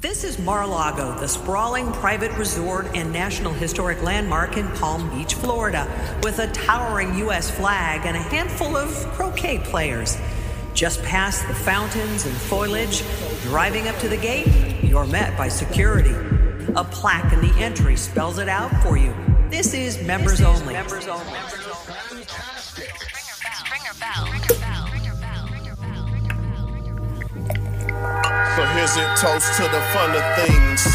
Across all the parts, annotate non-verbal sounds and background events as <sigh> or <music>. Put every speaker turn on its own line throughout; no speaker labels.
This is Mar-a-Lago, the sprawling private resort and National Historic Landmark in Palm Beach, Florida, with a towering U.S. flag and a handful of croquet players. Just past the fountains and foliage, driving up to the gate, you're met by security. A plaque in the entry spells it out for you. This is members only.
So here's a toast to the fun of things.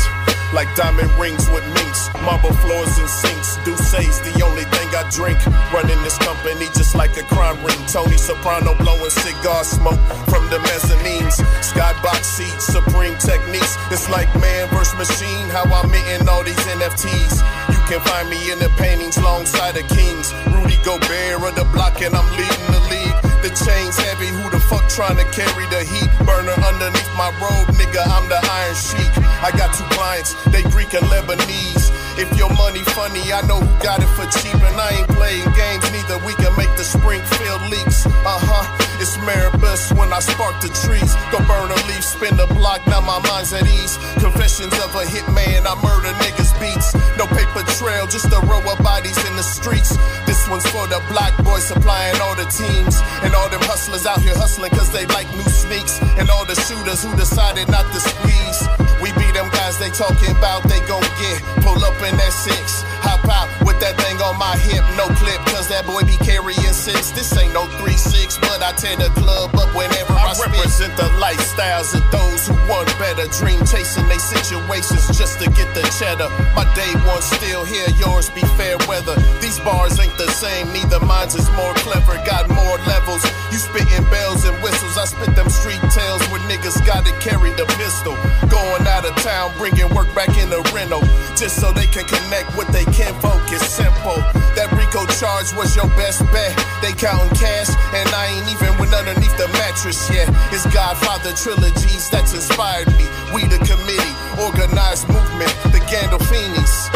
Like diamond rings with minks, marble floors and sinks. Douce's the only thing I drink. Running this company just like a crime ring. Tony Soprano blowing cigar smoke from the mezzanines. Skybox seats, supreme techniques. It's like man versus machine, how I'm minting all these NFTs. You can find me in the paintings alongside the kings. Rudy Gobert of the block, and I'm leading the league. The chain's heavy, who the fuck trying to carry the heat? Burner underneath my robe, nigga, I'm the Iron Sheik. I got two clients, they Greek and Lebanese. If your money funny, I know who got it for cheap, and I ain't playing games neither. We can make the Springfield leaks. Uh huh, it's Maribus when I spark the trees. Go burn a leaf, spin the block, now my mind's at ease. Confessions of a hitman, I murder niggas' beats. No paper trail, just a row of bodies in the streets. This one's for the black boys supplying all the teams. And all them hustlers out here hustling cause they like new sneaks. And all the shooters who decided not to squeeze. We be them guys they talking about, they gon' get. Pull up in that six. Hop out with that thing on my hip. No clip, cause that boy be carrying six. This ain't no 3-6, but I tear the club up whenever I, spit. represent the lifestyles of those who want better. Dream chasing they situations just to get the cheddar. My day one's still here, yours be fair weather. These bars ain't the same, neither mine's is more clever. Got more levels. You spitting bells and whistles, I spit them street tales where niggas gotta carry the pistol. Going out of town, bringing work back in the rental. Just so they can connect with they kinfolk, it's simple. That Rico charge was your best bet. They counting cash, and I ain't even went underneath the mattress yet. It's Godfather trilogies that's inspired me. We the committee, organized movement, the Gandolfinis.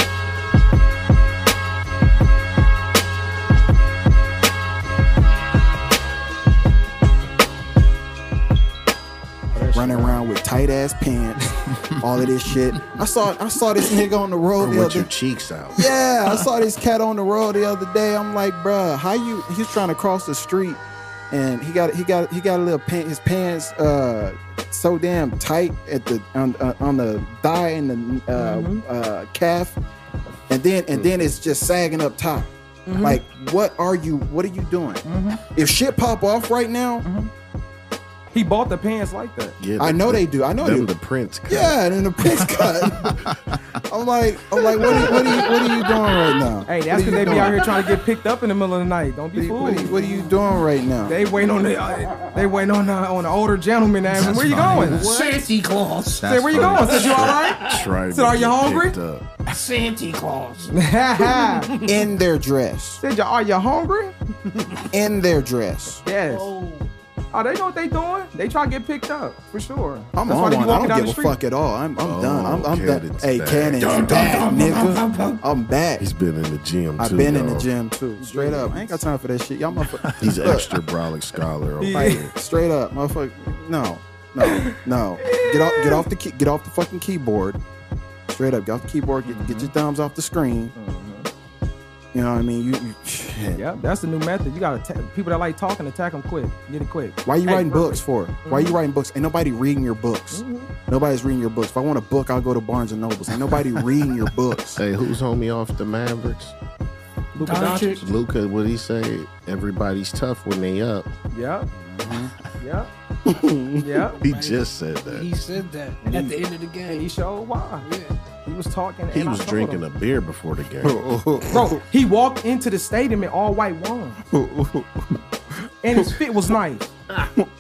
running around with tight ass pants, all of this shit. I saw I saw this nigga on the road
Or
the
with
other
your cheeks out.
<laughs> Yeah, I saw this cat on the road the other day. I'm like, bruh, how you he's trying to cross the street and he got he got he got a little pant his pants uh so damn tight at the on, uh, on the thigh and the uh, uh, calf and then and then it's just sagging up top. Like what are you what are you doing? If shit pop off right now,
He bought the pants like that.
Yeah,
I
them-
know they do. I know they
Them
do.
the prints. cut.
Yeah, and then the prince cut. <laughs> I'm like, I'm like, what are, what are you, what are you doing right now?
Hey, that's
what are
because they
you
be out
doing?
here trying to get picked up in the middle of the night. Don't be
What are, you,
fooled.
what are you doing right now?
They wait on the uh, they wait on the, on the older gentleman. to ask, Where you
funny.
going?
Santa Claus.
Say, where you
funny.
going? Said you all right?
Try
So are you hungry?
Santa Claus.
<laughs> in their dress.
<laughs> Said you are you hungry?
In their dress.
Yes. Oh, they know what they doing. They try to get picked up for sure.
I'm
That's why
on
they be
one. I
walking down
don't
the
give a
street.
fuck at all. I'm, I'm
Oh,
done. I'm, I'm done.
Cannon's
Hey,
back.
Cannon's
Dun,
back, nigga. I'm back.
He's been in the gym too.
I've been in the
y'all.
gym too. Straight up. I ain't got time for that shit. Y'all motherfuckers. <laughs>
He's an extra brolic scholar. over
Yeah. <laughs>
here.
Straight up, motherfucker. No, no, no. Get off, get off the, key, get off the fucking keyboard. Straight up, get off the keyboard. Get,
Mm-hmm.
get your thumbs off the screen. You know what I mean? You, you shit.
Yep, that's the new method. You gotta ta- people that like talking attack them quick. Get it quick.
Why you
Hey, Mm-hmm.
writing
perfect.
books for? Why you writing books? Ain't nobody reading your books.
Mm-hmm.
Nobody's reading your books. If I want a book, I'll go to Barnes and Nobles. Ain't
<laughs>
nobody reading your books.
Hey, who's homie off the Mavericks?
Luka
Doncic.
Doncic.
Luca, what he say? Everybody's tough when they up.
Yep.
Mm-hmm. <laughs>
Yep. yep.
He just said that.
He said that at the end of the game.
And he showed why.
Yeah.
He was talking.
he
and I
was
told
drinking
him.
a beer before
<laughs>
the game.
Bro, he walked into the stadium in all white wine, and his fit was nice.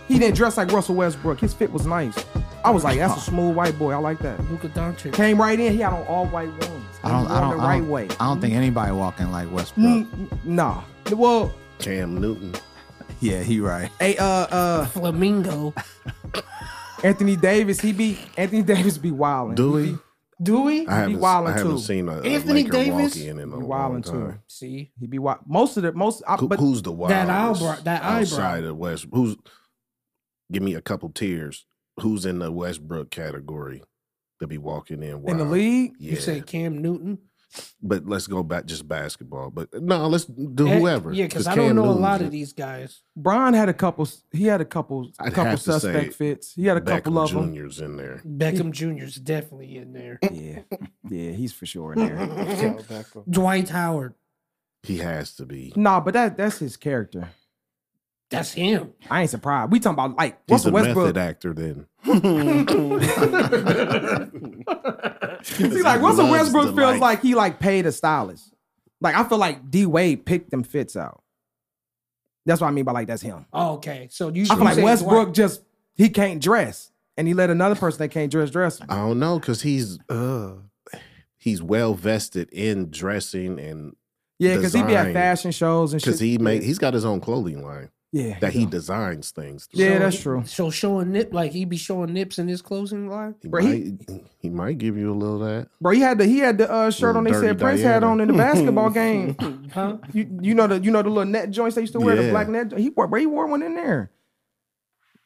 He didn't dress like Russell Westbrook. His fit was nice. I was like, that's a smooth white boy. I like that.
Luka Doncic.
Came right in. He had on all white ones.
I don't-
He
I
wore
don't-
the
I
right
don't-
way. Mm-hmm.
I don't think anybody walking like Westbrook.
Mm, nah. Well,
Cam Newton.
<laughs> Yeah, he right. <laughs>
hey, uh, uh,
Flamingo.
Anthony Davis, he be Anthony <laughs> Davis be wilding.
Do
he?
he?
Be, do we?
I
He be
haven't, I
wilding
haven't
too.
seen a, a
Anthony
Laker
Davis?
walk in in a
He
long
wilding too.
time.
See,
He be wild. Most of the most. I,
Who,
but
who's the
That
wildest
eyebrow- that eyebrow.
outside of West? Who's? Give me a couple tiers. Who's in the Westbrook category? to be walking in
in the
wild.
league.
Yeah,
You say Cam Newton?
but let's go back just basketball. But no, let's do
Eh,
whoever.
Yeah, because I don't know a lot of
these.
these guys.
Brian had a couple. He had a couple. A
I'd
couple
have to say
suspect fits. He had a couple
Beckham
of them.
Juniors in there.
Beckham Jr.'s definitely in there.
Mm.
Yeah, yeah, he's for sure in there.
Dwight Howard.
He has to be.
<laughs> Nah, but that that's his character.
That's him.
I ain't surprised. We talking about like
He's
Russell
a
Westbrook.
method actor. Then <laughs>
See, like Russell
loves
Westbrook
the
feels
life.
like he like paid a stylist. Like I feel like D Wade picked them fits out. That's what I mean by like that's him.
Oh, okay. So you
I feel
you
like
say
Westbrook
Dwight-
just he can't dress, and he let another person that can't dress dress. Him.
I don't know because he's uh, he's well vested in dressing and
Yeah, because he be at
Design.
fashion shows and shit.
because he made he's got his own clothing line
yeah
that he designs things. through.
Yeah, that's true.
So showing nip like he be showing nips in his closing line?
He
Bro,
might,
he-
he, might give you a little that.
Bro, he had the he had the uh, shirt
Little
on. They said
dirty
Prince had
Diana.
on in
<laughs>
the basketball game.
Huh?
You you know the you know the little net joints they used to wear the
Yeah.
black net. jo- He wore bro, he wore one in there.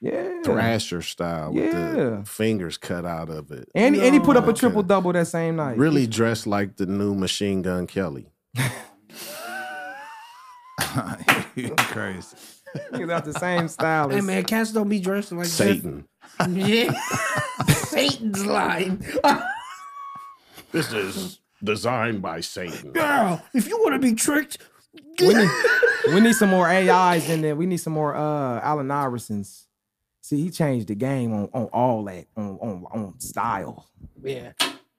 Yeah,
Thrasher style with
Yeah.
the fingers cut out of it.
and and he put up a
No.
triple double that same night.
Really dressed like the new Machine Gun Kelly.
You crazy.
he was out the
<laughs>
same style.
Hey
as-
man, cats don't be dressing like
Satan.
Jeff- <laughs> Yeah.
<laughs>
Satan's <laughs> line.
This is designed by Satan.
Girl, if you want to be tricked,
we, need, we need some more AIs in there. We need some more uh Allen Iversons. See, he changed the game on on all that on on on style.
yeah.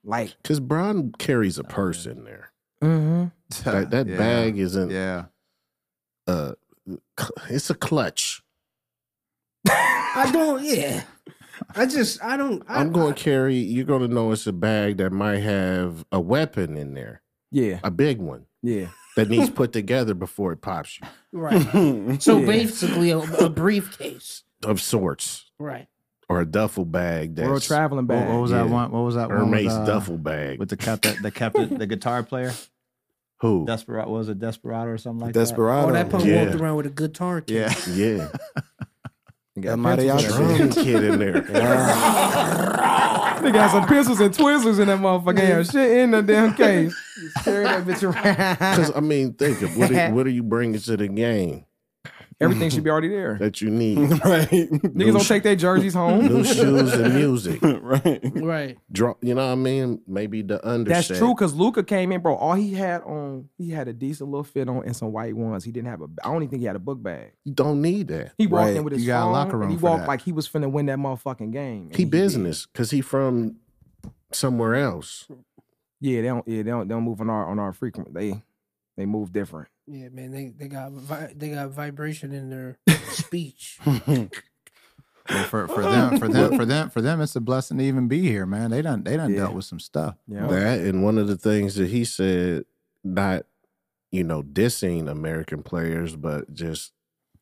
Like
Because Bron carries
Oh,
a purse in
<laughs>
there.
Mm-hmm.
That, that
Yeah,
bag isn't.
Yeah.
Uh, it's a clutch.
I don't. Yeah, I just I don't. I,
I'm going to carry. You're going to know it's a bag that might have a weapon in there,
yeah
a big one
yeah
that needs
<laughs>
put together before it pops you,
right. So
Yeah.
basically, a, a briefcase,
of sorts,
right?
or a duffel bag that's
world traveling
What,
bag.
what was that
Yeah.
one? What was that one? with,
Hermes
uh,
duffel bag.
with the cap that the cap the guitar player
Who?
desperado was it desperado or something like
Desperado.
Oh, that punk
Yeah.
walked around with a guitar.
that
Kit.
yeah
yeah,
That mariachi.
drum kid in there.
They got some pistols and twizzlers in that motherfucking <laughs> damn shit in the damn case. Just Carry that bitch around.
Because I mean, think of what are, what are you bringing to the game
<laughs> Everything should be already there.
that you need?
right,
Niggas don't take their jerseys home. <laughs>
New shoes and music.
right.
<laughs> Right.
Draw, you know what I mean? Maybe the under.
That's true, cause Luca came in, bro. All he had on, he had a decent little fit on and some white ones. He didn't have a. I don't even think he had a book bag.
You don't need that.
He walked
Right.
in with his
You got a
phone,
locker
and
room
he
for
walked
that.
like he was finna win that motherfucking game. and
He
did.
business because he from somewhere else.
Yeah, they don't. Yeah, they don't. They don't move on our on our frequent. They they move different.
Yeah, man. They they got vi- they got vibration in their speech.
Well, for, for them for <laughs> them for them for them it's a blessing to even be here man they done they done
Yeah.
dealt with some stuff
Yeah.
That and one of the things that he said, not you know dissing American players, but just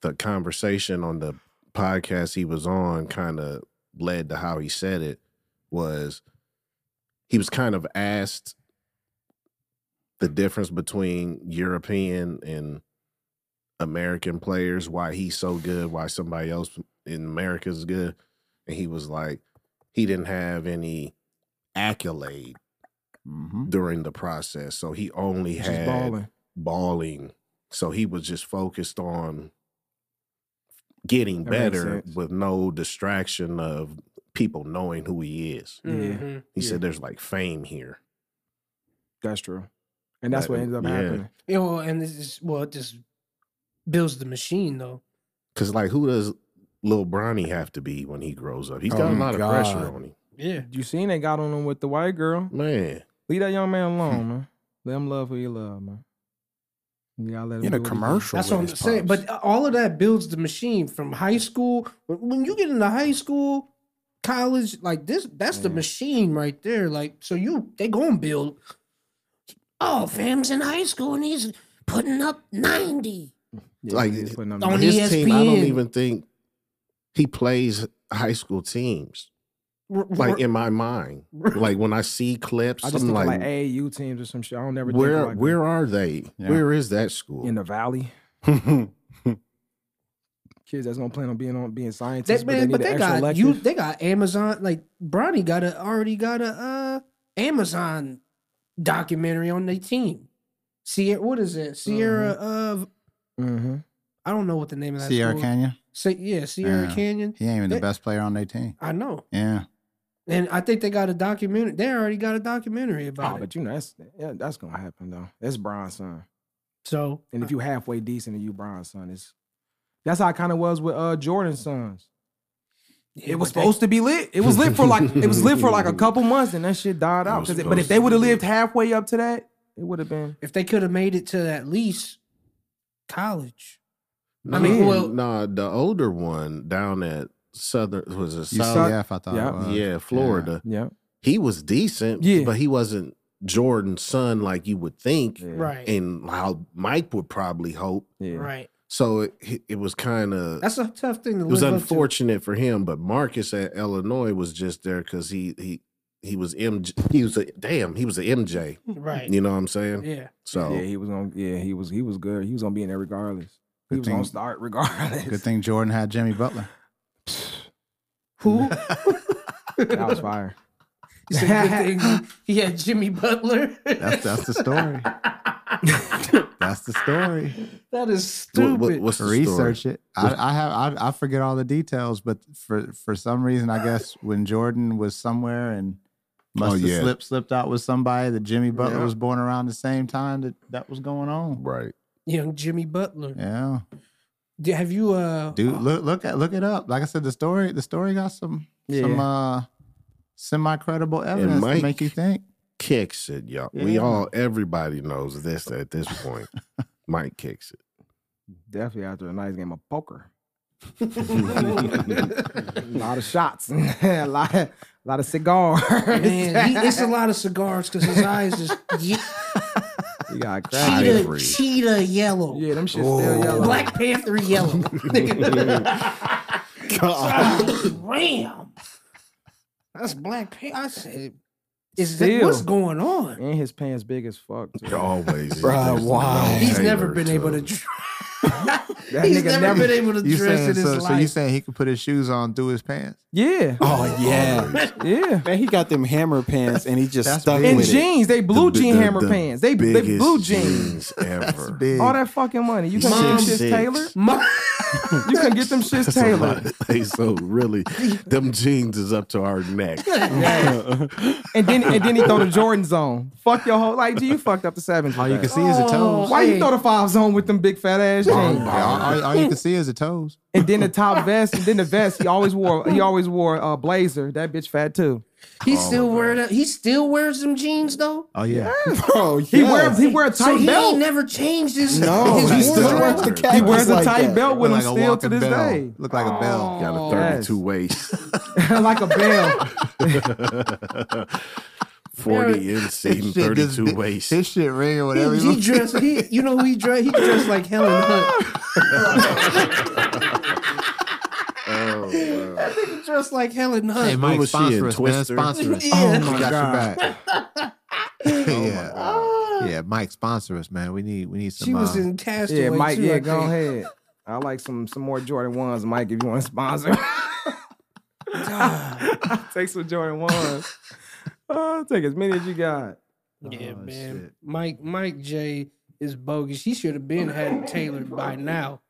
the conversation on the podcast he was on kind of led to how he said it was he was kind of asked the difference between European and American players, why he's so good, why somebody else in America is good. And he was like, he didn't have any accolade
hmm
during the process. So he only
Mm-hmm. Just
had balling.
balling.
So he was just focused on getting
That makes
better
sense.
with no distraction of people knowing who he is.
Yeah.
Mhm.
He
Yeah.
said there's like fame here.
That's true, and that's
That-
what ended up
yeah.
happening.
Yeah, well, and this is well, it just builds the machine though.
Cause like who does Lil Bronny have to be when he grows up? He's got
Oh,
a lot of pressure
God.
on him.
Yeah.
You seen they got on him with the white girl.
Man.
Leave that young man alone, man. Let him love who you love, man. You gotta let him
in
do
a
what he do.
commercial
That's
with
what I'm
his
saying.
pops.
But all of that builds the machine from high school. When when you get into high school, college, like this, that's the
Yeah.
machine right there. Like, so you they gonna build. Oh, fam's in high school and he's putting up ninety.
Yeah,
Like,
he's putting on E the-
on
his team, I don't
ESPN.
even think he plays high school teams.
R-
Like
r-
in my mind.
<laughs>
Like when I see clips,
I just
I'm
think of,
like,
like AAU teams or some shit. I don't never
where
think of, like
where are they?
Yeah.
Where is that school?
in the valley. kids that's gonna plan on being on being scientists.
That man, but
need
they
an actual
got you.
elective.
They got Amazon. Like Bronny got a already got a uh, Amazon documentary on their team. Sierra, what is it? Sierra. Uh,
Mhm.
I don't know what the name of that.
Sierra
school-
Canyon.
Sa- yeah, Sierra
Yeah.
Canyon.
He ain't even the
They-
best player on their team.
I know,
Yeah.
and I think they got a documentary. They already got a documentary about
Oh,
it.
but you know that's yeah, that's gonna happen though. That's Brian's son,
So
and if you halfway decent and you Brian's son, it's that's how I kind of was with uh Jordan's sons.
yeah,
It was
but they-
supposed to be lit. It was lit for like it was lit for like a couple months, and that shit died out. 'Cause it- but if they would have lived halfway up to that, it would have been.
if they could have made it to at least college.
No,
mean, well-
no, the older one down at Southern was it
You
South?
suck.
CF, Oh, I thought.
Yeah.
it was.
Yeah, Florida.
Yeah,
He was decent,
Yeah.
but he wasn't Jordan's son like you would think,
yeah,
Right.
and how Mike would probably hope.
yeah.
Right.
So it, it was kind of
That's a tough thing to
it was
live up to.
unfortunate for him, but Marcus at Illinois was just there because he he he was MJ. He was a damn. He was a MJ.
<laughs> <laughs> Right.
You know what I'm saying?
Yeah.
So
Yeah, he was gonna. Yeah, he was. He was good. He was gonna be in there regardless. He
Good
was gonna
thing-
start regardless.
Good thing Jordan had Jimmy Butler.
<laughs>
Who? <laughs>
That <laughs> was fire.
It's a good thing he had Jimmy Butler.
That's that's the story. that's the story.
<laughs> that
what-
is stupid.
what- what's the
Research
story?
it. I, I have I, I forget all the details, but for for some reason, I guess when Jordan was somewhere and must
Oh,
have
yeah.
slipped slipped out with somebody that Jimmy Butler
Yeah.
was born around the same time that that was going on.
Right.
Young Jimmy Butler.
Yeah,
Do- Have you uh
dude, look look at look it up. Like I said, the story the story got some some
Yeah.
uh semi credible evidence
Mike-
to make you think.
Kicks it, y'all. We
Yeah.
all everybody knows this at this point. Mike kicks it.
Definitely after a nice game of <laughs> poker. a lot of shots, <laughs> a lot, a lot of cigars. <laughs>
man, he, it's a lot of cigars because his eyes is <laughs> ye-
you got crack.
cheetah,
Ivory.
cheetah yellow.
Yeah, them shit still yellow.
Black Panther yellow. <laughs> Damn. That's Black Panther. I said, is that, what's
Still.
going on?
And his pants big as fuck. Too.
Always.
Bruh, why?
He's never been able to dress.
That
<laughs> He's
nigga
never,
never-
been able to
You
dress
saying
in his
so,
life.
so? You saying he could put his shoes on through his pants?
Yeah,
Oh yeah,
<laughs> yeah.
man, he got them hammer pants and he just
That's
stuck
big.
And
with it.
jeans, they blue
The-
jean
the-
hammer
the
pants. They they
biggest
blue jeans.
ever.
Big.
All that fucking money. You can
Mom
get them shits
six.
tailored.
My-
You can get them shits tailored.
Hey, so
<laughs>
really, them jeans is up to our neck.
And then and then he throw the Jordans on. Fuck your whole like, G, you fucked up the sevens.
All you can see is the toes.
Why you throw the fives on with them big fat ass jeans?
Yeah, all, all- all you can see is
<laughs>
the toes.
And then the top vest, and then the vest. He always wore. He always wore a blazer. That bitch fat too.
<laughs> he still wear that. He still wears them jeans though.
Oh yeah.
Bro,
He
yes.
wear he wear a tight
So he
belt.
ain't never changed his
No,
his
he still
wardrobe?
wears the
He
khakis
he wears a
like
tight
that.
belt with him
Look
still to
walking
this
bell.
day,
Look like a bell.
Got a
yes.
32 waist,
<laughs> like a bell.
40 inseam,
His shit just
32
big-
waist.
His shit ring or whatever.
He,
you
he dressed. He, you know, who he dressed. He dressed like Helen
<laughs>
Hunt.
Oh,
I think he dressed like Helen Hunt.
<laughs> Hey, Mike,
was she in,
sponsor us, man.
Twister?
Sponsor us.
<laughs>
Oh,
Yeah. Oh,
we got your
<laughs>
back.
Oh,
yeah. Yeah, Mike, sponsor us, man. We need we need some
she was
uh,
in Castaway.
yeah, Mike.
Too, I
Yeah, go
think.
ahead. I like some some more Jordan ones, Mike. If you want to sponsor, I'll <laughs> take some Jordan ones. I'll take as many as you got.
Yeah,
Oh,
man.
shit.
Mike Mike J is bogus. He should have been had it tailored by now.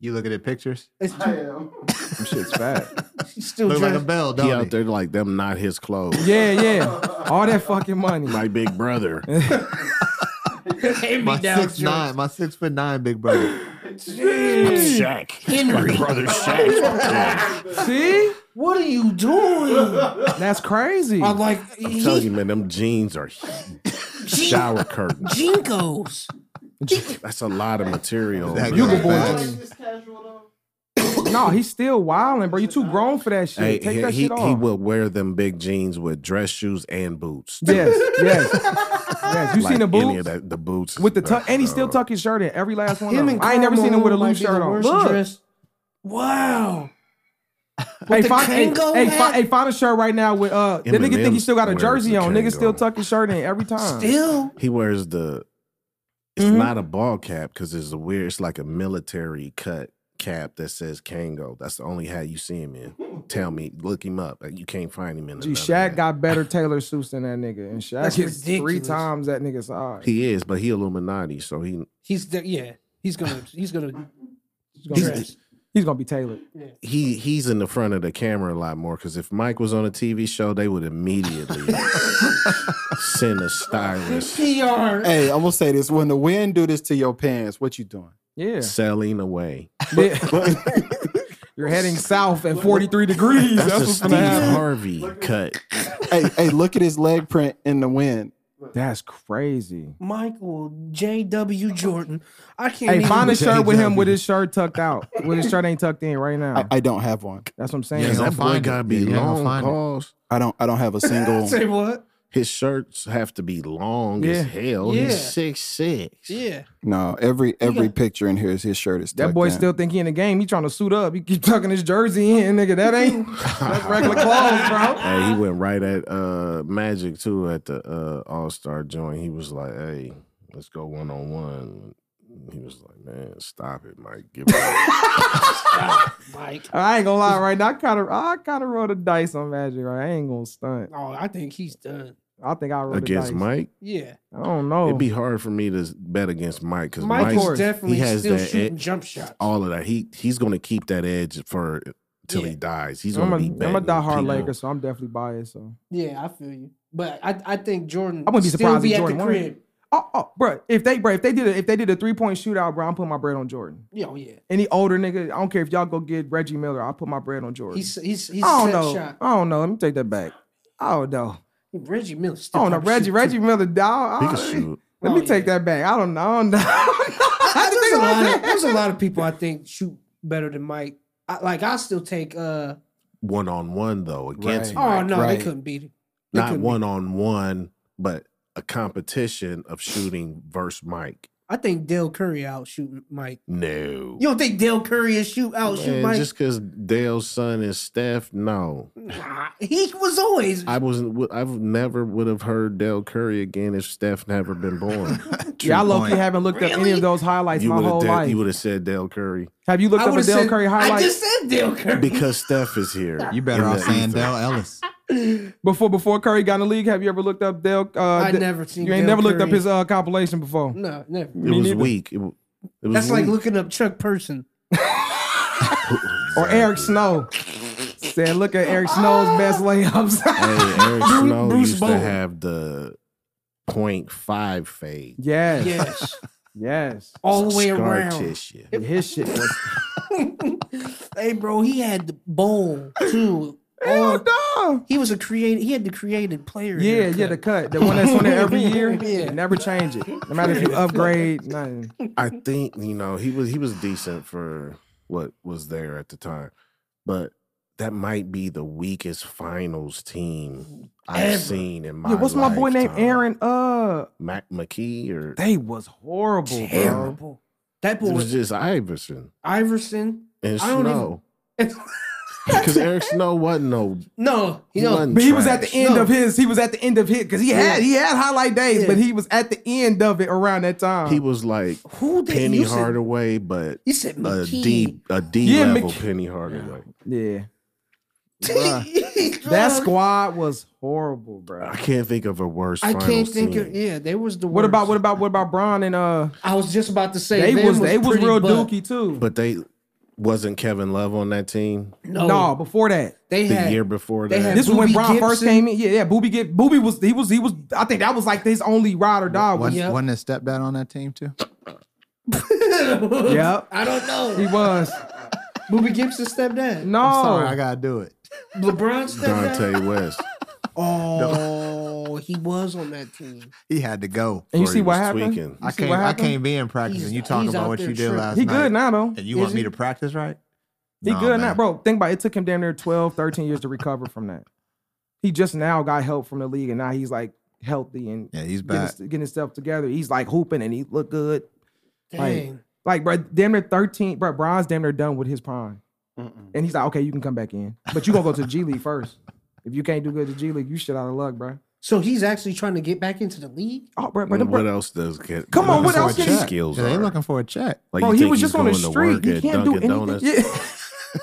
You look at the pictures.
It's
uh,
too,
Some shit's fat.
he's still
Look
dressed.
like a bell,
He
don't
out
he?
there like them, not his
<laughs>
clothes.
<laughs> Yeah, yeah. All that fucking money.
My big
<laughs>
brother.
My
down
six
shorts.
nine, my six foot nine big <laughs> brother.
Shaq.
Henry,
Brother
<laughs>
Shaq.
See,
what are you
<laughs>
doing?
that's crazy.
I'm like
I'm telling you,
he,
man, them jeans
<laughs>
are
Jin-
shower curtains.
Jinkos.
That's a lot of material.
That
bro.
goes back-
<coughs> No, he's still wilding, bro. You too grown for that shit.
Hey,
Take
he,
that
he,
shit
he
off.
will wear them big jeans with dress shoes and boots.
Yes,
<laughs>
yes, yes. You
Like
seen the
any of
boots
that- the boots is
with the
bad,
tuck, and he still
bro.
tuck his shirt in every last one.
Him
of
and
them. I ain't never seen him with a loose shirt on. Look,
Wow.
hey,
the
find, hey,
Kango
hey,
hat?
fi- hey, find a shirt right now with uh. The nigga think he
M&M's
still got a
wears
jersey
the
on. Nigga still
Kango.
tuck his shirt in every time.
Still.
He wears
Mm-hmm.
the. It's not a ball cap because it's a weird. It's like a military cut cap that says Kango. That's the only hat you see him in. Tell me, look him up. You can't find him in.
Gee,
another
Shaq
hat.
got better Taylor suits than that nigga, and Shaq
That's
is three
ridiculous.
times that nigga size.
He is, but he Illuminati, so he
He's the, yeah. He's <laughs> gonna he's gonna
He's gonna, be, he's gonna be tailored.
he he's in the front of the camera a lot more because if Mike was on a TV show, they would
<laughs>
immediately send a stylist
PR.
Hey, I'm gonna say this: when the wind do this to your pants, what you doing?
Yeah,
selling away.
you're heading south at 43 degrees. That's,
That's, a
what's
Steve
gonna happen.
Harvey cut.
hey, hey, look at his leg print in the wind.
That's crazy.
Michael J.W. Jordan. I can't
Hey,
even-
find a shirt with him with his shirt tucked out. When his shirt ain't tucked in right now.
I, I don't have one.
That's what I'm
Yeah,
saying.
Yes.
that
gonna
boy
find
gotta
it.
be
Yeah, you're gonna
long
find it.
calls.
I don't. I don't have a
<laughs>
single.
<laughs> Say what?
His shirts have to be long
Yeah.
as hell.
Yeah.
He's six six.
Yeah.
no, every every
got-
picture in here is his shirt is.
That
tucked
boy
in.
still think he in the game. He trying to suit up. He keep tucking his jersey in, nigga. That ain't that's regular clothes, bro.
Hey, he went right at uh Magic too at the uh All Star joint. He was like, "Hey, let's go one on one." He was like, "Man, stop it, Mike. Give it up."
Mike.
I ain't gonna lie right now. I kind of I kind of rolled the dice on Magic. Right, I ain't gonna stunt.
Oh, I think he's done.
I think I rolled
against
the dice.
Mike.
Yeah.
I don't know.
It'd be hard for me to bet against Mike because
Mike
Mike,
is definitely
he has
still
that
shooting
ed-
jump shots.
all of that. He he's gonna keep that edge for till
Yeah.
he dies. He's
I'm
gonna
a,
be.
I'm a
betting
diehard
people.
Lakers, so I'm definitely biased. So
Yeah, I feel you. But I, I think Jordan.
I wouldn't be
still
surprised
be
if
at
Jordan
the
won.
crib.
oh, oh bro, if they bro if they did a, if they did a three point shootout, bro, I'm putting my bread on Jordan.
Yeah, oh, yeah.
Any older nigga, I don't care if y'all go get Reggie Miller. I will put my bread on Jordan.
He's he's he's
I don't
set
know.
shot.
I don't know. Let me take that back. I don't know.
Reggie Miller.
I
Still
don't know.
probably
Reggie,
shoot
Reggie Miller, dog.
He
I-
can shoot.
Let
Oh,
me take
yeah.
that back. I don't know. <laughs> I don't know. I
there's,
think
a lot of,
about that.
there's a lot of
<laughs>
people I think shoot better than Mike. I, like I still take. uh
One on one though against
Oh
Mike.
no,
right.
they couldn't beat him. They
not
couldn't
one on one, but a competition of shooting versus Mike.
I think Dale Curry out shoot Mike.
No.
You don't think Dale Curry is shoot out shoot
Man,
Mike?
just because Dale's son is Steph, no,
Nah, he was always.
I wasn't. would- I've never would have heard Dale Curry again if Steph never
<laughs>
been born.
Yeah, I
True
low key
point.
haven't looked up any
Really?
of those highlights
you
my
would have.
whole life.
you would have said Dale Curry
have you looked
I
up a
would've
Dale
said-
Curry
I
highlight
just said Dale Curry.
because Steph is here.
You better
in
off
the
saying
ether.
Dale Ellis.
before before Curry got in the league? Have you ever looked up Dale? Uh,
I
Da-
never seen.
You ain't
Dale
never looked up
Curry.
his uh, compilation before.
No, never.
It
Me
was
neither.
weak. It, w- it was
That's like
Mm-hmm.
weak.
looking up
<laughs>
Chuck Person.
Or Eric Snow. Said, look at Eric
Oh!
Snow's best layups.
Hey, Eric Snow
Bruce
used
Bowen.
to have the point five fade.
yes,
Yes,
yes.
all the way
Scar
around.
tissue.
His shit was
<laughs> hey, bro, he had the bowl
<laughs>
too.
Hell
All-
no.
he was a creative. He had the created player.
Yeah,
haircut.
yeah, the cut, the one that's on there every year.
<laughs> Yeah.
Never change it, no matter if you upgrade. Nothing.
I think you know he was he was decent for what was there at the time, but that might be the weakest finals team I've
Ever.
seen in my.
Yeah, what's my boy named
lifetime.
Aaron? Uh,
Mac McKee or
they was horrible, bro.
terrible. That boy
it was
was
just Iverson
Iverson. <laughs>
and
I don't even-
Snow because Eric Snow wasn't no.
no, <laughs> you know,
wasn't
But he was at the
trash.
end
No.
of his. He was at the end of his because he had
Yeah.
he had highlight days,
Yeah.
but he was at the end of it around that time.
He was like
who did
Penny
you said-
Hardaway, but
You said
a
McKee.
D a D
Yeah,
level
McKee.
Penny Hardaway.
yeah, that
<laughs> that
squad was horrible, bro.
I can't think of a worse.
I can't
finals
think
team.
of. Yeah, they was the.
What
worst.
about what about what about Braun and uh?
I was just about to say
They
them
was they was
pretty
real
butt.
dookie too.
But they wasn't Kevin Love on that team
No,
no, before that.
they
the
had
year before
they
that.
had-
This was when
Boobie
Braun first
Gibson.
came in. Yeah, yeah. Booby get Booby was he was he was. I think that was like his only ride or die.
Wasn't,
Was,
Yep.
wasn't his stepdad on that team too?
Yep.
I don't know.
he was.
Boobie Gibson stepped down.
No,
I'm sorry, I gotta do it.
LeBron stepped down.
Dante West.
Oh, he was on that team.
He had to go.
and you
Or
see
he
what
was
happened.
tweaking.
You
I
see
can't.
what
I
happened?
can't be in practice,
He's-
and you talking
he's out
about what
there
you did
tripping.
last
He
night.
good now though.
And you want
Is
me
he?
to practice right?
He
Nah,
good
man.
now, bro. Think about it. it. Took him damn near 12, 13 years to recover from that. He just now got help from the league, and now he's like healthy and
Yeah, he's
getting,
back.
his- getting himself together. He's like hooping and he look good.
Dang.
<laughs> Like, bro, damn near 13, bro, Brian's damn near done with his prime. And he's like, okay, you can come back in. But you gonna go to the G League first. If you can't do good to G League, you shit out of luck, bro.
So he's actually trying to get back into the league.
Oh, bro, bro,
What,
them bro-
else does get?
Come on, what
his
else
for a
did he-
check.
skills
Yeah, they
are?
looking for a check.
Like
bro,
you
he
think
was
he's
just on the
going to work
street. He
at
can't do
Dunkin'
anything.
Donuts?
Yeah.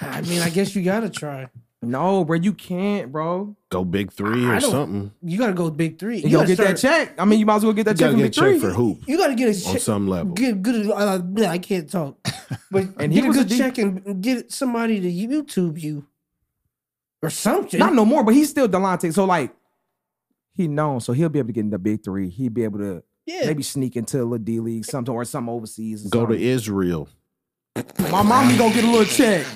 I mean, I guess you gotta try.
<laughs> No, bro, you can't, bro.
Go big three
I
or
don't-
something.
You gotta go big three. You
You gotta
gotta
get that
start-
check. I mean, you might as well get that
You gotta
check from
get
the
a check
three.
for hoop
You gotta get a
on
check.
some level.
Get good. Uh, bleh, I can't talk.
<laughs>
But
And he
get a
was a
good
D-
check and get somebody to YouTube you or something.
Not no more, but he's still Delonte. So like, he known, so he'll be able to get in the big three. He'd be able to
yeah.
maybe sneak into a little D league, something or some overseas. or
Go to
something.
Israel.
My mommy gonna get a little check.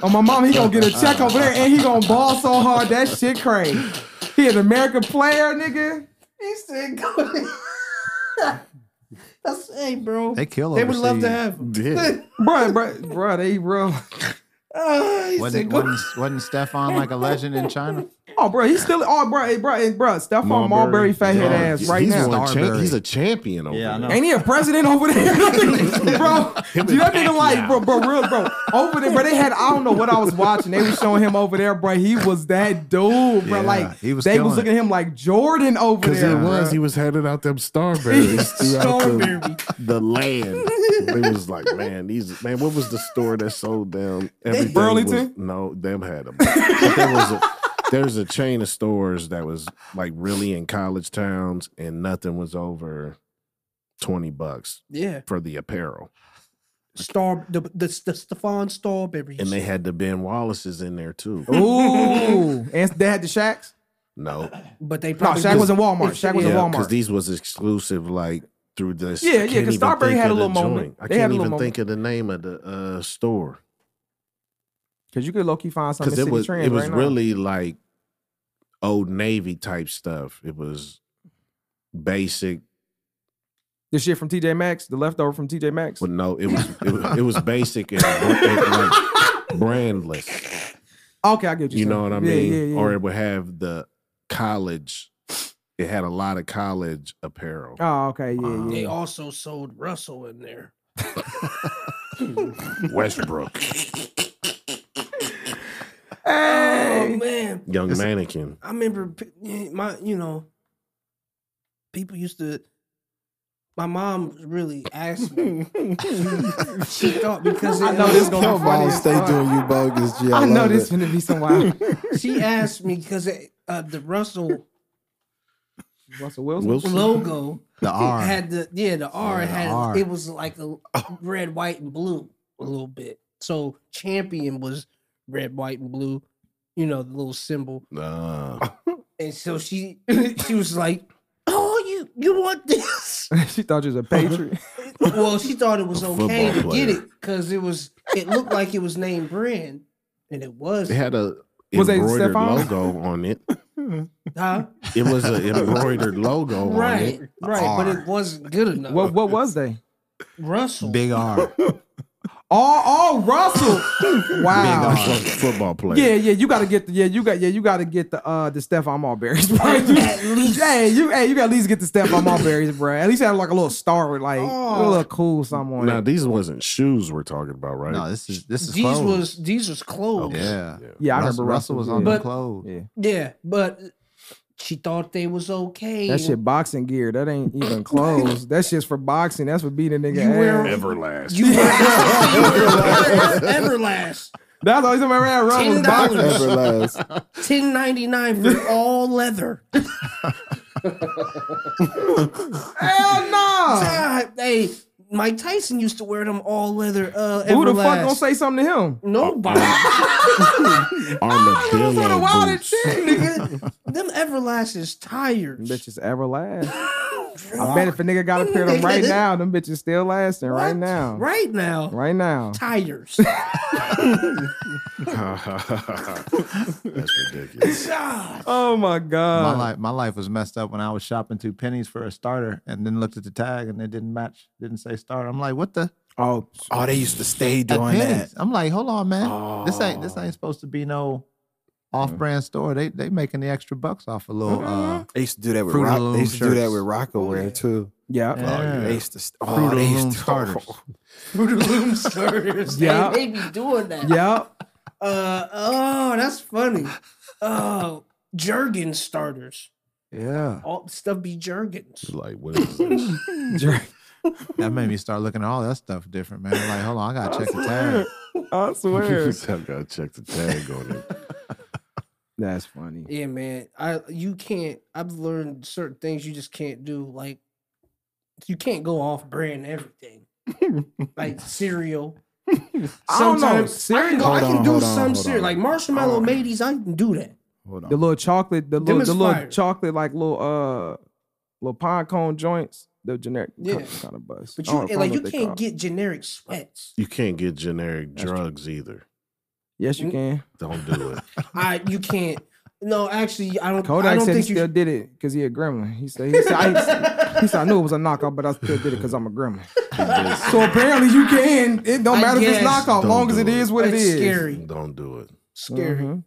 Oh, my mom, he gonna get a check over there, and he gonna ball so hard that shit crazy. He an American player, nigga.
He said, go <laughs> That's hey, bro.
They kill
They would love to have him.
overseas.
Yeah.
Bruh, bruh, bruh, they real.
Uh, he said,
Wasn't,
go.
wasn't, wasn't Stefan like a legend in China?
Oh, bruh, he's still. Oh, bruh, hey, bruh, hey, bruh, Stephon Marbury,
Marbury.
fathead
Yeah.
ass right
he's
now.
won cha-
Marbury.
he's a champion over
<laughs> Yeah, I
there.
know.
Ain't he a president over there, <laughs> bro? Dude, that nigga like, bro, bro, real, bro. Over there, bro. They had I don't know what I was watching. They was showing him over there, bro. He was that dude, bro.
Yeah,
like
he was
they was
killing
looking at him like Jordan over
Because
there.
it was,
bruh.
he was handing out
<laughs>
them starberries throughout the, the land. It was like, man, these man, what was the store that sold them? Everything
Burlington?
was- no, them had them. But there was a, there's a chain of stores that was like really in college towns, and nothing was over twenty bucks
Yeah.
for the apparel.
Star the the, the Stefan Starberries.
And they had the Ben Wallaces in there too.
Oh. Ooh, and they had the Shacks.
No,
but they
No,
probably
Shaq was in Walmart.
If-
Shaq was in
yeah,
Walmart.
because these was exclusive, like through this.
Yeah, yeah, 'cause Starbury had a little moment.
I
They had
can't
a
even
little
think of the name of the uh, store
Because you could low key find something.
because it
City
was
trend
it was
right now.
really like old navy type stuff. It was basic,
the shit from TJ Maxx, the leftover from TJ Maxx.
but no, it was it was, it was basic and, and, like brandless.
Okay, I get you.
You
saying.
know what I
Yeah,
mean?
yeah, yeah.
Or it would have the college. It had a lot of college apparel.
<laughs> oh, okay, yeah,
They
yeah.
also sold Russell in there.
Westbrook,
Hey,
Oh man.
young mannequin.
I remember p- my, you know, people used to. My mom really
<laughs>
asked me. she thought because
I
it
know
was-
this gonna
Your
be funny
mom
as
stay
fuck.
doing you bogus, G. I,
I know
love
this
it.
gonna be some wild. <laughs>
She asked me because uh, the Russell
Russell Wilson.
Wilson.
logo
The R.
had the yeah the R
Yeah, the
had
R. Oh.
it was like a red white and blue a little bit. So champion was red white and blue, you know the little symbol.
Ah.
Oh.
And so she <laughs> she was like, "Oh, you you want this?"
<laughs> she thought you was a
<laughs>
patriot.
Well, she thought it was
A
okay to
football
get
player.
it because it was it looked like it was named brand, and it was
It had a
Was it
embroidered
Stephon?
logo on it.
huh?
It was
<laughs>
an embroidered logo on
right,
it.
right, but it wasn't good enough.
what what was they?
Russell,
<laughs>
Big R.
Oh, oh, <laughs> Russell. wow.
That's like a football player.
Yeah, yeah, you gotta get the yeah, you got yeah, you gotta get the uh the Stephon <laughs> Marbury's, bro.
at least
hey, you hey, you gotta at least get the Stephon Marbury's, bro. At least have like a little star with like a little cool something on
Now
it.
these wasn't shoes we're talking about, right?
No, this is this is
these
clothes.
was these was clothes.
yeah.
Yeah, I remember
Russell, Russell was on
yeah.
the clothes.
Yeah.
Yeah, but she thought they was okay.
That shit boxing gear. That ain't
<laughs>
even clothes. That's just for boxing. That's for beating a nigga
You wear-
ass.
Everlast. <laughs>
You Everlast
That's the only time I ran around was
ten
boxing.
dollars,
Everlast.
ten ninety nine for all leather.
Hell no.
God, hey, Mike Tyson used to wear them all leather. Uh,
Who the fuck
Everlast.
gonna say something to him? <laughs>
Nobody.
That's what the
Armadillo
wildest
boots.
shit. <laughs>
Nigga, them Everlast is tires.
Bitches ever last. I bet if a nigga got a pair of them
<laughs>
right now, them bitches still lasting right now. Right,
Right now.
now. <laughs>
Tires.
That's ridiculous.
God.
<laughs> Oh my
My
uh,
god.
life, my life was messed up when I was shopping two pennies for a starter, and then looked at the tag and it didn't match. Didn't say starter. I'm like, what the?
oh,
Oh, they used to stay
At
doing that.
Penny's. I'm like, hold on, man. This ain't this ain't supposed to be no off-brand store. They they making the extra bucks off a little. Uh,
They used to do that with
Fruit of
rock.
the Loom
They used to do that
shirts.
with Rockaware too.
yeah.
Oh,
yeah.
They used to. st-
Fruit
Oh,
of the
they
Loom
used to.
starters.
Fruit of Loom starters.
Yeah.
They, they be doing that.
Yep.
Uh, oh, that's funny. Oh, Jergens starters.
Yeah.
All the stuff be Jergens.
<laughs> Like, what
<laughs>
is this?
That made me start looking at all that stuff different, man. Like, hold on, I gotta check the
<laughs>
<laughs>
tag.
I swear.
<laughs> I've got to check the tag on it.
That's funny.
Yeah, man. I you can't. I've learned certain things you just can't do. Like you can't go off
<laughs>
brand everything. like cereal.
I don't know,
Sometimes I, can, go, I
cereal? Hold
can do
on, hold on,
some
hold
cereal.
on.
Like marshmallow mateys, I can do that.
Hold
The
on.
little chocolate, the little,
is
the little
fire.
chocolate, like little uh, little pine cone joints. The generic
Yeah.
kind, kind of bus.
But
I
you
don't- I don't
like you
know what they
can't
call it.
get
<laughs>
generic sweats.
You can't get generic drugs either.
Yes, you can.
Don't do
<laughs>
it.
I you can't. No, actually, I don't. I
Kodak
don't
said he
think you.
still did it because he a gremlin. He said he said,
<laughs>
I, he said I knew it was a knockoff, but I still did it because I'm a gremlin. so apparently you can. It don't
I
matter if it's
guess.
knockoff,
Don't
long as
do
it
it.
is what it
That's
is.
scary.
Don't do it.
Scary.
Mhm.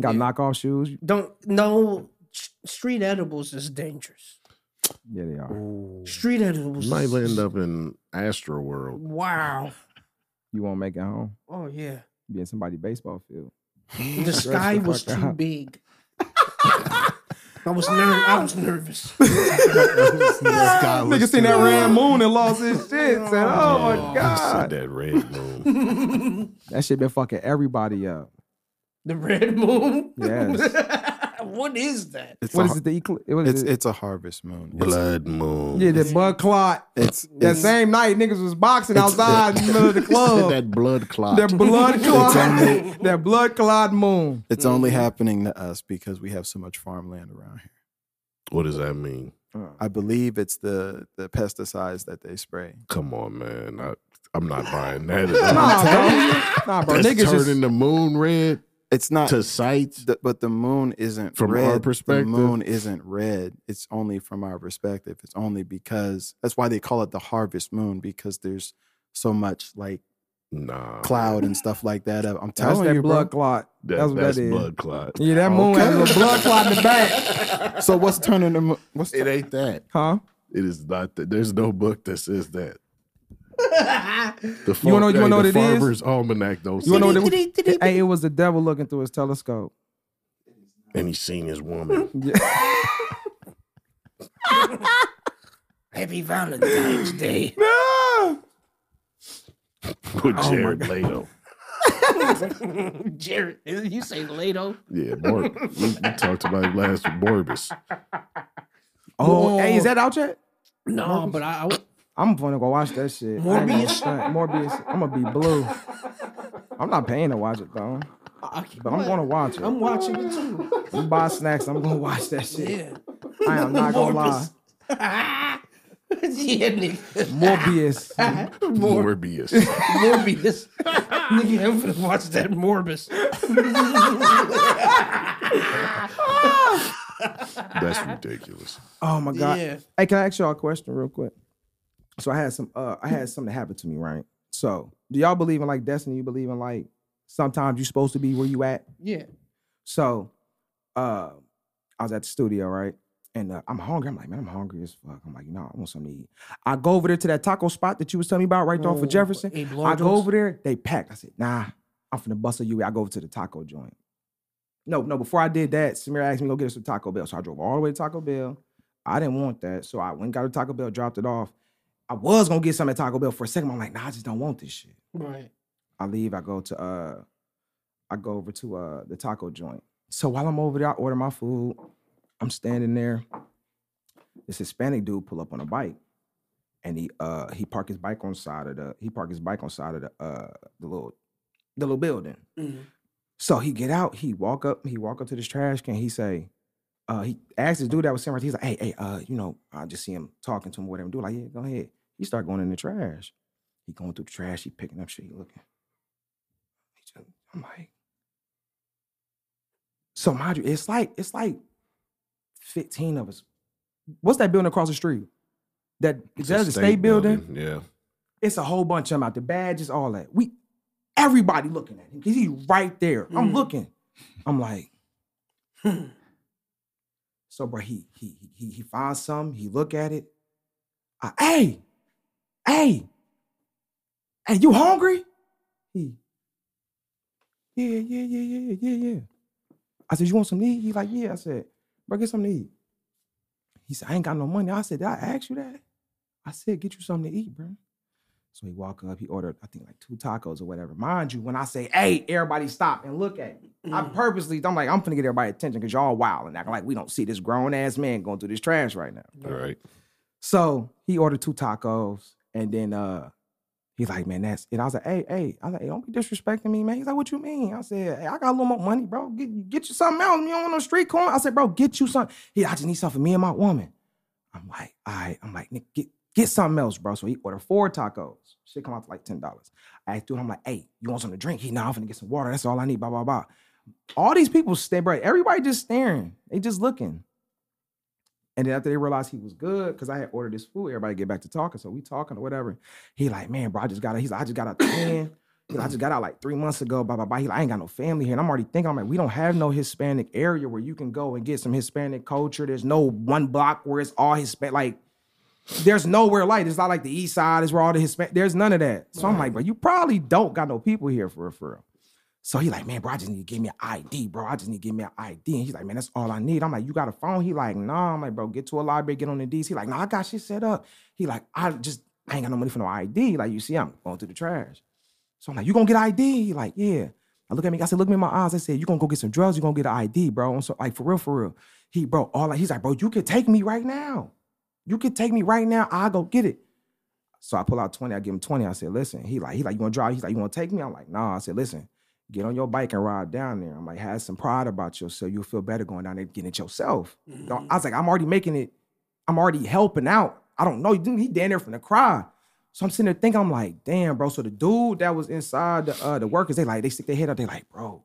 Got
Yeah.
knockoff shoes.
Don't no. s- Street edibles is dangerous.
Yeah, they are.
Street edibles.
You might end
is-
up in Astro World.
Wow.
You won't make it home.
Oh yeah.
Be in somebody's baseball field.
The sky was
fuck
too
up. <laughs>
big. I was ner- I was nervous.
Nigga seen that red moon and lost his shit. Said, oh
Yeah,
my
Said
god,
that red
<laughs>
moon.
that shit been fucking everybody up.
The red moon.
Yes.
<laughs> what is that?
It's,
What
a,
is it? The ecl- what is
it's
it?
it's a harvest moon. It's-
Blood moon.
yeah, the blood clot.
It's
That
it's,
same night, niggas was boxing outside in the middle of the club.
that blood clot.
That blood clot.
only-
<laughs> that blood clot moon.
it's only happening to us because we have so much farmland around here.
what does that mean?
I believe it's the the pesticides that they spray.
Come on, man. I, I'm not buying that.
Nah, bro. Nah, bro.
That's
niggas
turning
just,
the moon red
It's not
to sight.
the- but the moon isn't
From our
red.
perspective?
the moon isn't red. It's only from our perspective. It's only because that's why they call it the harvest moon because there's so much like
Nah.
cloud and stuff like that. up. I'm
<laughs> that's
telling
that
you, bro.
blood clot.
That-
that's what
that's
that is.
blood clot.
Yeah, that moon has a little blood clot in the back.
So what's turning the moon? What's
It ain't that.
Huh?
It is not that. There's no book that says
<laughs>
that. The
You wanna know- you wanna know
the
what it is?
Farmer's Almanac don't
You
say
wanna know
that.
what it, Hey, it was the devil looking through his telescope.
And he seen his
<laughs>
woman. <laughs>
Happy Valentine's
<laughs>
Day.
Oh
with Jared Leto.
Jared, you say Lato?
Yeah, Mor- we, we talked about it last with Morbus.
<laughs> Oh, hey, is that out yet?
No, but I, I
I'm gonna go watch that shit. I ain't gonna
Morbius?
stunt. Morbius. I'm gonna be blue. I'm not paying to watch it though,
Oh, I keep-
but I'm gonna watch it.
I'm watching it too.
You buy snacks. I'm gonna watch that shit.
<laughs> Yeah.
I am not gonna lie.
Morbius. yeah, <laughs> nigga.
Morbius.
Morbius.
<laughs>
Morbius. nigga, I'm gonna watch that Morbus.
That's ridiculous.
Oh my god.
Yeah.
Hey, can I ask y'all a question real quick? So I had some uh I had something happen to me, right? So do y'all believe in like destiny? You believe in like sometimes you're supposed to be where you at?
Yeah.
So uh I was at the studio, right? And uh, I'm hungry. I'm like, man, I'm hungry as fuck. I'm like, you know, I want something to eat. I go over there to that taco spot that you was telling me about right there off
Oh,
of Jefferson.
Abe
I
Lardo's?
go over there, they packed. I said, nah, I'm finna bustle you. I go over to the taco joint. No, no, before I did that, Samir asked me to go get us some Taco Bell. So I drove all the way to Taco Bell. I didn't want that. So I went and got a Taco Bell, dropped it off. I was gonna get some at Taco Bell for a second. but I'm like, nah, I just don't want this shit.
Right.
I leave, I go to uh I go over to uh the taco joint. So while I'm over there, I order my food. I'm standing there. This Hispanic dude pull up on a bike and he uh he parked his bike on the side of the he parked his bike on the side of the uh the little the little building.
Mhm.
So he get out, he walk up, he walk up to this trash can, he say, uh he asked this dude that was sitting right there, he's like, hey, hey, uh, you know, I just see him talking to him, whatever. Dude, like, yeah, go ahead. He start going in the trash. He going through the trash, he picking up shit, he looking. He just- I'm like, so mind you, it's like it's like 15 of us. What's that building across the street? That is
It's a
that the state building?
Yeah.
It's a whole bunch of them out. The badges, all that. We everybody looking at him because he's right there. I'm looking. I'm like, <sighs> so bro, he he he- he he finds some. He look at it. I, hey, hey, hey, you hungry? He, yeah, yeah, yeah, yeah, yeah, yeah. I said, you want some to eat? He like, yeah. I said, bro, get something to eat. He said, I ain't got no money. I said, did I ask you that? I said, get you something to eat, bro. So he walk up, he ordered, I think like two tacos or whatever. Mind you, when I say, hey, everybody stop and look at me. I purposely, I'm like, I'm finna get everybody attention because y'all wild and acting like we don't see this grown ass man going through this trash right now.
Right.
So he ordered two tacos, and then uh he's like, "Man, that's." And I was like, "Hey, hey," I was like, hey, "Don't be disrespecting me, man." He's like, "What you mean?" I said, "Hey, I got a little more money, bro. Get, get you something else. You don't want no street corn." I said, "Bro, get you something." He, I just need something for me and my woman. I'm like, "All right." I'm like, "Nick, get get something else, bro." So he ordered four tacos. Shit come out to like ten dollars. I asked dude, I'm like, "Hey, you want something to drink?" He, "Nah, I'm finna get some water. That's all I need." Blah blah blah. All these people stay, bro. Everybody just staring. They just looking. And then after they realized he was good, because I had ordered this food, everybody get back to talking. So we talking or whatever. He like, man, bro, I just got out. He's like, I just got out the pen. He like, I just got out like three months ago. Blah blah blah. He like, I ain't got no family here, and I'm already thinking, I'm like, we don't have no Hispanic area where you can go and get some Hispanic culture. There's no one block where it's all Hispanic. Like, there's nowhere like it's not like the East Side is where all the Hispanic. There's none of that. So I'm like, bro, you probably don't got no people here for real, for real. So he like, man, bro, I just need to give me an ID, bro. I just need to give me an ID. And he's like, man, that's all I need. I'm like, you got a phone? He like, nah. I'm like, bro, get to a library, get on the D's. He like, nah, I got shit set up. He like, I just I ain't got no money for no ID. Like, you see, I'm going through the trash. So I'm like, you gonna get ID? He like, yeah. I look at me, I said, look me in my eyes. I said, you gonna go get some drugs, you gonna get an ID, bro. And so, like, for real, for real. He, bro, all like, he's like, bro, you can take me right now. You can take me right now. I'll go get it. So I pull out 20, I give him 20. I said, listen, he like, he like, you wanna drive? He's like, you wanna take me? I'm like, nah. I said, listen, get on your bike and ride down there. I'm like, have some pride about yourself. You'll feel better going down there getting it yourself. Don't- I was like, I'm already making it, I'm already helping out. I don't know. He he down there from the cry. So I'm sitting there thinking, I'm like, damn, bro. So the dude that was inside the uh, the workers, they like, they stick their head up, they like, bro,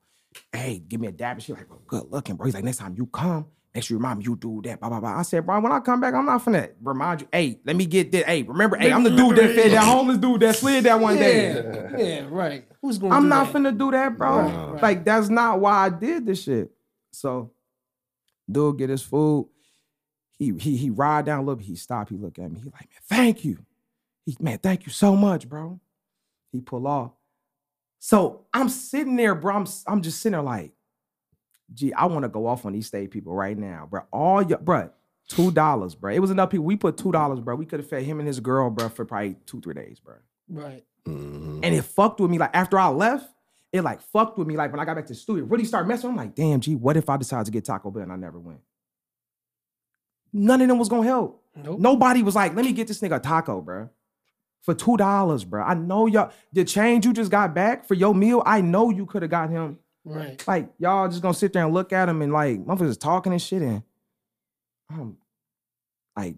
hey, give me a dab. And she like, bro, good looking, bro. He's like, next time you come, make sure you remind me you do that, blah, blah, blah. I said, bro, when I come back, I'm not finna remind you, hey, let me get this. Hey, remember, hey, I'm the dude that fed that homeless dude that slid that one day.
Yeah, yeah, right. Who's going?
I'm
do
not
that?
finna do that, bro.
Right, right.
Like that's not why I did this shit. So, dude, get his food. He he he ride down a little bit. He stop. He look at me. He like, man, thank you. He man, thank you so much, bro. He pull off. So I'm sitting there, bro. I'm s- I'm just sitting there like, gee, I want to go off on these state people right now, bro. All your bro. Two dollars, bro. It was enough people. We put two dollars, bro. We could have fed him and his girl, bro, for probably two, three days, bro
Right.
Mhm.
and it fucked with me. Like after I left, it like fucked with me. Like when I got back to the studio, it really started messing. I'm like, damn, G, what if I decided to get Taco Bell and I never went? None of them was gonna help.
Nope.
Nobody was like, let me get this nigga a taco, bruh. For two dollars, bruh. I know y'all the change you just got back for your meal. I know you could have got him.
Right.
Like y'all just gonna sit there and look at him and like motherfuckers talking and shit and um like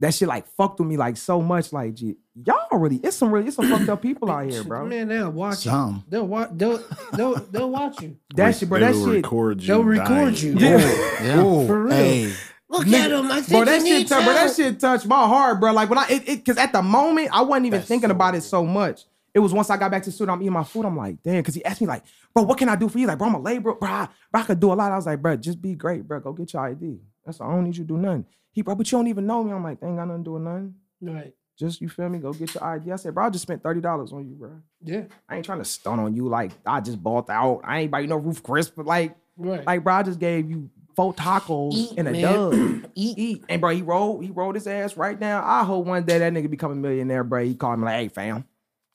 that shit like fucked with me like so much. Like, G, y'all really, it's some really, it's some fucked up people out
<coughs>
here, bro.
Man, they'll watch
Some.
you. They'll watch. They'll they'll they'll watch you.
That shit, bro. That
They'll
shit.
record you.
They'll record
dying.
you.
Yeah.
For real.
Hey,
Look
Nigga,
at him. I think
Bro, that
he
shit,
needs
touch, bro, that
help.
shit touched my heart, bro. Like when I, it, it, cause at the moment I wasn't even thinking about it so much. It was once I got back to the studio, I'm eating my food. I'm like, damn, cause he asked me like, bro, what can I do for you? Like, bro, I'm a laborer, bro. I, bro, I could do a lot. I was like, bro, just be great, bro. Go get your ID. That's all. I don't need you to do nothing. He, bro, but you don't even know me. I'm like, they ain't got nothing to do with nothing.
Right.
Just you feel me? Go get your ID. I said, bro, I just spent thirty dollars on you, bro.
Yeah.
I ain't trying to stun on you. Like I just bought out. I ain't buy you no roof crisp, but like
Right.
like, bro, I just gave you four tacos
Eat,
and a
man.
dub.
<clears throat> Eat.
And bro, he rolled, he rolled his ass right down. I hope one day that nigga become a millionaire, bro. He called me like, hey fam,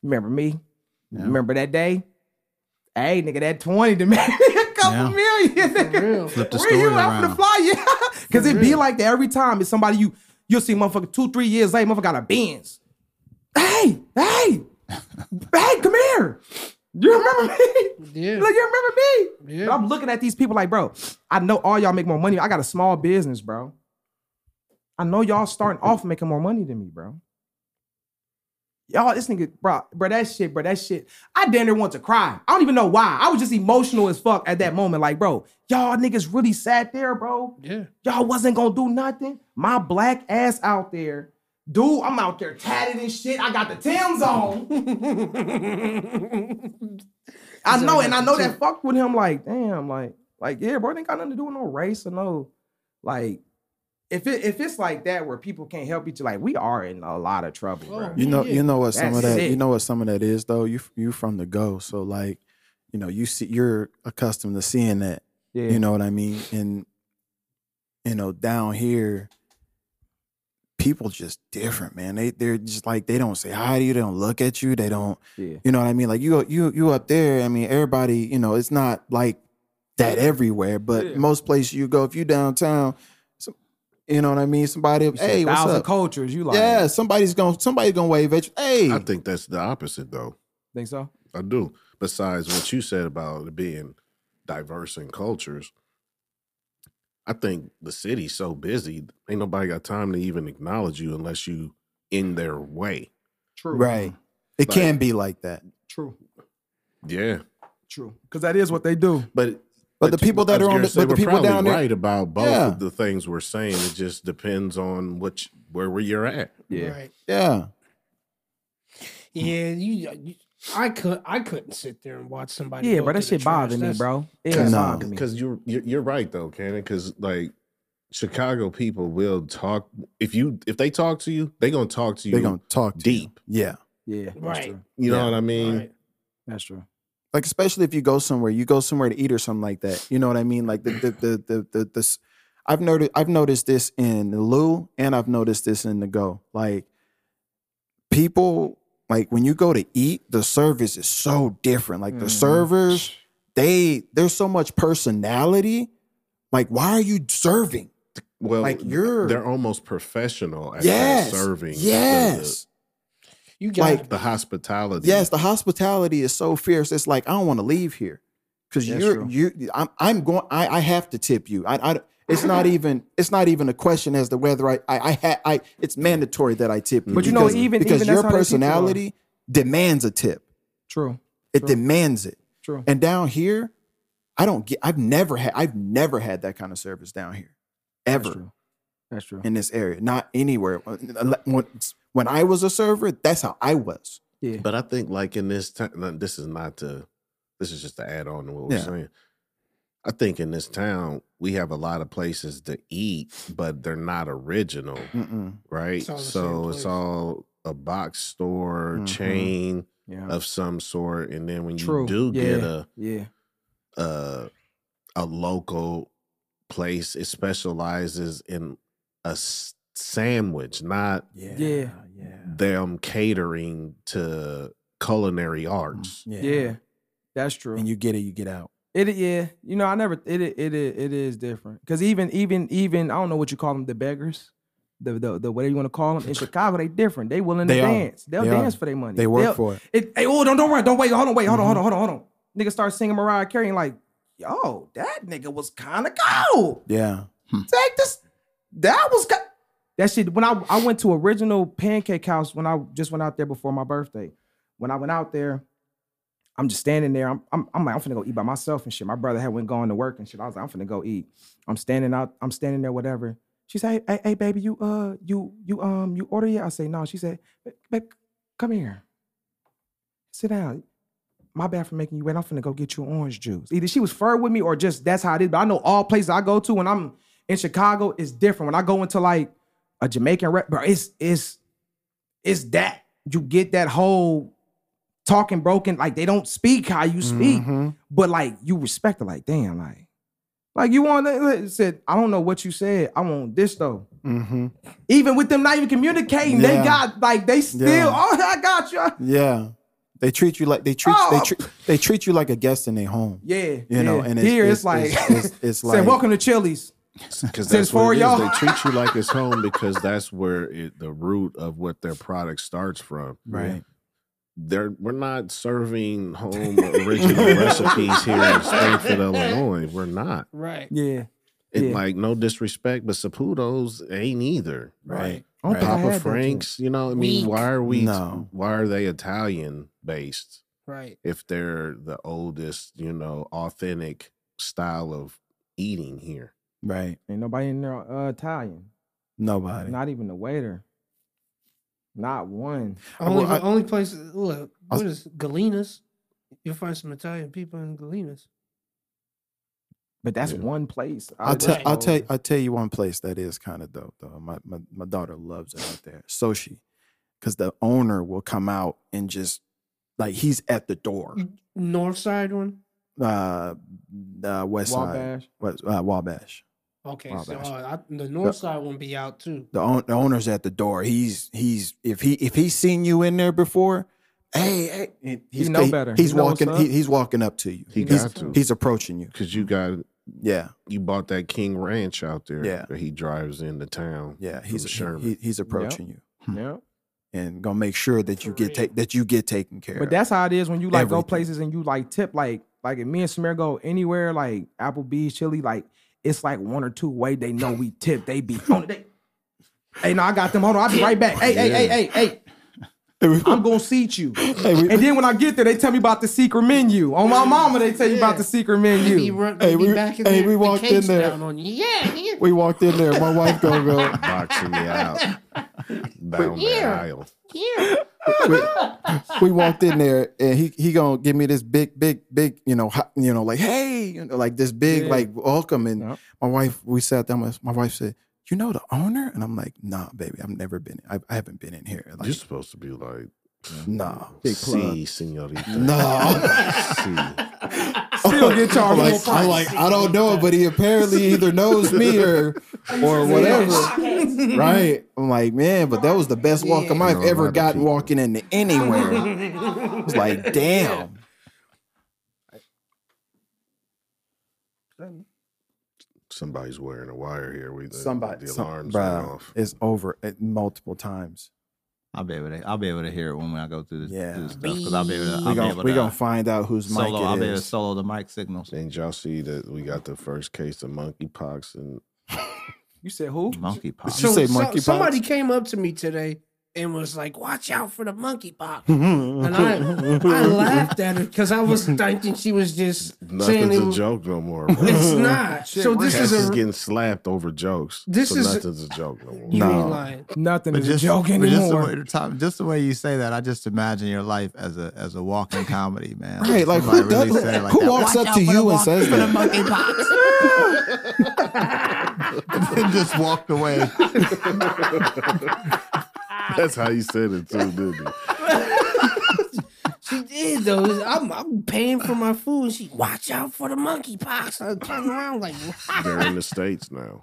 remember me? Remember that day? Hey, nigga, that 20 to me. <laughs> a couple
Yeah.
million.
for
Nigga.
real.
Flip the
Where
story
you out for the
around.
fly? <laughs> Yeah. Cause
For
it be
real.
like that every time. It's somebody you you'll see motherfucker two, three years later, motherfucker got a Benz. Hey,
<laughs>
hey, hey, come here. You remember me?
Yeah.
Like you remember me?
Yeah.
But I'm looking at these people like, bro, I know all y'all make more money. I got a small business, bro. I know y'all starting off making more money than me, bro. Y'all, this nigga, bro, bro, that shit, bro, that shit. I damn near want to cry. I don't even know why. I was just emotional as fuck at that moment. Like, bro, y'all niggas really sat there, bro.
Yeah.
Y'all wasn't gonna do nothing. My black ass out there, dude. I'm out there tatted and shit. I got the Tim's on. I know, and I know that fucked with him. Like, damn, like, like, yeah, bro, it ain't got nothing to do with no race or no, like, if it if it's like that where people can't help each, like, we are in a lot of trouble, bro.
Oh.
you know,
Yeah.
you know what some of
That's
that, you
it.
know what some of that is though. You you from the go, so like, you know, you see, you're accustomed to seeing that.
Yeah.
You know what I mean? And you know, down here, people just different, man. They they're just like they don't say hi to you, they don't look at you, they don't
Yeah.
you know what I mean? Like you you you up there, I mean everybody, you know, it's not like that everywhere, but
Yeah.
most places you go, if you downtown, so, you know what I mean? Somebody,
You see
hey,
a
what's
thousand
up?
cultures. You like?
yeah, somebody's gonna somebody's gonna wave at you. Hey,
I think that's the opposite though.
Think so?
I do. Besides what you said about it being diverse in cultures, I think the city's so busy, ain't nobody got time to even acknowledge you unless you in their way.
True.
right? It
Like-
can be like that,
True.
Yeah,
True. Because that is what they do.
but
but, the people that
I
are
was
on,
gonna
the,
say,
but the
we're
people
probably
down there,
right about both
Yeah.
of the things we're saying. It just depends on which where where you're at.
Yeah.
Right.
yeah,
Yeah, you, you- I could I couldn't sit there and watch somebody.
Yeah,
go
bro. That
through the
shit bothered me,
trash. That's-
bro. It
Cause-
bothered me.
because you're, you're you're right though, Cannon. Because like Chicago people will talk if you if they talk to you, they gonna talk to you.
they're gonna talk to you.
deep.
Yeah,
Yeah. That's
Right.
True.
you know
Yeah.
what I mean?
Right.
That's true.
like especially if you go somewhere, you go somewhere to eat or something like that. You know what I mean? Like the
<clears throat>
the the the the. the s- I've noticed I've noticed this in the Lou and I've noticed this in the Go. Like people like when you go to eat, the service is so different. Like
Mm-hmm.
the
Mhm.
servers, they there's so much personality. Like why are you serving?
Well,
Like,
th-
you're-
they're almost professional at their
yes,
serving. at the-
Yes,
You got
the,
Like-
hospitality.
yes. The hospitality is so fierce. It's like I don't want to leave here because
That's
you're
true.
you. I'm I'm going. I I have to tip you. I I. It's
<laughs>
not even. It's not even a question as to whether I I I, ha, I It's mandatory that I tip you.
But you know, even-
because
even
your
that's how they teach it, though.
personality demands a tip.
True.
It
True.
demands it.
True.
And down here, I don't get. I've never had. I've never had that kind of service down here,
That's
ever
true. That's true.
in this area. Not anywhere. Uh, When, when I was a server, that's how I was.
yeah.
But I think like in this time, this is not to. This is just to add on to what we're
Yeah.
saying. I think in this town we have a lot of places to eat, but they're not original,
Mm-mm.
right?
It's all the same
so
place.
it's all a box store
Mhm.
chain
Yeah.
of some sort, and then when you
True.
do get
Yeah.
a
yeah.
a uh, a local place. It specializes in a s- sandwich, not
Yeah.
Yeah.
them catering to
Mm.
culinary
<laughs>
arts.
Yeah. That's true.
And you get it, you get out.
It yeah, you know, I never it it it, i- it is different because even even even I don't know what you call them the beggars, the the, the whatever you want to call
<laughs>
them in Chicago they different. They willing
They
to
are.
dance. They'll
They are.
dance for their money.
They work
They'll-
for it.
it. Hey, oh don't don't worry, don't wait, hold on, wait, hold on, hold on, hold on, hold on. Nigga start singing Mariah Carey and like, yo, that nigga was kind of cold.
Yeah.
Take this. That was co-. that shit. When I I went to original pancake house when I just went out there before my birthday. When I went out there, I'm just standing there. I'm I'm, I'm like I'm finna go eat by myself and shit. My brother had went going to work and shit. I was like I'm finna go eat. I'm standing out. I'm standing there. Whatever. She said, hey, hey, hey, baby, you uh, you you um, you order yet? I say no. She said, babe, come here. Sit down. My bad for making you wait. I'm finna go get you an orange juice. Either she was fur with me or just that's how it is. But I know all places I go to when I'm in Chicago is different. When I go into like a Jamaican rep, bro, it's it's it's that you get that whole talking broken. Like they don't speak how you speak,
Mm-hmm.
but like you respect it. Like damn, like like you want to said. I don't know what you said. I want this though.
Mm-hmm.
Even with them not even communicating, they
Yeah.
got like they still.
Yeah.
Oh, I got you.
Yeah. They treat you like they treat
Oh.
they treat they treat you like a guest in their home.
Yeah, you
You know, and it's-
here it's,
it's-
like
it's- <laughs> it's- it's
say,
like-
welcome to Chili's.
Because
Since
that's
for
where it is.
y'all. <laughs>
They treat you like it's home because that's where it, the root of what their product starts from.
Right.
They're, we're not serving
<laughs>
home original recipes here in Springfield, Illinois. We're not.
right.
Yeah,
And
Yeah.
like, no disrespect, but Saputo's ain't either.
Right.
I don't think I had
Papa
that
Frank's, you know, I mean,
Weak.
why are we
No.
why are they Italian based
Right.
if they're the oldest, you know, authentic style of eating here?
Right.
yet. Ain't nobody in there uh, Italian.
Nobody.
Not even the waiter. Not one.
Only,
well, I-
only place. Look,
I was-
what is Galenas? You'll find some Italian people in Galenas.
But that's
Yeah.
one place. out
I'll
of
tell
this
I'll
whole-
tell I'll tell you one place that is kind of dope though. My, my my daughter loves it out there. Soshi. Cause the owner will come out and just like he's at the door.
North side one.
uh, uh West Side,
Wabash.
West, uh, Wabash.
Okay,
Wow,
so
Oh, that's-
uh, I, the north side won't be out too.
The, own, the owner's at the door. He's he's if he if he's seen you in there before, hey, hey he's
know better.
He's
He know what's
walking.
up.
He, he's walking up to you.
He
he's,
got to.
He's approaching you.
Cause you got
Yeah,
you bought that King Ranch out there.
Yeah.
that he drives into town.
yeah. He's
From
he,
Sherman.
he- he's approaching you
Yeah.
and gonna make sure that you get take that you get taken care
But
of.
that's how it is when you like go
Everything.
places and you like tip like like if me and Samir go anywhere like Applebee's, Chili, like it's like one or two way they know we tip. They be on it. They- Hey, no, I got them. Hold on, I'll be right back. Hey, hey, hey, hey, hey. I'm gonna seat you. and then when I get there, they tell me about the secret menu. On my mama, they tell you about the secret
They be,
menu.
run, they
Hey,
be
we-
back in
hey,
there.
we
the
walked in
cakes
there.
down on you. Yeah, yeah.
we walked in there. My wife gonna go.
<laughs>
boxing
<laughs>
me out down the
Yeah.
aisle.
yeah.
we, we walked in there and he he gonna give me this big big big you know hot, you know like hey you know, like this big
Yeah.
like welcome and
Yep.
my wife we sat down with my wife said you know the owner and I'm like nah baby I've never been I, I haven't been in here like
You're supposed to be like,
nah
big
plug.
see, senorita.
nah
See.
<laughs> Still
I'm
get
like,
charged.
I'm like I don't know but he apparently either knows me or or whatever right I'm like man but that was the best welcome I've
Know a lot
ever
of
gotten
people.
walking into anywhere it's
<laughs>
like damn.
Somebody's wearing a wire here. We the,
somebody
the
some-
alarms
bruh,
went off.
it's over at multiple times
I'll be able to. I'll be able to hear it when I go through this.
Yeah.
through this stuff because I'll be able to. I'll
we're
be
gonna,
able
we
to
gonna find out whose mic
solo. I'll
it
be able to
is
solo the mic signals.
And y'all see that we got the first case of monkeypox and
You said who?
Monkey pop.
you say
so,
monkeypox?
somebody came up to me today and was like, "Watch out for the monkeypox,"
Mm-hmm.
and I I laughed at it because I was thinking she was just saying
nothing's
it
a
was-
joke no
<laughs>
more.
It's
<laughs>
not. so this
Cass
is
is
a
getting slapped over jokes.
This
so
is-
nothing's a joke no more.
you
No.
ain't lying.
Nothing
But
is
just,
a joke
but just the,
anymore.
way, Tom, just the way you say that, I just imagine your life as a as a walking comedy, man.
Right, like who,
Somebody
does,
really said it like
who
that.
walks up to you and says that?
<laughs> and just walked away.
<laughs> That's how you said it too, didn't you?
She did though. I'm, I'm paying for my food. She watch out for the monkeypox. I turn around like,
They're in the states
<laughs>
now.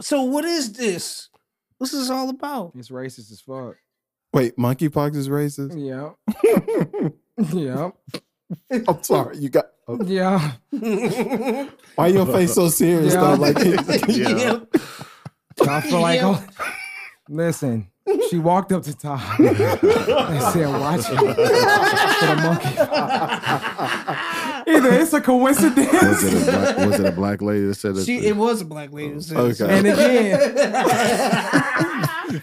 so what is this? What's this all about?
It's racist as fuck.
<laughs> Wait, monkeypox is
<laughs>
racist.
Yeah. yeah.
I'm sorry, you got.
Yeah.
Why your face so serious
Yeah.
though?
<laughs>
Like,
Yeah.
I feel like
Yeah.
Listen, she walked up to Todd <laughs> and said, "Watch it for the monkey." Either it's a coincidence,
Was
<laughs>
it a black, was it a black lady that said it?
She, it was a black lady. So
Oh, okay,
and again,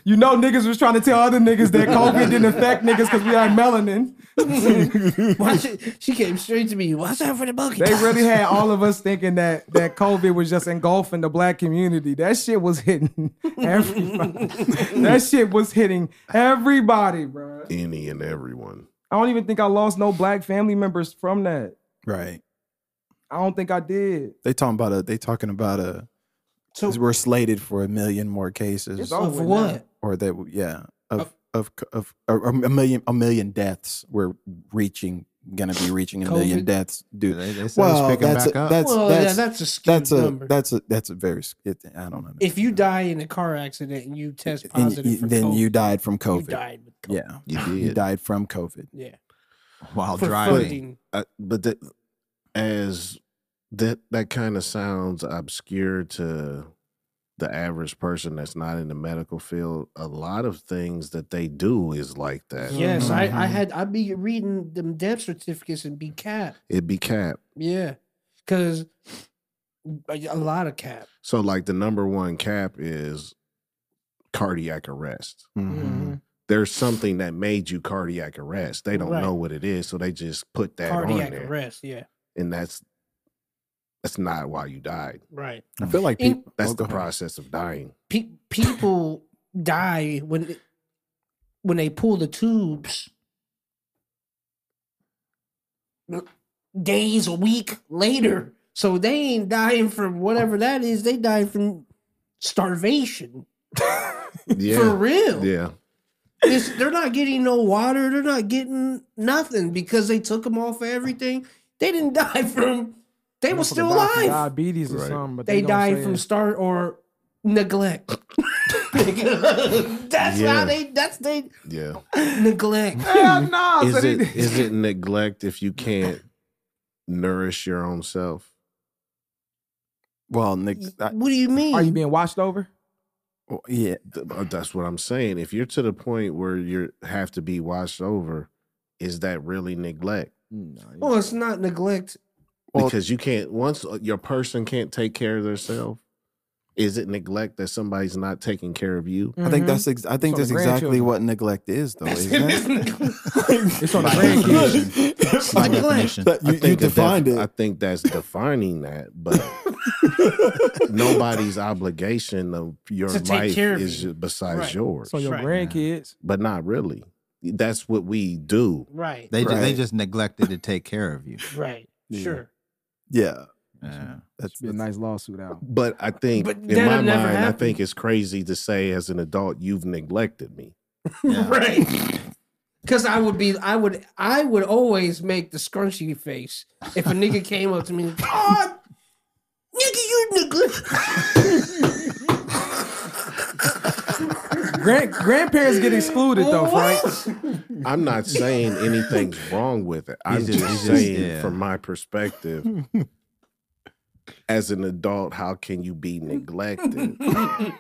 you know, niggas was trying to tell other niggas that COVID didn't affect niggas because we had
<laughs>
melanin.
Watch it. She came straight to me. Watch out for the monkeypox.
They really had all of us thinking that that COVID was just engulfing the black community. That shit was hitting
<laughs>
everybody. that shit was hitting everybody, bro.
any and everyone.
I don't even think I lost no black family members from that.
right.
I don't think I did.
They talking about a. They talking about a.
So-
we're slated for a million more cases,
It's all-
Of what?
or that yeah, of of of, or a million a million deaths. We're reaching, gonna be reaching a million
COVID?
deaths.
They,
Dude,
they said
well,
it's picking
that's
back
a,
up.
that's
well,
that's
yeah, that's a skewed
that's a
number.
that's a that's a very it, I don't know.
if you die in a car accident and you test
And
positive
you-
for
then
COVID,
you died from
you
COVID.
died with COVID.
Yeah,
You
<laughs> you
did.
died from COVID.
Yeah,
while
for
driving.
funding.
I, but that as that that kind of sounds obscure to the average person that's not in the medical field a lot of things that they do is like that
Yes, I, I
Mm-hmm.
had I'd be reading them death certificates and be capped.
it'd be cap
Yeah, because a a lot of cap.
so like the number one cap is cardiac arrest
Hmm.
there's something that made you cardiac arrest they don't
Right.
know what it is so they just put that on
cardiac
there
arrest. Yeah,
and that's that's not why you died
right.
I feel like
In-
people.
that's
Oh,
the
go ahead.
process of dying
Pe- people die when when they pull the tubes days, a week later. So they ain't dying from whatever that is. They dying from starvation. <laughs> For
yeah
real.
yeah
It's, they're not getting no water. They're not getting nothing because they took them off of everything. They didn't <laughs> die from. They were still
Died from
alive.
Diabetes or
Right.
something, but
They,
don't
died
say
from
it.
start or neglect. that's
Yeah.
how they. That's they
Yeah.
<laughs> neglect.
Hell no.
Is
so they
it
did-
is it neglect if you
<laughs>
can't nourish your own self?
Well, Nick, I,
What do you mean?
Are you being watched over?
yeah,
Th- uh, That's what I'm saying. If you're to the point where you have to be watched over, is that really neglect?
No. you-
well, Oh, it's
<laughs>
not neglect.
Well-
Because you can't once uh, your person can't take care of themselves. Is it neglect that somebody's not taking care of you?
Mm.
I
Mm-hmm.
think that's ex- I think
So
that's
the
exactly
grandchildren.
what neglect is, though. Isn't
It's
it?
<laughs> neglect.
It's on the
By
grandkids.
definition. By definition.
That-
I
you, you
think that def-
defined
I
it.
think that's defining that,
<laughs>
but nobody's obligation of your
To take
life
care of
is
you.
ju- besides
Right.
yours.
So your
Right.
grandkids.
but not really. That's what we do.
right.
They ju- they
Right.
just neglected to take care of you.
Right.
Yeah.
Sure.
Yeah,
Yeah.
that's,
Be a nice lawsuit out.
But I think
But
in
that'll
my
never
mind, I
happen.
think it's crazy to say as an adult, you've neglected me.
<laughs>
Yeah.
Right. Cause I would be, I would, I would always make the scrunchy face if a nigga came up to me. Oh, nigga, you neglect.
Grand grandparents get excluded though, Frank.
I'm
<laughs>
not saying anything's wrong with it. I'm
He's
just,
just- he's just-
saying,
yeah.
from my perspective, as an adult, how can you be neglected? I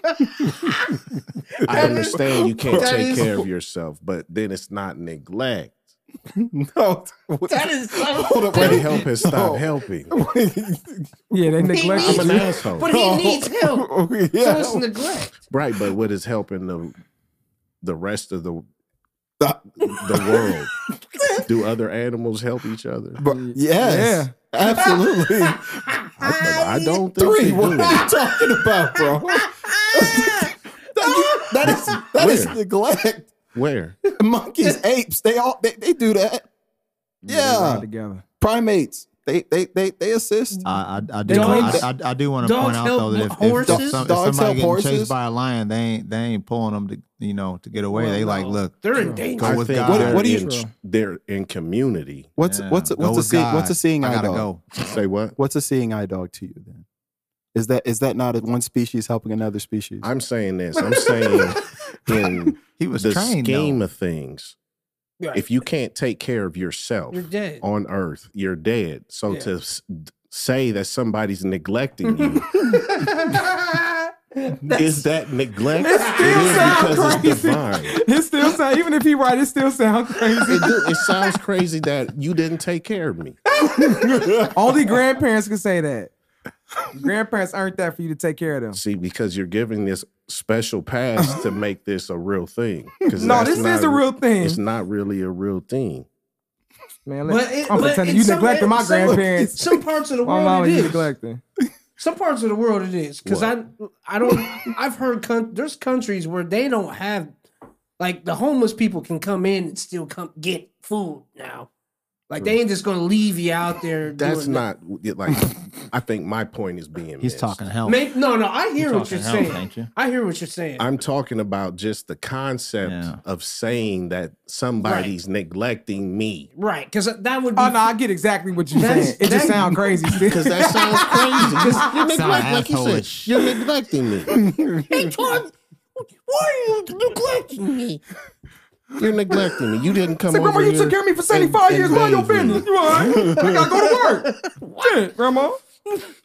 understand you can't
That
take
is-
care of yourself, but then it's not neglect.
no.
That is.
Hold up,
They
wait.
help and stop
No.
helping.
Yeah, they neglect
I'm
you.
an asshole.
But he needs help. So
Oh, yeah,
it's neglect.
Right, but what is helping the the rest of the
Stop.
the world? Do other animals help each other?
but yes, absolutely.
I, I don't think
Three.
they do.
What are you talking about,
<laughs>
bro? That- that is that is
Where?
neglect. <laughs>
Where?
Monkeys, apes, they all they, they do that.
They ride
Yeah,
Together.
primates, they they they they assist.
I, I, I do.
Dogs-
I, I, I do want to
dogs
point out
help
though that if, if
horses?
some- if
Dogs
somebody
help
getting
horses?
chased by a lion, they ain't they ain't pulling them to you know to get away.
Well,
they like
no.
look.
They're in
I
danger.
with
think
God.
they're,
What do you-
in, they're in community.
What's
Yeah.
what's
Go
what's a
with
seeing,
God.
what's a seeing
I
eye
gotta
dog?
go.
Say what?
What's a seeing eye dog to you then? Is that is that not one species helping another species?
I'm saying this. I'm saying in
He was
the
trained.
scheme
though.
of things,
Right.
if you can't take care of yourself
You're dead.
on earth, you're dead. So
Yeah.
to s- say that somebody's neglecting you, is that neglect? It is
sound
because it's
crazy.
divine.
It still sound even if he right, it still sound crazy.
It, do- it sounds crazy that you didn't take care of me.
Only grandparents can say that. Grandparents earned that for you to take care of them.
See, because you're giving this special pass
<laughs>
to make this a real thing. 'Cause
No,
that's
this
not
is a
re-
real thing.
It's not really a real thing.
Man,
But
look,
it-
I'm
but
telling
in
you, you
some
neglected
way-
my
some-
grandparents.
<laughs> Some parts of the
My
world
mama,
it
you
is.
neglecting.
Some parts of the world it is because I I don't <laughs> I've heard con- there's countries where they don't have like the homeless people can come in and still come get food now. Like they ain't just gonna leave you out there.
That's
doing
not
<laughs>
like I think my point is being
He's
missed.
<laughs>
talking health.
Maybe, no, no. I hear
You're
what you're
talking health,
saying.
ain't you?
I hear what you're saying.
I'm talking about just the concept
Yeah.
of saying that somebody's neglecting
<laughs>
me.
right, because that would be
Oh no, I get exactly what you're
That's-
saying. It
that-
just sound
<laughs>
crazy.
Because that sounds crazy.
<laughs>
You- you
Sound
neglect, like you said,
asshole-ish.
you're neglecting me.
Hey, Tom, why are you neglecting me?
You're neglecting me. You didn't come
Say,
over
grandma, you
here
took care of me for
and-
75 years.
and
Mind your
bathe me."
business. You all right? I gotta go to work. Shit, grandma.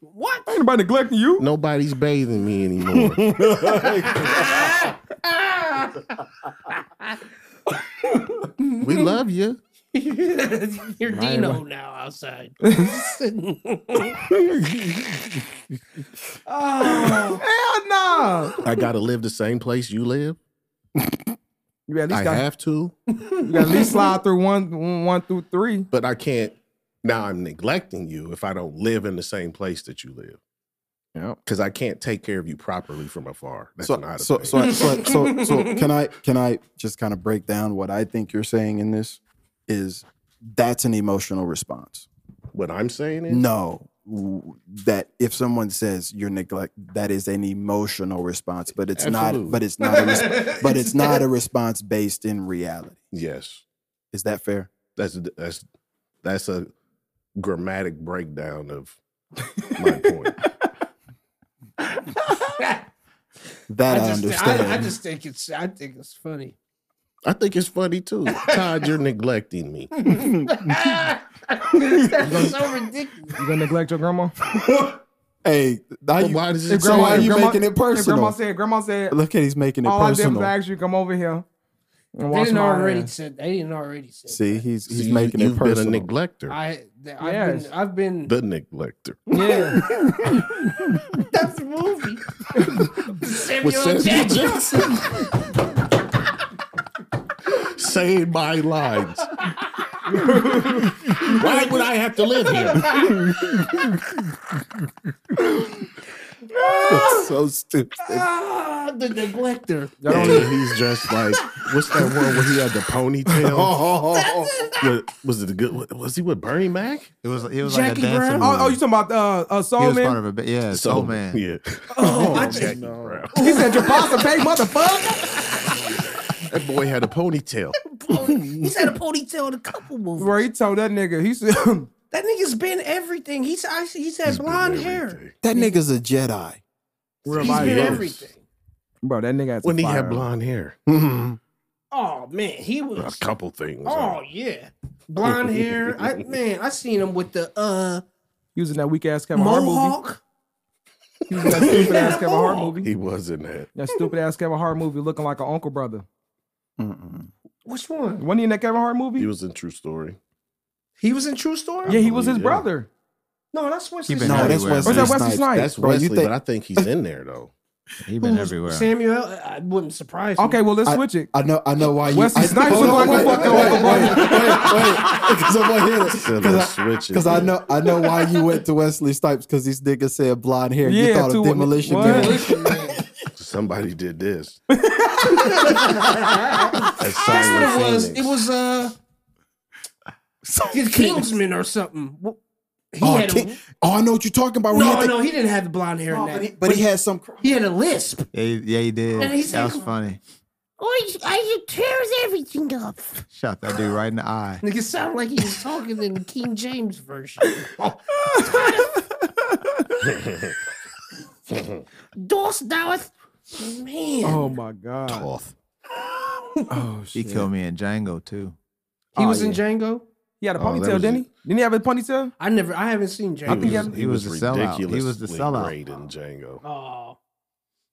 What?
Ain't nobody neglecting you.
Nobody's bathing me
<laughs>
anymore. we love you.
You're Dino now outside. <laughs> oh,
Hell no.
I gotta live the same place you live.
You at
I
least got
have to,
You gotta at least slide through one, one through three.
but I can't. Now I'm neglecting you if I don't live in the same place that you live.
Yep.
Because I can't take care of you properly from afar. That's
so,
not a
so,
thing.
so, so, so, so can I can I just kind of break down what I think you're saying in this? Is that's an emotional response?
what I'm saying is,
No, w- that if someone says you're neglect, that is an emotional response, but it's
Absolutely.
not. But it's not. A res- but it's not a response based in reality.
yes,
Is that fair?
that's that's that's a grammatic breakdown of my
<laughs>
point.
That I,
just, thi-
understand.
I, I just think it's I think it's funny.
I think it's funny too. Todd, you're neglecting me.
That's so ridiculous.
You gonna neglect your grandma?
hey, now
But
you,
why does it
so
sound
why are
like
you
grandma-
making it
If grandma
personal?
said, grandma said,
Look at he's making it
all I did
personal.
was ask you, come over here. And
They
wash
didn't
my
already
uh,
hands."
said they didn't already say.
See, he's he's
See, you-
making
you've
it personal.
been a neglector.
I th- I've
Yes.
been I've been
the neglector.
<laughs>
Yeah.
that's the movie. Samuel,
With Samuel <laughs>
Jackson.
Jackson. Saying my lines. <laughs> Why would I have to live here? <laughs>
so stupid.
Ah, the neglector.
Y'all don't
Yeah, he's just like what's that one where he had the ponytail?
<laughs>
Wa- was it a good? wa- Was he with Bernie Mac?
It was it was
Jackie
like a dancing.
Brown?
Oh, oh, you
you
talking about uh, uh
he
Soul
was part
Man?
of a ba- yeah, so, man.
yeah.
Oh, I just,
Jackie Brown. <laughs>
he said your pasta pay, motherfucker.
That boy had a ponytail.
he's had Oh, a ponytail in a couple movies.
Bro, he told that nigga. He said, <laughs>
That nigga's been everything. He's I, he's had blonde hair.
That nigga's a Jedi.
He's been
Yes.
everything.
bro, that nigga has
When he
fire.
had blonde hair,
Oh man, he
a
was.
couple things. Uh,
Oh yeah, blonde hair. I man, I seen him with the uh
using that weak ass Kevin Hart movie.
mohawk.
Using that stupid ass
<laughs>
Kevin Hart movie.
he wasn't that.
That stupid ass Kevin Hart movie, looking like an uncle brother.
Which one?
Wasn't he in that Kevin Hart movie?
He was in True Story.
He was in True Story.
yeah, he was his
Yeah.
brother.
No, that's Wesley.
He been
No,
Snipes.
that's
everywhere.
Wesley,
Where's that Wesley
Snipes.
Snipes?
That's
Bro, you
Wesley,
think-
but I think he's in there though. <laughs>
He
Who
been
was
everywhere.
Samuel, I wouldn't surprise you.
Okay, well let's
I-
switch it.
I know, I know why you.
Wesley
I,
Snipes
hold
look
on,
like a
wait,
fucking
wait,
Uncle
wait, wait,
Brother.
wait, because I'm gonna hear it.
Still a switch.
Because I know, I know why you went to Wesley Snipes because these niggas said blonde hair. you
Yeah,
thought
too,
of
what-
demolition
what?
man.
Listen, man,
somebody did this.
that's what it was. It was uh, the Kingsman or something. Wh- He
Oh,
had a,
King- oh, I know what you're talking about.
no,
the-
no, he didn't have the blonde hair. in
but,
that.
he, but he had some. cr-
He had a lisp.
Yeah, he- yeah, he did.
And he said-
that was funny.
Oh, I tears everything up.
Shot that dude right in the eye.
Nigga sounded like he was talking in the King James version. Dos thou'th, man.
Oh my god. Oh
He
shit.
killed me in Django too.
he
oh,
was in
yeah.
Django.
He had a
Oh, that
ponytail,
was
didn't
it.
he? Didn't he have a ponytail?
I never, I haven't seen Django.
I think
he
he
was,
had- he was the sellout. He was the
ridiculously
sellout.
Great in Django.
Oh,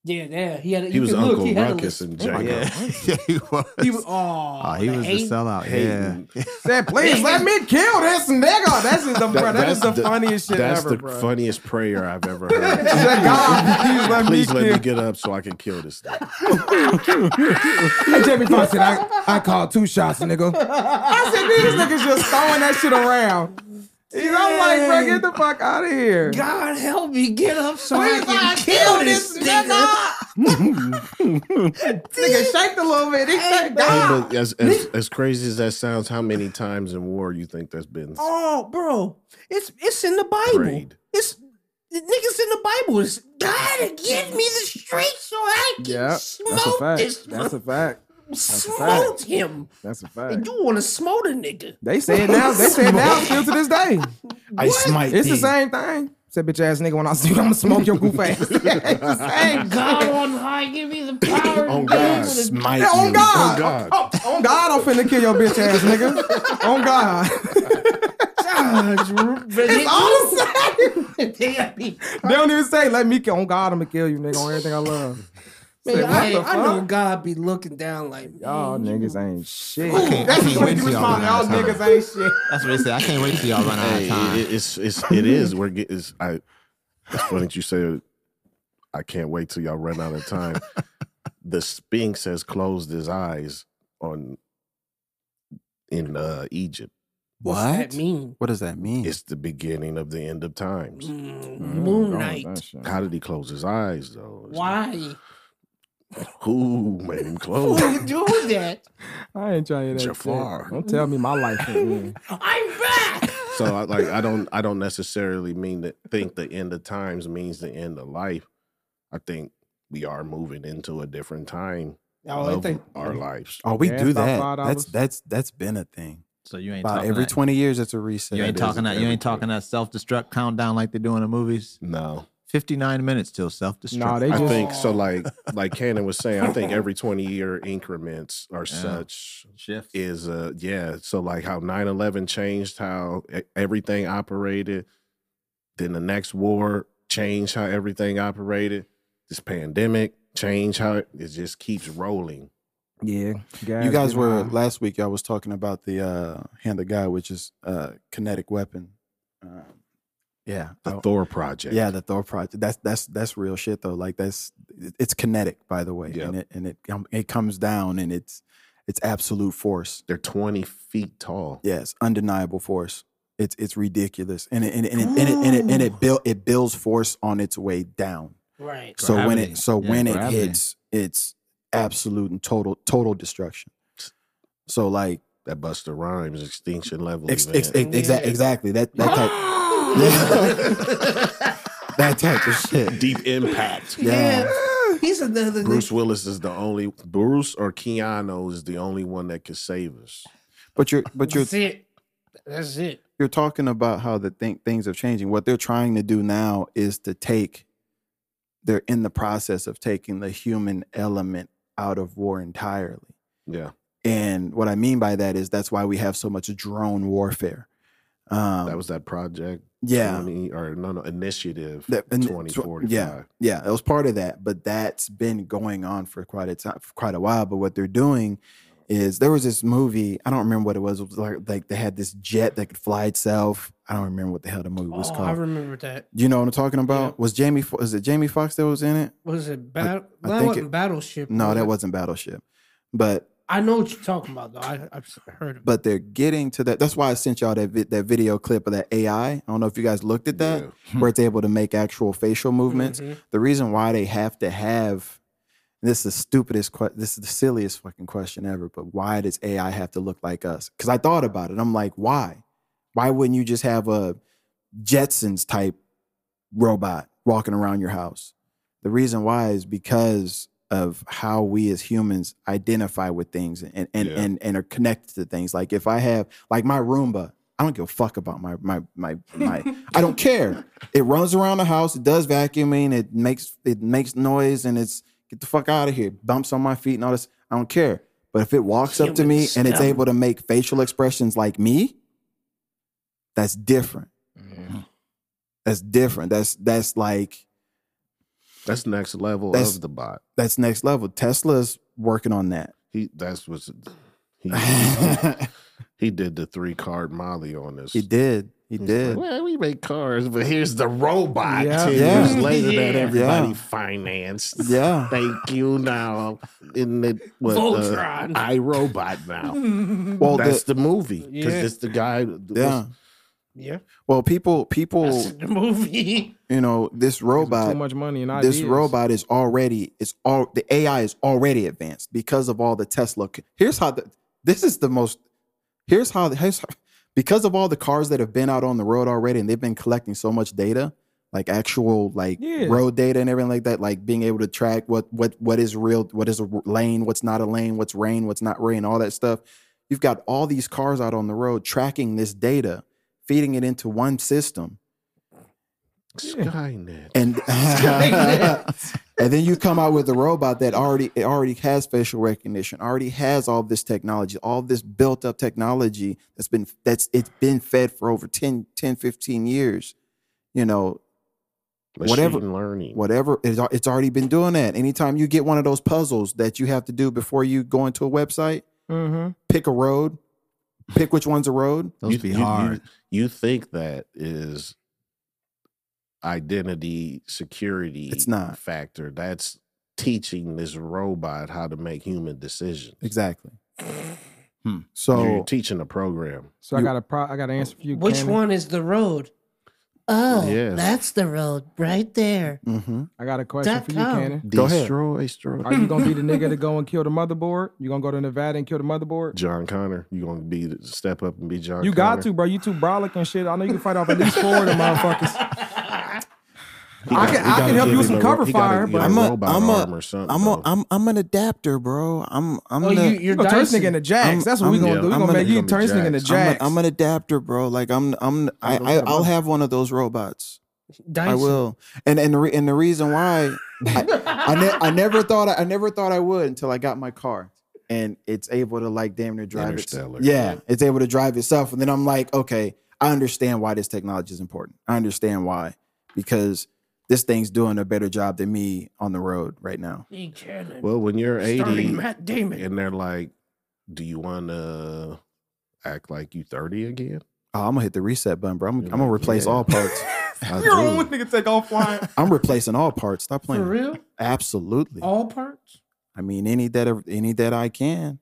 yeah, yeah. He had. A,
He
you
was
could look,
Uncle
he had a
Ruckus
lisp.
in
Oh my
Django.
God.
<laughs> yeah, he was.
He was.
Oh,
Oh,
he was the
hate-
sellout.
Hayden.
Yeah.
Said, please let me kill this nigga. That's just the,
That-
bro, that is the, funniest shit
That's
ever,
the
bro.
funniest prayer I've
<laughs>
ever heard.
Said, God, please
Please
let me
let me
kill.
get up so I can kill this thing.
Hey, Jamie Foxx said, I, I called two shots, nigga. I said, these niggas just throwing that shit around. You know, I'm like, bro, get the fuck out of here.
God help me get up so I
Please,
can kill this nigga.
nigga shake a little bit. He shake God.
Hey, but as, as, as crazy as that sounds, how many times in war you think that's been?
Oh, bro, it's it's in the Bible.
Prayed.
It's the niggas in the Bible. It's God give me the strength so I can
Yeah, that's a
smoke
fact.
this.
That's a fact. a fact.
smote him.
That's a fact.
You want to smote a nigga?
They say it now. They say it now still to
<laughs>
this day.
I smite
It's the
thee.
same thing. Said bitch ass nigga when I see you, I'm gonna smoke your goof ass. <laughs> it's the same.
God on high, give me the power.
Oh,
to
God.
be able to
Smite
Yeah, on
you.
God.
Oh, God.
Oh, on God, I'm finna kill your bitch ass nigga. on God.
it's all <laughs> the same.
<laughs> They don't even say, let me kill. On God, I'm gonna kill you, nigga, on everything I love.
Man,
Say, what
I,
the
I know
fuck?
God be looking down like,
Y'all niggas ain't shit.
I can't, I can't wait till y'all run
Y'all
out of
niggas
time.
ain't shit.
That's what they say. I can't wait till y'all run out
Hey,
of
it-
time.
it- it's it's it is. We're getting. It's, I, it's funny that you said. I can't wait till y'all run out of
<laughs>
time. the Sphinx has closed his eyes on in uh, Egypt.
what's that mean?
What does that
Mm.
mean?
It's the beginning of the end of times.
Mm, Moon Knight.
How did he close his eyes though? It's like,
Why?
Who made him
Who
close?
you do that?
I ain't trying to hear that shit.
Jafar.
Don't tell me my life <laughs> ain't real.
I'm back.
<laughs> so I, like I don't I don't necessarily mean that think the end of times means the end of life. I think we are moving into a different time
Oh, I
of
think
our lives.
oh, we
Yeah,
do
it's about
that.
five
That's
dollars.
that's that's been a thing.
So you ain't
About
talking
every
that,
twenty years, it's a reset.
You ain't
That is
talking that. You
every
ain't talking that self destruct countdown like they do in the movies.
No,
Fifty nine minutes till self destruct.
Nah, they
I
just-
think so. Like like Cannon was saying, I think every twenty year increments are such
shift.
is uh yeah so like how 9-11 changed how e- everything operated then the next war changed how everything operated this pandemic changed how it it just keeps rolling
Yeah,
You guys
get
were
high.
last week. Y'all was talking about the uh, hand of God, which is uh, kinetic weapon. Uh, Oh, yeah,
the
I-
thor project
yeah, the Thor project. That's that's that's real shit though. Like that's it's kinetic, by the way,
Yep.
and it and it um, it comes down and it's it's absolute force.
they're 20 feet tall
Yes, undeniable force. It's it's ridiculous, and it and it and it and it, and it, and it build it builds force on its way down.
Right.
So when
Gravity.
it so
Yeah,
when it
gravity.
hits, it's absolute and total total destruction. So like
that buster rhymes extinction level
Ex-
event.
ex- ex- exa-
Yeah.
Exactly. That that
<laughs> Oh,
type. <laughs> that type of shit.
deep impact
<laughs> Yeah.
He's another
bruce willis is the only bruce or keanu is the only one that could save us
But you're but you're
That's it. That's it.
you're talking about how the thing, things are changing. What they're trying to do now is to take. They're in the process of taking the human element out of war entirely.
yeah
And what I mean by that is that's why we have so much drone warfare. Um,
that was that project
yeah.
20 or no no initiative
that, and
twenty
tw-
forty five.
Yeah, yeah, it was part of that, but that's been going on for quite a time, for quite a while. But what they're doing is there was this movie. I don't remember what it was. It was like like they had this jet that could fly itself. I don't remember what the hell the movie was
oh, I
called.
remember that.
you know what I'm talking about? Was Jamie? Fo- Is it Jamie Foxx that was in it?
What Was it battle?
I
that
think
wasn't
it-
Battleship.
No,
was
that
it?
wasn't Battleship. But
I know what you're talking about, though. I, I've heard of it.
but they're getting to that. That's why I sent y'all that vi- that video clip of that AI. I don't know if you guys looked at that, where it's able to make actual facial movements. The reason why they have to have this is the stupidest question. This is the silliest fucking question ever. But why does AI have to look like us? Because I thought about it. I'm like, why? Why wouldn't you just have a Jetsons type robot walking around your house? The reason why is because of how we as humans identify with things and and
Yeah.
and, and are connected to things. Like if I have like my Roomba, I don't give a fuck about my my my my I don't care. It runs around the house, it does vacuuming, it makes it makes noise and it's get the fuck out of here. Bumps on my feet and all this. I don't care. But if it walks up to me
Humans,
and it's
no.
able to make facial expressions like me, that's different. That's different. That's that's like
That's next level
That's-
of the bot.
that's next level. Tesla's working on that.
He that's what's
<laughs>
he
he
he did the three card Molly on this.
did. He
He's
did.
like, well, we make cars, but here's the robot.
Yeah.
Ten
Yeah.
years later, that
Yeah.
everybody
Yeah.
financed.
Yeah.
Thank you now. In the what, uh,
Voltron.
I Robot now.
<laughs> Well, the-
that's the, movie because
Yeah.
it's the guy.
yeah.
Yeah.
Well, people, people,
That's in the movie.
you know, this
too
robot,
much money and
this
ideas.
robot is already it's all the AI is already advanced because of all the Tesla. c- Here's how the this is the most here's how here's, how- because of all the cars that have been out on the road already and they've been collecting so much data, like actual like
Yeah.
road data and everything like that, like being able to track what what what is real, what is a r- lane, what's not a lane, what's rain, what's not rain, all that stuff. You've got all these cars out on the road tracking this data, feeding it into one system
Skynet.
<laughs>
and <laughs> and then you come out with a robot that already it already has facial recognition, already has all this technology, all this built up technology that's been that's it's been fed for over 10, 10 15 years. You know, whatever-
whatever learning.
whatever it's, al- it's already been doing that. Anytime you get one of those puzzles that you have to do before you go into a website,
Mhm.
pick a road, pick which one's a road.
Those be hard.
You, think that is identity security
It's not.
factor. That's teaching this robot how to make human decisions.
Exactly.
Hmm.
So
You're teaching a program.
So I got a pro- I got an answer for you.
Which
Cannon.
one is the road? Oh,
Yes.
that's the road right there.
mhm.
I got a question
Dot
for you,
com.
Cannon.
Go ahead.
Destroy, destroy.
Are you gonna be the nigga to go and kill the motherboard? You gonna go to Nevada and kill the motherboard?
John Connor. You gonna be the- step up and be John.
You got to,
Connor.
bro. You too brolic and shit. I know you can fight off at least four of them motherfuckers. I can- I can help you with some cover fire, but-
I'm
I'm a-
a, robot
I'm a-
arm or something.
I'm a,
though.
I'm I'm an adapter, bro. I'm I'm the,
Oh, you, <laughs> you're
We're gonna turn this
dicing.
nigga into jacks.
I'm-
That's what
I'm-
we gonna
yeah,
do. We
I'm
gonna
gonna
make you
become
turn this nigga into
Jax.
I'm,
jacks.
a, I'm an adapter, bro. Like I'm I'm I, I I'll have one of those robots. I
Dyson.
will. And and the re, and the reason why I I, ne- I never thought I, I never thought I would until I got my car. And it's able to like damn near drive itself.
Interstellar.
Yeah, it's able to drive itself. And then I'm like, okay, I understand why this technology is important. I understand why because this thing's doing a better job than me on the road right now.
Lee E. Cannon.
Well, when you're 80
starring Matt Damon.
and they're like, "Do you want to act like you 30 again?"
Oh, I'm gonna hit the reset button, bro. I'm,
You're
I'm gonna
like,
replace
yeah.
all parts.
I
You're
do.
the only nigga take off flying.
I'm replacing all parts. Stop
For
playing.
real?
Absolutely.
All parts?
I mean, any that any that I can.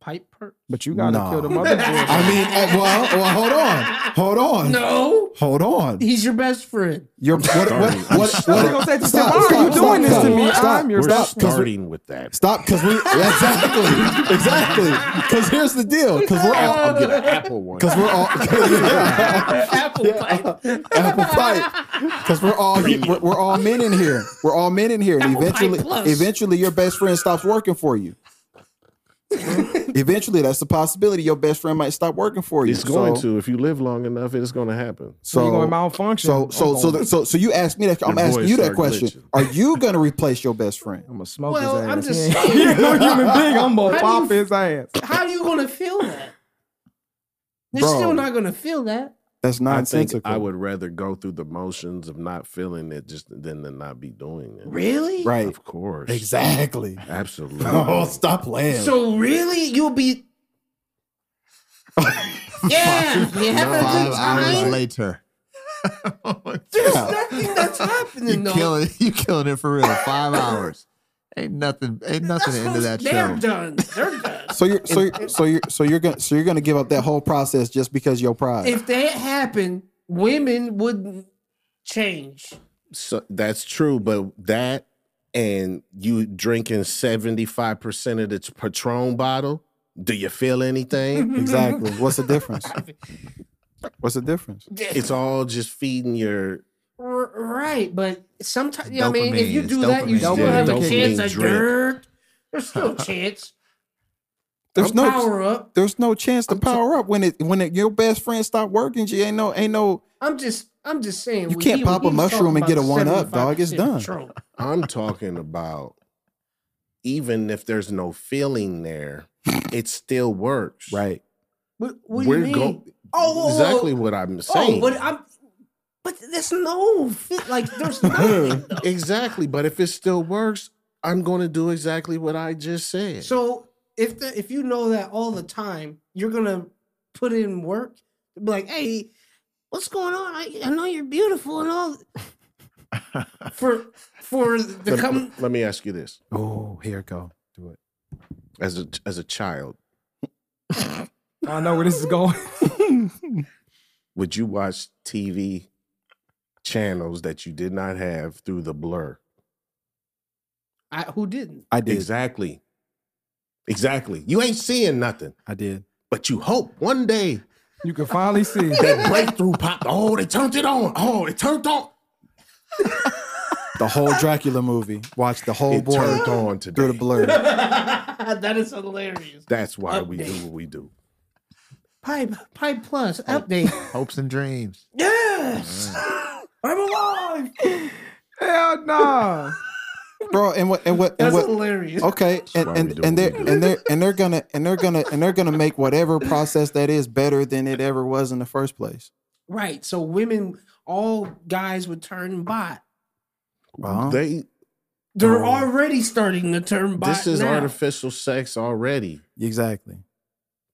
Pipe parts?
But you gotta
Nah.
kill
<laughs>
the mother
I mean,
uh,
eh, well, well, hold on, hold on,
No.
hold
<laughs>
on.
He's your best <laughs> friend.
You're what? What?
Starting.
What? what,
They gonna say to
Stop,
Why are you
stop,
doing this
stop,
to me?
stop.
I'm your
We're
best.
we're-
starting with that.
Stop, because we <laughs> yeah, exactly, exactly. Because here's the deal. Because we're all <laughs>
I'll get <laughs> an Apple one.
because we're
<laughs>
all yeah,
Apple pipe.
apple pie. Because we're all we're, we're all men in here. We're all men in here, and
Apple pie
eventually,
plus.
eventually, your best friend stops working for you. eventually, that's the possibility. Your best friend might stop working for you.
It's going
So-
to if you live long enough. It's going to happen.
So
you gonna malfunction.
So
I'm
so so
gonna-
the, so so you asked me that. I'm
Your
asking
voice
you that
start
question.
glitching.
Are you gonna replace your best friend?
I'm gonna smoke
<laughs> Well,
his ass. <laughs>
I'm just
He ain't-
saying.
he ain't no human being. I'm gonna
How do
pop
you-
his ass.
How are you going to feel that? You're
Bro.
still not going to feel that.
That's
I think
nonsensical. <laughs>
I would rather go through the motions of not feeling it just than to not be doing it.
Really?
right.
Of course.
Exactly.
<laughs> Absolutely.
Oh, stop playing.
So really, you'll <laughs> be. yeah, you having a
Five
good
hours
time.
<laughs> later. Oh
There's nothing that's happening
you
though.
killing it. You killing it for real. Five hours. Ain't nothing. Ain't
That's
nothing into
what's-
that
they're
show.
done. They're done.
so you're so you're, so you're so you're gonna so you're gonna give up that whole process just because your pride.
if <laughs> that happened, women wouldn't change.
So that's true, but that and you drinking seventy five percent of the Patron bottle. Do you feel anything? <laughs>
exactly. What's the difference? What's the difference?
it's all just feeding your
R- right, but sometimes you know what I mean if you
Dopamine,
do that, you
dopamine,
still
yeah,
have a
dopamine
chance of
drip.
dirt. There's still
<laughs>
a chance.
There's
no
no
power up.
there's no chance to power up when it when it, your best friend stop working. She ain't no ain't no
I'm just, I'm just saying.
You
we-
can't
he-
pop a
he was
mushroom
talking
and get
about
a one-up, dog. It's
75%
done.
control.
I'm talking about even if there's no feeling there, it still works.
right.
What, what do you mean?
go-
Oh, whoa, whoa.
exactly what I'm saying.
Oh, but I'm. But there's no fit. Like
<laughs>
there's nothing.
exactly. But if it still works, I'm going to do exactly what I just said.
so if the, if you know that all the time, you're gonna put in work. Be like, hey, what's going on? I, I know you're beautiful and all. for for the
let,
come.
let me ask you this:
Oh, here it go. Do it.
as a as a child,
I know where this is going. <laughs>
would you watch TV channels that you did not have through the blur?
I, who didn't?
I did.
Exactly. Exactly. You ain't seeing nothing,
I did.
but you hope one day
You can finally
<laughs>
see.
that breakthrough popped. Oh, they turned it on. Oh, it turned on.
The whole Dracula movie. Watch the whole
it
boy
turned on today.
through the blur.
<laughs> <laughs> that is hilarious.
That's why we do
Update.
what we do.
Pipe pipe plus update.
Hopes and dreams.
Yes, <laughs> I'm alive.
Hell nah.
bro. And what and what and
That's
what?
<laughs>
hilarious.
Okay, and
why we do
and, and
what
they're
we do.
and they're and they're gonna and they're gonna and they're gonna make whatever process that is better than it ever was in the first place.
Right. So women, all guys would turn bot.
Uh-huh.
Wow.
They
They're already starting to turn bot.
this is
now.
artificial sex already.
Exactly,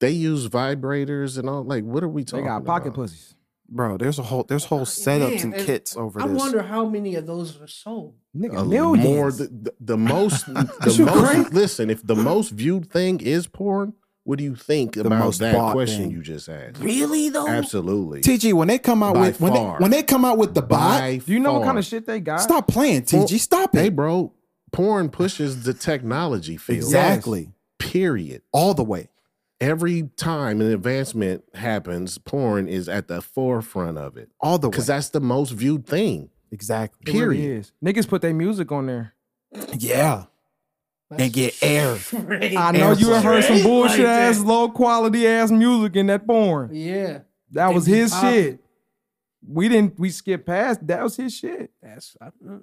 They use vibrators and all. Like, what are we
They
talking
got pocket
about?
pussies.
bro. There's a whole there's whole setups
Man,
and
and
kits over
I
this.
wonder how many of those were sold.
Nigga,
A
millions.
More the, the, the <laughs> most the
You
most
crazy?
listen, if the most viewed thing is porn, what do you think about
most
that
bought
question
thing.
you just asked?
Really though?
Absolutely.
TG when they come out
By
with when they,
far.
when they come out with the bot,
By
Do you know what
far.
kind of shit they got?
stop playing, TG. Stop
Hey,
it.
bro, porn pushes the technology field.
Exactly,
Period.
all the way.
Every time an advancement happens, porn is at the forefront of it
All the way.
because that's the most viewed thing.
Exactly.
Period. is. Niggas put their music on there.
Yeah. And
<laughs>
get air.
I know you done heard some bullshit ass, low quality ass music in that porn.
Yeah.
That
They
was
be
his
popping.
shit. We didn't. We skipped past. That was his shit.
That's I, mm,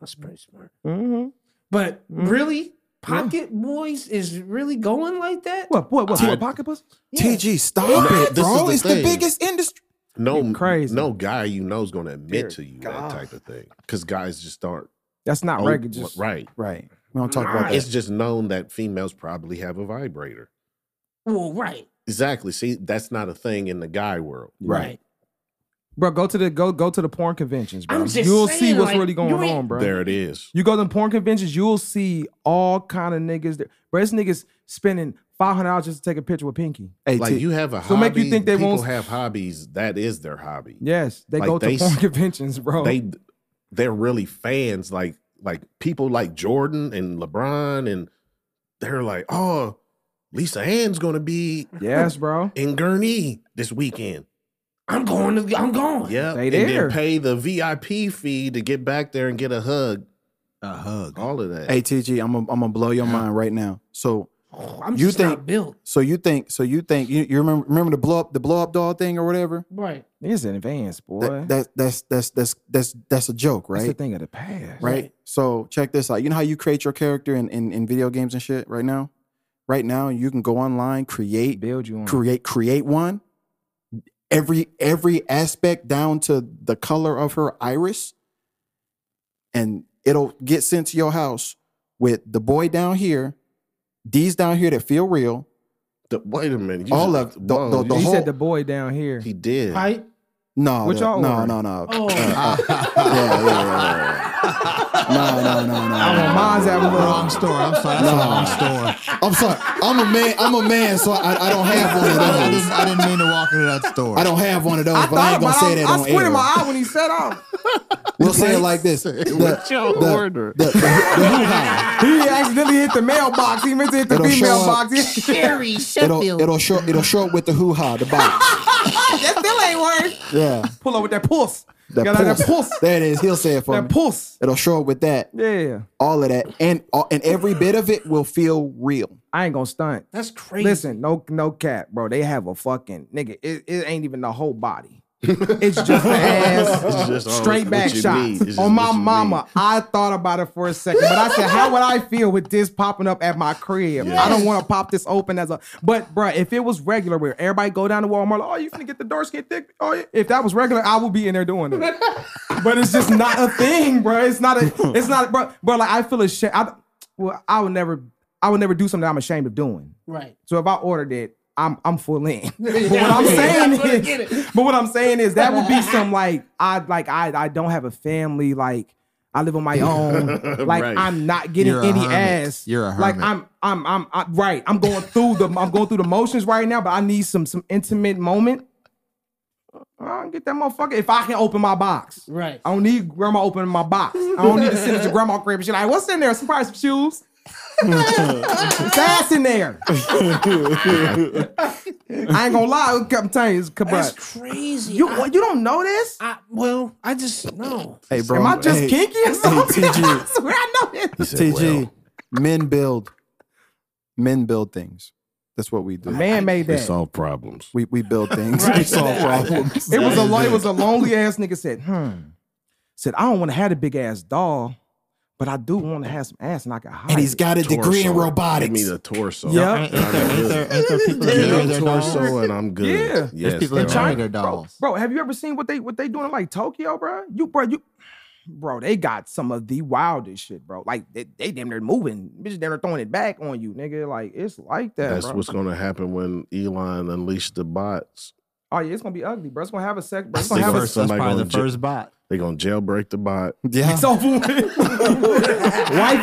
that's pretty smart. Mm.
Mm-hmm.
But really, Pocket Boys is really going like that.
What? What? What?
I-
what, pocket pussy?
TG, stop
No,
it,
this is
bro.
the
it's
thing.
the biggest industry.
No,
You crazy.
no guy you know is going to admit to you
God.
that type of thing because guys just aren't
That's not
oh,
regular. Just
right.
Right. We don't talk about
It's
that.
just known that females probably have a vibrator.
Well, right,
Exactly. See, that's not a thing in the guy world.
right.
bro. Go to the go go to the porn conventions, bro.
I'm just
you'll see
saying,
what's
like,
really going
you ain't-
on, bro.
There it is.
You go to porn conventions, you'll see all kind of niggas. There. Bro, this niggas spending five hundred dollars just to take a picture with Pinky.
Hey,
Like
T-
you have a hobby.
So make you think they
People
won't-
have hobbies. That is their hobby.
Yes, they
Like,
go to
they s-
porn <laughs> conventions, bro.
They they're really fans. Like like people like Jordan and LeBron, and they're like, oh, Lisa Ann's going to be
yes, bro.
in Gurnee this weekend.
I'm going. To, I'm going.
Yeah,
They
and then
there.
pay the VIP fee to get back there and get a hug.
A hug.
All of that.
hey TG, I'm gonna I'm gonna blow your mind right now. So
Oh, <sighs> I'm
You
just
think-
not built.
so you think so you think you, you remember remember the blow up the blow up doll thing or whatever?
Right.
Niggas in advance, boy.
That, that that's that's that's that's that's a joke,
That's a
right?
thing of the past.
right? So check this out. You know how you create your character in, in, in video games and shit right now? Right now, you can go online, create,
Build you on.
create, create one. Every every aspect down to the color of her iris, and it'll get sent to your house with the boy down here, these down here that feel real.
The- wait a minute.
All
just-
of- the-
whoa,
the- the
he
you-
whole-
said the boy down here.
he did.
Right.
No,
What
the-
y'all
no,
ordering?
no, no, <coughs>
Oh.
Uh,
<coughs>
Yeah, yeah, yeah, yeah. no, no, no, no.
I want mine's at a
<laughs> Wrong
little.
store. I'm sorry. That's
No.
the wrong store.
I'm sorry. I'm a man. I'm a man, so I, I don't have one of
I,
those.
didn't, I didn't mean to walk into that store.
I don't have one of those, but I ain't gonna
about
say
it.
that
I
on
squinted
air.
my eye when he said off.
<laughs> We'll say it like this: the the, the,
order?
the, the, hoo-ha.
He accidentally hit the mailbox. He meant to hit the
It'll show
female
up.
box. <laughs>
Sherry
It'll
Sheffield.
it'll show it'll show up with the hoo ha, the box.
that still ain't worth.
Yeah,
Pull up with that pulse.
the
Got that pulse.
There it is. He'll say it for
That
me.
pulse.
It'll show up with that,
Yeah.
all of that, and all, and every bit of it will feel real.
I ain't gonna stunt.
That's crazy.
Listen, no, no cap, bro. They have a fucking nigga. It, it ain't even the
<laughs>
whole body. It's just the ass,
It's just all-
straight
what
back
you need.
shots.
It's just
On my
what you
mama,
need.
I thought about it for a second, but I said, how would I feel with this popping up at my crib? I don't want to pop this open as a. But bro, if it was regular, where everybody go down to Walmart, like, oh, you finna get the door skin thick. Oh, yeah. if that was regular, I would be in there
<laughs>
doing it. but it's just not a thing, bro. It's not a. It's not, bro. Bro, like I feel ashamed. I, well, I would never. I would never do something I'm ashamed of doing.
<laughs> Right.
So if I ordered it, I'm I'm full
<laughs>
in. but what I'm saying
I'm gonna
is,
get <laughs> it.
but what I'm saying is that
<laughs>
would be some like I like I I don't have a family like. I live on my
<laughs>
own. Like
Right.
I'm not getting
You're a
any
hermit.
ass.
You're a
Like
hermit.
I'm, I'm, I'm, i right. I'm going through the, I'm going through the motions right now. But I need some, some intimate moment. I'll get that motherfucker if I can open my box.
Right.
I don't need grandma opening my box. I don't need to send it
<laughs>
to grandma crib. She's like, what's in there? Some probably some shoes. it's ass in there. I ain't gonna lie, a couple times,
That's
but
crazy.
you
I-
what, you don't know this?
I, well, I just no.
Hey, bro.
Am I just
hey,
kinky or something?
TG.
<laughs> I swear I know it.
TG, men build, men build things. That's what we do.
Man made
They
that.
solve problems.
We we build things. We solve problems.
It was a lo- it was a lonely ass nigga said, hmm. Said, I don't want to have a big ass doll, but I do want to have some ass and I can hide.
and he's
it."
got a degree in
Torso.
robotics.
Give me the torso.
Yeah.
Ain't ain't there, ain't there, ain't there people that marry their dolls?
torso and I'm good.
Yeah. There's
Yes,
people in
there
China
are.
their dolls.
Bro, have you ever seen what they what they doing in like Tokyo, bro? You bro, you bro, they got some of the wildest shit, bro. Like they, they damn near moving. Bitches damn near throwing it back on you, nigga. Like it's like that.
That's
bro.
what's going to happen when Elon unleashed the bots.
oh yeah, it's gonna be ugly, bro. It's gonna have a sec, bro. It's gonna
That's, the
have a
first, that's
somebody
probably
gonna
the
ju-
first bot.
They're going to jailbreak the bot.
yeah.
it's over with. <laughs> Wifey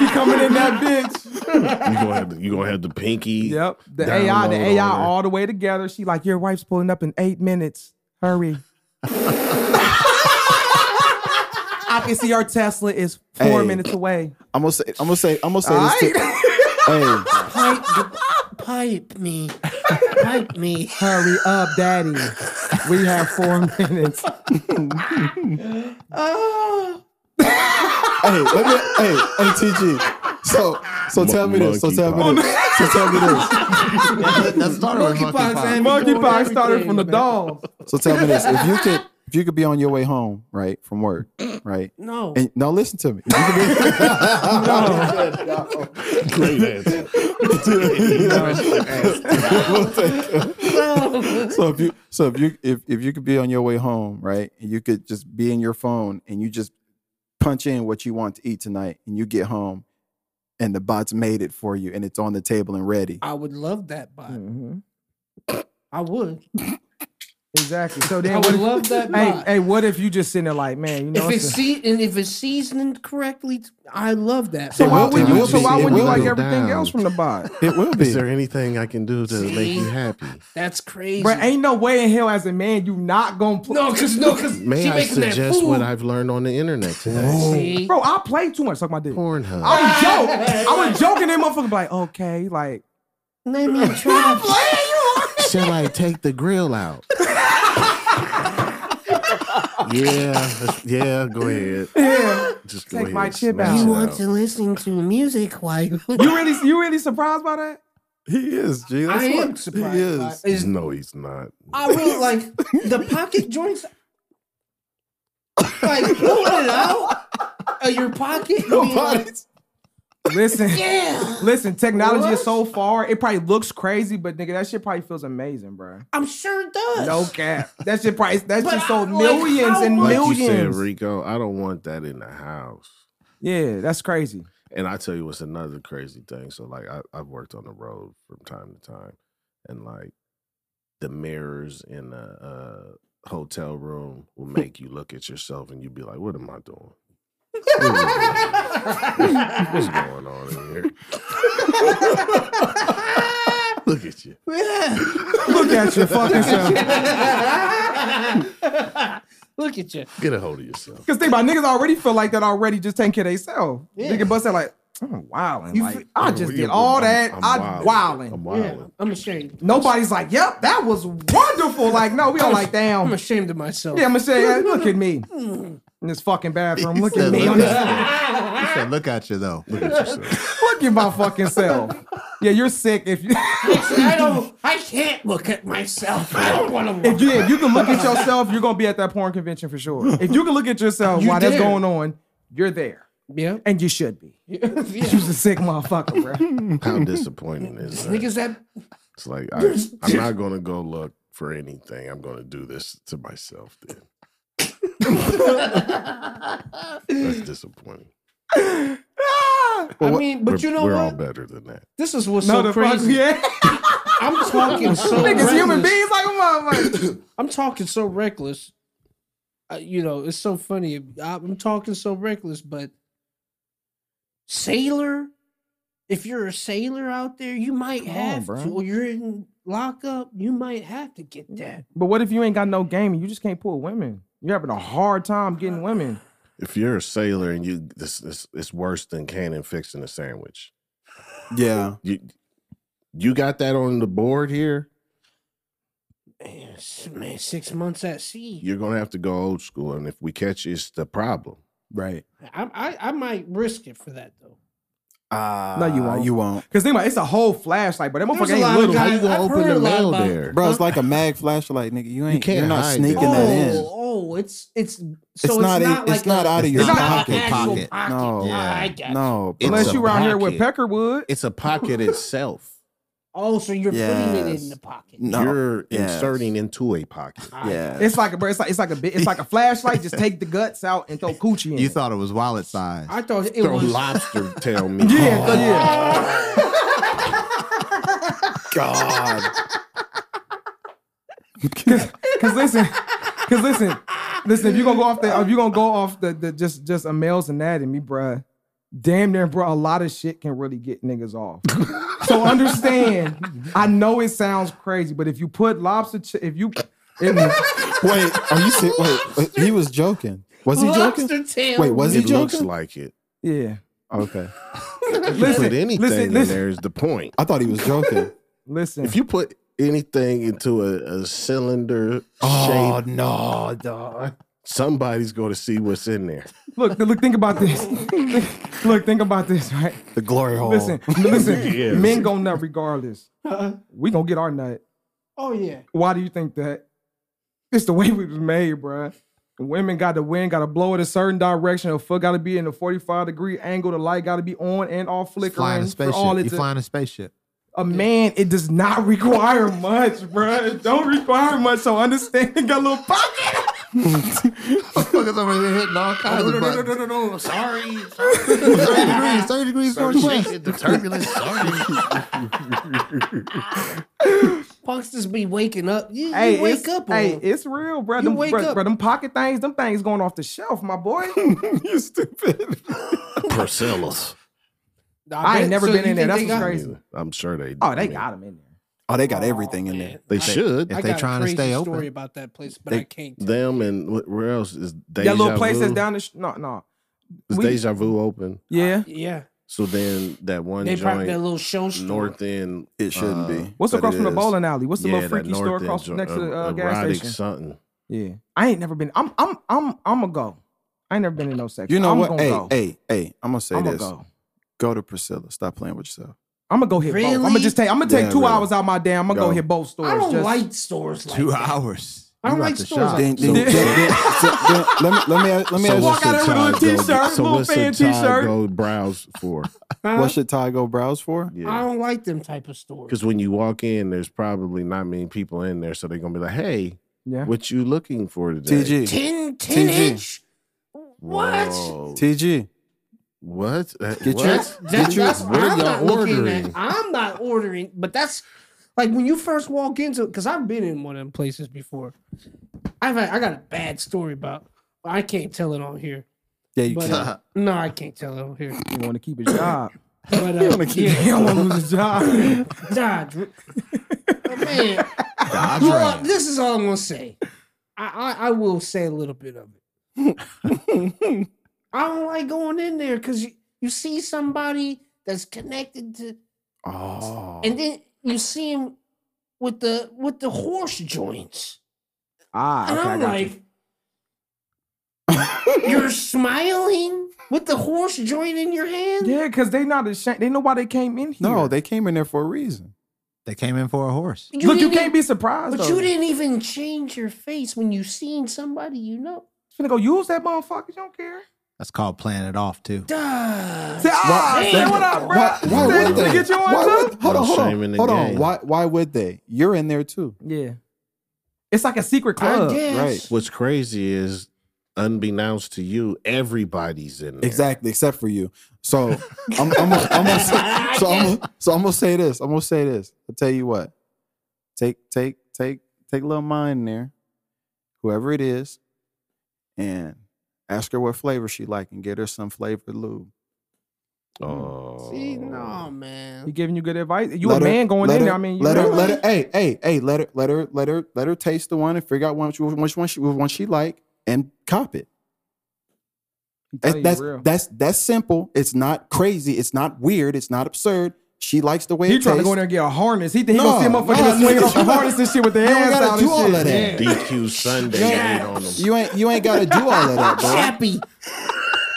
coming in that bitch.
You're going to have the, you gonna have the pinky.
Yep. The
download
AI, the AI
on there.
all the way together. She like, your wife's pulling up in eight minutes. Hurry. I can see your Tesla is four
Hey.
minutes away.
I'm gonna say. I'm gonna say. I'm gonna say
All
this. To,
right.
hey,
Pipe, pipe me. Pipe me.
Hurry up, daddy. We have four minutes.
hey, let me. Hey, hey, TG. So, so tell me this. So
monkey
tell me this. So tell me this.
<laughs> that started with
Monkeypox,
monkeypox.
man.
Monkeypox started from the
Everything,
dolls.
So tell me this. If you could, if you could be on your way home, right, from work, right,
No.
and now listen to me. If you could be-
Great answer.
so if you, so if you, if if you could be on your way home, right, and you could just be in your phone and you just punch in what you want to eat tonight, and you get home, and the bot's made it for you, and it's on the table and ready.
I would love that bot.
Mhm.
I would.
Exactly. So
I
then,
would
what if-
love that
hey,
bot.
hey, what if you just sitting there like, man, you know,
if it's
it's a-
sea- and if it's seasoned correctly, I love that.
so
It
why
will-
would
it
you?
will
So
be-
why
it
would you
will
like
go
everything
down.
else from the <laughs> bot?
It will be.
Is there anything I can do to make you happy?
That's crazy.
But ain't no way in hell as a man you not gonna play.
no, cause no, cause
May
she
I
making that
suggest
food.
what I've learned on the internet today?
See?
Bro, I play too much. Suck my dick.
Pornhub.
<laughs> I was joking. I was joking. That motherfucker be like, okay, like
Let me try.
Shall I take the grill out? yeah, yeah. Go ahead.
yeah.
Just go
Take
ahead,
my chip
smash
out.
it
You want
out.
to listen to music while you
You really, you really surprised by that?
He is. G.
<laughs> I
That's what-
am surprised.
He
by
is.
it. Is-
No, he's not.
I really like the pocket joints. Like pulling it out of your pocket. and being like,
Nobody's-
Listen, listen. Technology is
What?
so far. It probably looks crazy, but nigga, that shit probably feels amazing, bro.
I'm sure it does. <laughs>
No cap. That shit probably that
But
shit sold
I- like,
millions
how
and
much-
Like
millions.
you said, Rico, I don't want that in the house.
yeah, that's crazy.
And I tell you what's another crazy thing. So like I, I've worked on the road from time to time, and like the mirrors in a, a hotel room will make you look at yourself, and you'd be like, "What am I doing? What am I doing? What's going on in here? look at you."
Look at your fucking self.
<laughs> Look at you.
Get a hold of yourself.
Cause think about it, niggas already feel like that already just taking care of themselves.
Yeah.
Nigga bust out like, oh, wow. And
You
like,
feel-
Oh,
I just did all that.
I'm
I
wilding.
wilding.
I'm
Yeah,
wilding.
I'm ashamed.
Nobody's like, yep, that was wonderful. Like, no, we all like,
I'm
damn.
ashamed of myself.
Yeah, I'm gonna say, hey, look at
<laughs>
me in
Hmm.
this fucking bathroom. Look at me.
Look
Look
at you. He said, look at you though.
Look at yourself.
at my fucking self. Yeah, you're sick if you <laughs>
I don't. I can't look at myself. I don't want to look.
If you if you can look
<laughs>
at yourself, you're gonna be at that porn convention for sure. If you can look at yourself
You
while that's
there.
going on, you're there,
yeah.
and you should be.
<laughs>
<laughs>
yeah.
You's a sick motherfucker, bro.
How disappointing is that?
Niggas that
It's like I, I'm not gonna go look for anything. I'm gonna do this to myself. Then that's disappointing.
I mean, but
we're,
you know
we're
what?
all better than that.
This is what's
no,
<laughs> so
the fuck,
crazy.
yeah.
I'm talking
<laughs>
so
Niggas,
reckless.
human beings like a motherfucker.
I'm talking so reckless. Uh, you know, it's so funny. I- I'm talking so reckless, but sailor. If you're a sailor out there, you might
Come on,
have
bruh.
to. Or you're in lockup, you might have to get that.
But what if you ain't got no game and you just can't pull women? You're having a hard time getting women.
If you're a sailor and you, this, this it's worse than Cannon fixing a sandwich.
Yeah.
You, you got that on the board here.
Man, s- man, six months at sea.
You're gonna have to go old school, and if we catch you, it's the problem.
Right.
I, I I might risk it for that though.
Uh,
No, you won't.
You won't.
Cause think about it, it's a whole flashlight, but that
There's
motherfucker
a
ain't
lot
little.
of guys.
gonna
I've
open
heard
the
a lot
mail
about-
there?
Bro, it's like a mag flashlight, nigga. You ain't. You
can't
are not
hide
sneaking
that.
that in.
Oh, oh, it's it's so it's,
It's
not,
not. it-
like
it's not
a-
out of
it's
your
not
out
pocket.
an actual
pocket.
pocket.
No.
Ah, I got you.
No.
It's
Unless
a
you out here with
pocket.
Peckerwood.
It's a pocket itself.
Oh, so you're putting it in
Yes.
the pocket.
No.
You're
Yes.
inserting into
<laughs>
a pocket.
Yeah.
It's like a bro, it's like it's like a bit, it's like a flashlight. Just take the guts out and throw coochie in.
You
it.
thought it was wallet size.
I thought it
Throw
was
lobster tail meat.
Yeah, so yeah. <laughs>
God.
Cause listen, cause listen, listen. If you gonna go off the, if you gonna go off the, the just just a male's anatomy, bruh, damn near, bruh, a lot of shit can really get niggas off. so understand. I know it sounds crazy, but if you put lobster, ch- if you, it,
Wait. Are you serious? Wait. wait, He was joking. Was he joking?
lobster tail.
Wait. Was he
It looks
joking?
like it.
yeah.
Okay.
Listen, put
Listen,
anything
listen, listen,
in there is the point.
I thought he was joking.
listen.
If you put
Oh.
anything into a, a cylinder shape
no, dog.
Somebody's going to see what's in there.
Look, look, think about this. <laughs> look, think about this, right?
The glory hole.
Listen,
Oh. <laughs>
listen,
Yes.
men gonna nut regardless.
Uh,
We gonna get our nut.
oh yeah.
Why do you think that? It's the way we was made, bruh. Women got to win, got to blow it a certain direction. A foot got to be in a 45 degree angle. The light got to be on and off flickering.
Flying a
for all
spaceship.
it
You
to-
flying a spaceship. <laughs>
a man, it does not <laughs> require much, bruh. It don't require much. So understand, <laughs> it got a little pocket.
Motherfuckers over there hitting all kinds of buttons.
no,
<laughs>
no, no, sorry.
30 degrees, 30 degrees northwest.
the turbulence,
<laughs>
sorry.
Punks just be waking up. You, you
Hey,
wake
it's,
up. on
hey,
them.
it's real, bruh.
You
Them,
wake
bruh,
up.
bruh, them pocket things, them things going off the shelf, my
<laughs>
boy.
you stupid.
Priscilla's.
I ain't never
so
been
you
in there. That's
think they
what's
got-
crazy.
I'm sure they.
<laughs> Oh, they
I mean,
got them in there.
Oh, they got everything in there.
They
I-
should.
If
I
they
got a
trying to
crazy
stay
Story
open.
about that place, but I
They-
can't. tell.
Them and what, where else is Deja
that little place
Vu?
that's down the sh- no, no. Uh,
Is
we-
Deja Vu open?
Yeah.
yeah,
So then that one
they probably that
joint
little show store.
north end.
It shouldn't be.
What's
but
across
it
from the
is.
bowling alley? What's the
yeah,
little
that
freaky store
north end
across
joint,
next to the
er-
uh, gas
erotic
station?
something.
Yeah. I ain't never been. I'm I'm I'm I'm a go. I ain't never been in no section.
You know
I'm
what?
Gonna
Hey,
go.
hey, hey, I'm gonna say
I'm gonna
this. Go.
go.
to Priscilla. Stop playing with yourself.
I'm gonna go hit both. I'm gonna
Really?
just take. I'm gonna take
Yeah,
two
really.
hours out my day. I'm gonna go,
Go.
hit both stores.
I don't
just,
like stores like
Two
that.
hours.
I don't
You
like
out the
stores
shop.
Then, then,
So-
then, then- so- then let me let me ask- let me
So
ask
walk
what's the
out there with a little
Todd Go-
t-shirt,
So
little
what's the
fan
Todd
t-shirt.
Go browse
<laughs>
for?
Huh?
you, what should Ty go browse for?
I
Yeah.
don't like them type of stores.
Because when you walk in, there's probably not many people in there, so they're gonna be like, "Hey,
Yeah.
what you looking for today?"
TG.
10, 10
TG.
inch. What?
Whoa.
TG.
What? Uh,
Get
what?
your-
That-
Get your-
that's
what y'all
I'm not looking at.
ordering?
I'm not ordering, but that's like when you first walk into because I've been in one of them places before. I've had, I got a bad story about. I can't tell it on here.
Yeah, you
But,
can.
uh, no, I can't tell it on here.
You want to keep his job. <laughs>
But uh,
He
yeah,
don't want to lose his job.
<laughs> Dodge. Oh, man,
Dodge
You know
Ram.
what? this is all I'm gonna say. I, I I will say a little bit of
<laughs>
it. I don't like going in there because you, you see somebody that's connected to
Oh.
and then you see him with the with the horse joints,
Ah,
and
okay, I
I'm
got you.
like, you're smiling with the horse joint in your hand.
Yeah, because they not ashamed. They know why they came in here.
No, they came in there for a reason.
They came in for a horse.
You
Look, you
didn't
can't
e-
be surprised.
But
though.
you didn't even change your face when you seen somebody you know.
Finna go use that motherfucker. You don't care.
That's called playing it off too.
Duh.
Say, ah, say what up, bro.
Why, why
Say,
would
"Did
they?
you get you one
Why
too?
would- hold on,
No
hold
shame in
on,
the
hold on.
game.
Why why would they? You're in there too.
Yeah. It's like a secret
I
club.
guess.
right.
What's crazy is, unbeknownst to you, everybody's in there.
Exactly, except for you. So I'm, I'm, gonna- I'm gonna say, so I'm, gonna- so I'm gonna say this. I'm gonna say this. I'll tell you what. Take take take take little mine in there, whoever it is, and ask her what flavor she like and get her some flavored lube.
Oh,
See, no,
He
man.
giving you good advice. You
Let
a
her-
man going
let
in
her-
there. I mean, you
let her,
really-
let her, hey, hey, hey, let her, let her, let her, let her taste the one and figure out which, which one she, which one she like and cop it.
He tell
That,
you
that's
Oh, real.
that's that's simple. It's not crazy. It's not weird. It's not absurd. She likes the way
He
it
trying to
tastes.
go in there and get a harness. He think he gonna see a
No,
motherfucker
no,
just swinging
nigga,
off the
you gotta-
harness and shit with the
you don't
ass
gotta
out
do
and
all
shit.
of that.
Yeah.
DQ Sunday
Yeah.
ain't on them.
You ain't you ain't gotta do all of that,
<laughs>
bro.
Chappy.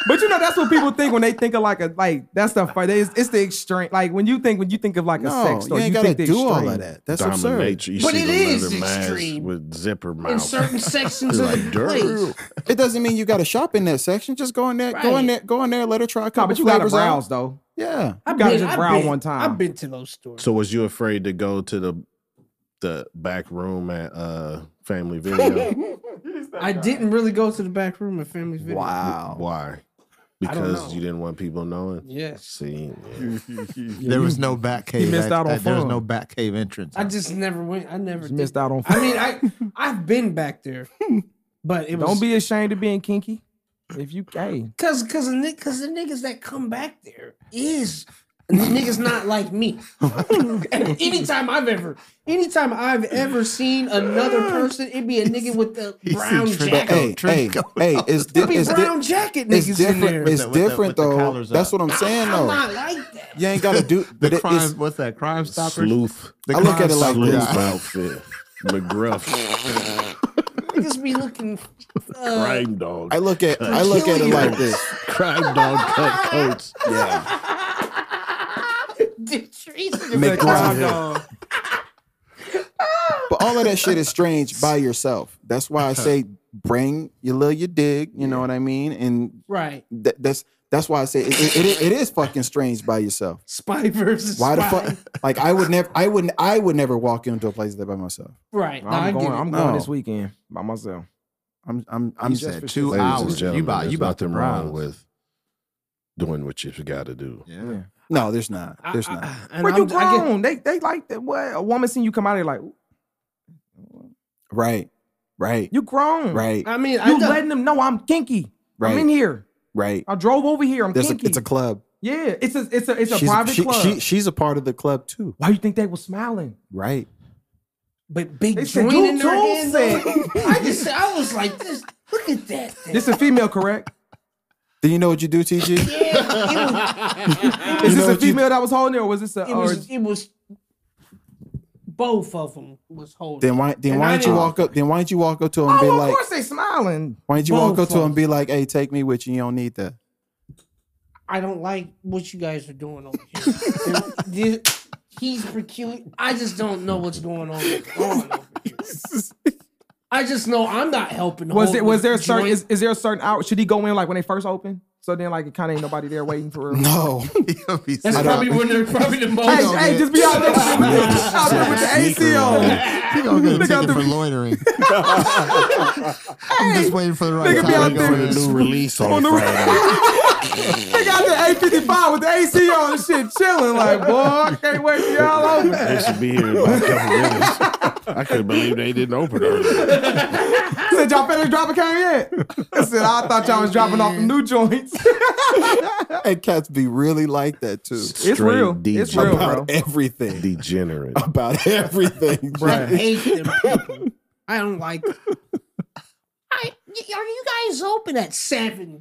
But you know that's what people think when they think of like a like that's the fun. It's, it's the extreme. Like when you think when you think of like a
No,
sex
you
store,
ain't gotta
think the
do all
extreme.
of that. That's absurd.
Dominatrix. You
But
see
it
the
is
leather mask
extreme.
with zipper mouth.
In
<laughs>
certain sections of
Like,
the
"Durr."
place.
It doesn't mean you gotta shop in that section. Just go in there, go in
Right.
there, go in there. Let her try a
Nah,
couple
but you gotta
flavors out.
browse though.
Yeah,
You
I've
gotta
been-
just
I've
browse
been-
one time.
I've been to those
<laughs>
stores.
So was you afraid to go to the the back room at uh Family Video?
I didn't really go to the back room of Family Video.
wow.
Why?
I don't
Because
know.
you didn't want people knowing.
Yes.
See, yeah.
There was no back cave.
missed out on
There was
fun.
no back cave entrance.
I just never went. I never
Just
did.
missed out on.
I mean, I
<laughs>
I've been back there, but it was
Don't be ashamed of being kinky. If you hey,
because because because the niggas that come back there is the niggas not like me. And anytime I've ever, anytime I've ever seen another person, it'd be a nigga with the brown
Trisco.
jacket.
Hey, hey, hey, it's di-
It'd be
it's, di-
brown jacket
it's
niggas in there.
different. It's
With the- with
different
the
though.
collars
That's
up.
what I'm saying
I'm
though.
not like that.
You ain't gotta do. But
the
it,
crime.
it's,
what's that? Crime <laughs> stoppers.
sleuth,
The
I look at it
Crime
like
Stoppers
this.
sleuth
guy.
outfit, McGruff.
Niggas be looking. <laughs> Uh,
Crime dog.
I look at I look at it like this.
Crime dog cut coats.
Yeah.
the trees in the
Make
background.
But all of that shit is
<laughs>
strange by yourself. That's why I say bring your little you dig, you know what I mean? And
Right.
that, that's that's why I say it, it, it, it is fucking strange by yourself.
Spy versus
Why the
spy.
fuck? Like I would never, I wouldn't, I would never walk into a place like that by myself.
Right. No, I
I'm
get
going.
it.
I'm going this
No.
weekend by myself.
I'm, I'm, I'm
He's
just.
just
said
for
two
sure.
Ladies and
hours.
gentlemen,
You about you
there's
about to
nothing wrong
bronze.
with doing what you've got to do.
Yeah.
No, there's not.
I-
There's
I-
not.
and
Where
I'm-
you
I get-
grown? They they like that. What a woman seen you come out of like "Ooh,
Right, right,
you grown,
right,
I mean, I
You
don't-
letting them know I'm kinky. I'm in
right,
here.
right.
I drove over here. I'm
There's a,
kinky.
it's a club.
yeah, it's a it's a it's a
She's-
private
she-
club.
she- she's a part of the club too.
Why you think they was smiling?
Right.
but big
They said
joint
you
in their
too
hand.
sick.
I just, I was like, this. Look at that. thing.
This is female, correct?
Then you know what you do, TG?
<laughs>
Yeah, it
<laughs>
Is
You
this
know
a
what you-
female that was holding it, or was this a?
was, it
or,
was, it was. Both of them was holding.
Then why? Then
And
why
I
don't you
didn't-
walk up? Then why don't you walk up to him and be
oh, of
like,
course they smiling.
why don't you walk up to him
Both.
and be like, hey, take me with you. You don't need that.
I don't like what you guys are doing over here. <laughs> This- he's peculiar. I just don't know what's going on. on over here.
<laughs>
I just know I'm not helping.
Was
hold
it was there a
the
certain
joint.
is, is there a certain hour? Should he go in like when they first open? So then like it kind of ain't nobody there waiting for
<laughs>
him.
No.
He'll be
That's
so-
probably when they're probably
<laughs>
the most.
Hey, hey, just be
<laughs>
out there, out there with the AC
Sneaker
on.
on. He gonna get a
Nigga out
ticket
the-
<laughs>
for loitering. I'm just waiting for the right
nigga be out
time to
there
go
The
in.
new release on,
On the-
Friday.
They got the A55 with the AC on and shit, chilling like, boy, I can't wait for y'all <laughs>
<laughs>
open.
they should be here in about a couple minutes. I couldn't believe they didn't open early.
Said y'all finished dropping Kanye yet? I said I thought y'all was dropping off the new joints. <laughs>
And cats be really like that too.
It's real. It's real, bro.
About everything.
Degenerate.
About <laughs> everything.
I
Right.
hate
<laughs>
them people. I don't like. Them. I y- are you guys open at seven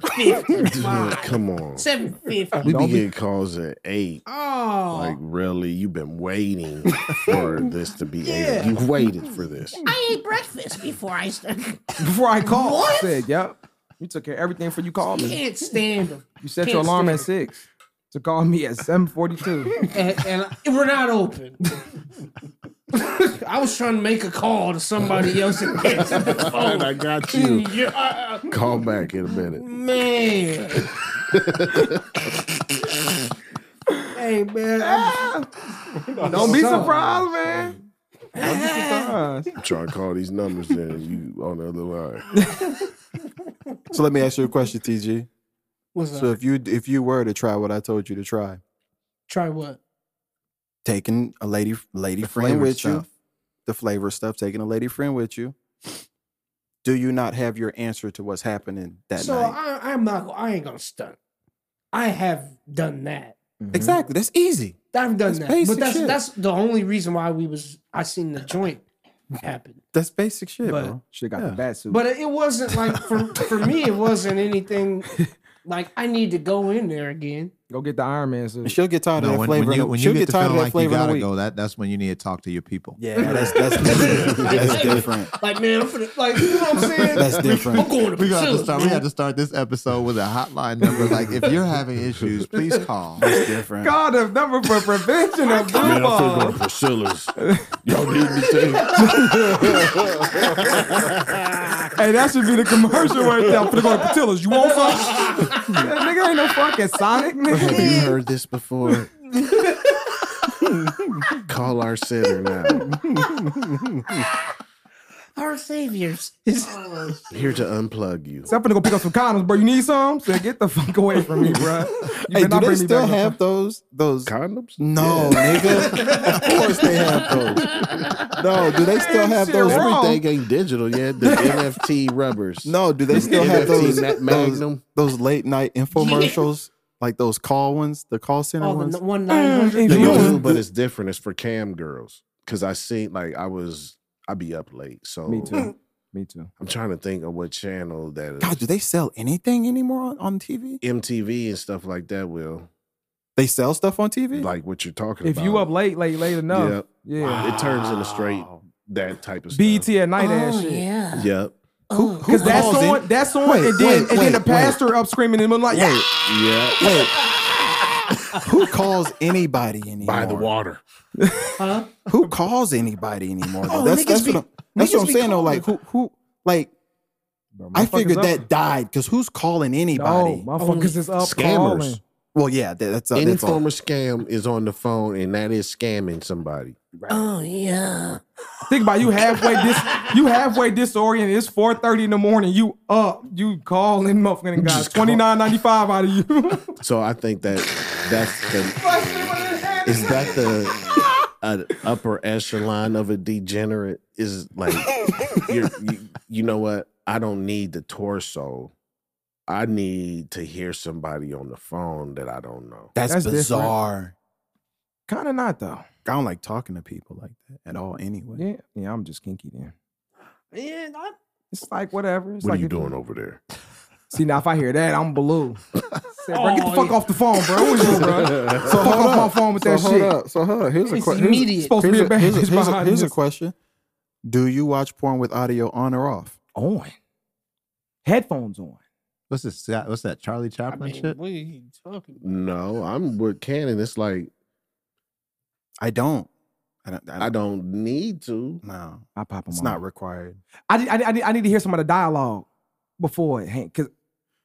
<laughs>
fifty?
Dude, Come on.
Seven fifty.
We be getting calls at eight.
Oh,
Like really, you've been waiting <laughs> for this to be.
Yeah.
aired. You've waited for <laughs> this.
I ate breakfast before I started.
Before I called, I
What?
said, "Yep, you took care of everything for you called me.
<laughs> Can't stand them.
You set your
Can't
alarm
stand
at six to call me at seven forty-two.
and, and I- we're not open. <laughs> I was trying to make a call to somebody else and answer the
<laughs>
phone.
And I got you.
<laughs> Yeah, I- I-
Call back in a minute.
<laughs>
man. hey man,
Ah! <laughs>
I'm-
Don't be
So-
surprised, man. Don't be <laughs> surprised.
Try to call these numbers in, and you on the other line.
So let me ask you a question, TG.
what's
So
up?
if you if you were to try what I told you to try,
Try what?
taking a lady lady friend
flavor
with
stuff.
you, the flavor stuff, taking a lady friend with you, do you not have your answer to what's happening that
so
night?
I, I'm not. I ain't gonna stunt. I have done that.
Exactly. That's easy.
I've done
That's
that. But
basic
that's
shit.
that's the only reason why we was. I seen the joint happen.
That's basic shit,
But-
bro.
Should have got
Yeah.
the bat suit.
But it wasn't like for for me, it wasn't anything like I need to go in there again.
Go get the Iron Man suit.
And she'll get tired
No,
of that
when,
flavor.
when
in
you
a-
when you
she'll
get
get
to
tired
feeling
of that
like you
flavor in a
gotta
week.
go, that that's when you need to talk to your people. <laughs>
Yeah, that's that's different. that's different.
Like man, I'm finna, like you know what I'm saying?
That's
I'm
different.
going to
We gonna have
Priscilla,
to start. We
man.
have to start this episode with a hotline number. Like, if you're having issues, please
<laughs>
call.
That's different.
<laughs> God, the number
<laughs>
for prevention of
<laughs>
blue
Man, I'm finna go
balls.
to Priscilla's. <laughs> Y'all need me to.
Hey, that should be the commercial right there. I'm finna go to Patilla's. You want some? that <laughs> nigga ain't no fucking Sonic,
Have
nigga.
you heard this <laughs> before? Call our center now.
Our saviors.
Here to unplug you.
So I'm finna go pick up some condoms, bro. You need some? Said, get the fuck away from me, bro.
Hey,
You better
do
not
they
bring me
still
back no-
have those? Those
Condoms?
no, nigga. Of course they have those. No, do they still
Ain't
have
shit
those?
wrong.
Everything ain't digital yet. <laughs> The NFT rubbers.
No, do they still have
NFT
those?
Nat
Those,
Magnum.
those late night
<laughs>
infomercials, like those call ones, the call center
Oh,
ones.
the one nine hundred.
They
You know
do,
what?
but it's different. It's for cam girls. Cause I seen like I was I be up late. So
Me too. Me too.
I'm trying to think of what channel that is.
God, do they sell anything anymore on, on TV?
MTV and stuff like that will.
They sell stuff on TV.
Like what you're talking
If
about.
you up late, late, late enough.
Yep.
Ah,
Yeah.
It turns into straight that type of stuff.
BET at night ass
Oh
shit.
yeah.
Yep.
Oh.
Who? Because that's
calls
on.
in?
That's on.
Wait,
and then,
wait,
and then
wait,
the
wait.
pastor up screaming in the like,
Wait,
Yeah.
wait. Who calls anybody anymore?
By the water.
Huh?
<laughs> Who calls anybody anymore? though?
Oh,
that's
niggas
that's
be-
what I'm, that's
niggas
what I'm
be
saying though.
calling.
Like who who like
Bro,
I
motherfuckers
figured
up.
that died because who's calling anybody?
No, motherfuckers is up
Scammers.
calling.
well, yeah, that, that's uh,
Any
that's all.
form of scam is on the phone, and that is scamming somebody.
Oh yeah.
Think about it, you halfway dis you halfway disoriented. It's 4:30 in the morning. You up. You calling motherfucking guys.
Just call.
29.95 out of you. <laughs>
So I think that that's the is that the uh, upper echelon of a degenerate is like you're, you you know what I don't need the torso. I need to hear somebody on the phone that I don't know.
That's,
That's different.
bizarre.
kind of not though.
I don't like talking to people like that at all. Anyway,
Yeah. Yeah, I'm just kinky then.
Man, I,
It's like whatever. It's
what
like
are you
if-
doing over there?
See now if I hear that, I'm blue. Said, bro, get the
Oh,
fuck
yeah.
off the phone, bro. What you doing, bro?
so
fuck
hold
off my
up.
phone with
So
that
hold
shit.
up. So hold up. Here's a
it's
question. Here's,
immediate.
Supposed to
Here's
be a
a,
bad
here's a-
bitch
here's a-
behind
here's a
this.
question: Do you watch porn with audio on or off?
on. Headphones on.
What's this? What's that? Charlie
I
Chaplin
mean,
shit?
what are you talking about?
No, I'm with Cannon. It's like
I don't. I don't. I
I
don't.
don't need to.
No,
I pop them
it's
on.
not required.
I, need- I, need- I, need- I need to hear some of the dialogue before it, Hank. Cause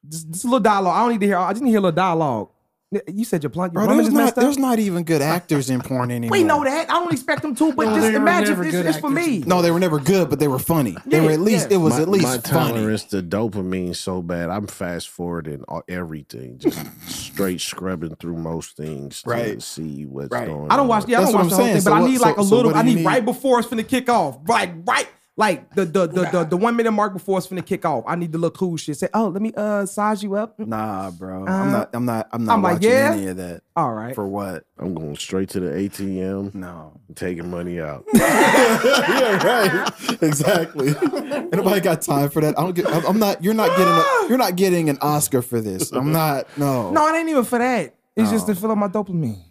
just, just a little dialogue. I don't need to hear. I just need to hear a little dialogue. N- You said your blunt, your
Bro,
woman
there's
is
not,
messed
there's
up.
not even
<laughs>
good actors in porn anymore.
We know that. I don't expect them to, but
No,
just
they were
imagine
never
this
good
is for me.
No, they were never good, but they were funny. They
Yeah,
were at least.
yeah.
It was
my,
at least
my
funny.
tolerance to dopamine so bad. I'm fast forwarding all- everything, just straight scrubbing through most things
Right.
to see what's
Right.
going.
I don't watch.
on.
Yeah, I
That's
don't
what
watch
I'm
the whole
saying.
thing,
So
but I
what-
need
so-
like a
so
little.
what do
I
you
need,
need?
right before it's finna kick off. Like right, like the the the the, the one minute mark before it's finna kick off. I need the little cool shit. Say, oh, let me uh size you up.
Nah, bro.
Uh,
I'm not. I'm not. I'm not
I'm like,
watching
yeah?
any of that.
All right.
For what?
I'm going straight to the ATM,
No.
and taking money out.
yeah, right. <laughs> Exactly. Ain't Nobody got time for that. I don't get. I'm I'm not. You're not getting. A, you're not getting an Oscar for this. I'm not. No.
No, it ain't even for that. It's just to
No.
fill up my dopamine.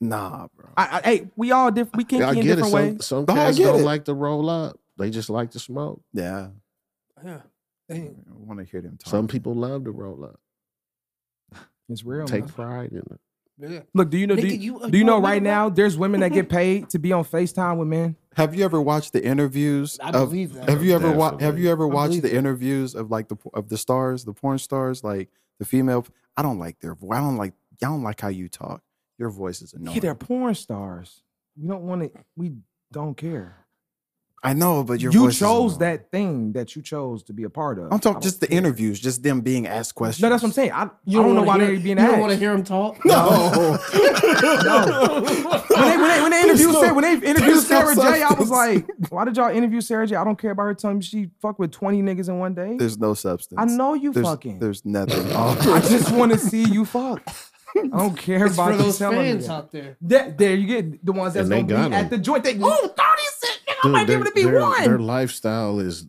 Nah, bro.
I, I, hey, we all different. We kinky
I
in
get it.
different
Some,
ways.
some
No, I
cats
get
don't
it.
like to roll up. They just like to smoke.
Yeah.
yeah.
I
Dang.
want to hear them talk.
Some people love to roll up.
It's real.
Take
man.
pride in it.
Yeah.
Look, do you know? Do you,
Nigga, you-
do you
you
know
want me
right
to roll?
now? There's women that get paid to be on Facetime with men.
Have you ever watched the interviews?
I
of,
believe that.
Have you ever watched? Have
Definitely.
you ever watched the interviews of like the of the stars, the porn stars, like the female? I don't like their voice. I don't like. I don't like how you talk. Your voice is
Yeah,
annoying.
they're porn stars. We don't want to. We don't care.
I know, but your
you
voice is
chose
annoying.
that thing that you chose to be a part of.
I'm
I
talking
don't
just the
care.
interviews, just them being asked questions.
No, that's what I'm saying. I, I don't know
wanna
why
hear-
they're being
You
asked.
don't want to hear him talk? <laughs>
No,
when they when they, when they interviewed
no-
Sarah, when they interviewed
there's no
Sarah J, I was
substance.
like, why did y'all interview Sarah J? I don't care about her telling me she fucked with 20 niggas in one day.
there's no substance.
I know you
there's,
fucking.
There's
<laughs>
nothing.
Oh
I just want to see you fuck. I
<laughs>
don't care
It's
about
for
you
those
telling me
fans
that.
out there.
That- there you get the ones that's
And they
gonna be
got 'em.
at the joint. They oh 30 cent, nigga, I
Dude,
might be
their-
able to be
their, Their
one.
lifestyle is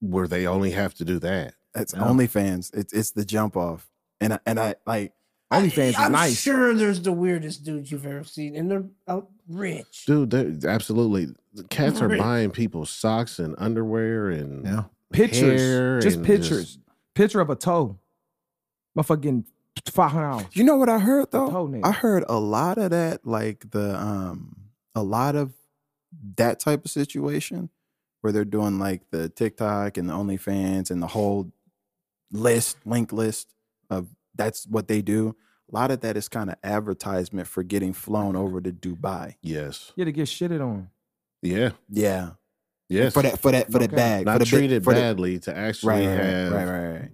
where they only have to do that.
<laughs> It's OnlyFans. It's it's the jump off, and I, and I like
OnlyFans is
I'm
nice.
sure there's the weirdest dudes you've ever seen, and they're out rich.
Dude, they're- absolutely. The Cats are
Right.
buying people socks and underwear and
Yeah.
hair
Pictures, just
and
pictures. Picture of a toe. Motherfucking 500 hours.
You know what I heard
The
though?
toenail.
I heard a lot of that, like the um, a lot of that type of situation where they're doing like the TikTok and the OnlyFans and the whole list, link list of that's what they do. A lot of that is kind of advertisement for getting flown over to Dubai.
Yes.
Yeah, to get shitted on.
Yeah.
Yeah,
Yes.
for that, for that, for
Okay.
that bag,
Not
for the big-
treated
for the-
badly to actually
right, right,
have.
right, right, right,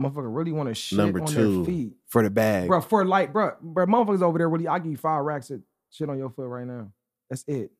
Motherfucker really want to shit
Number
on
two.
their feet.
for the bag.
Bro, for like, bro, bro, motherfuckers over there really, I give you five racks of shit on your foot right now. That's it.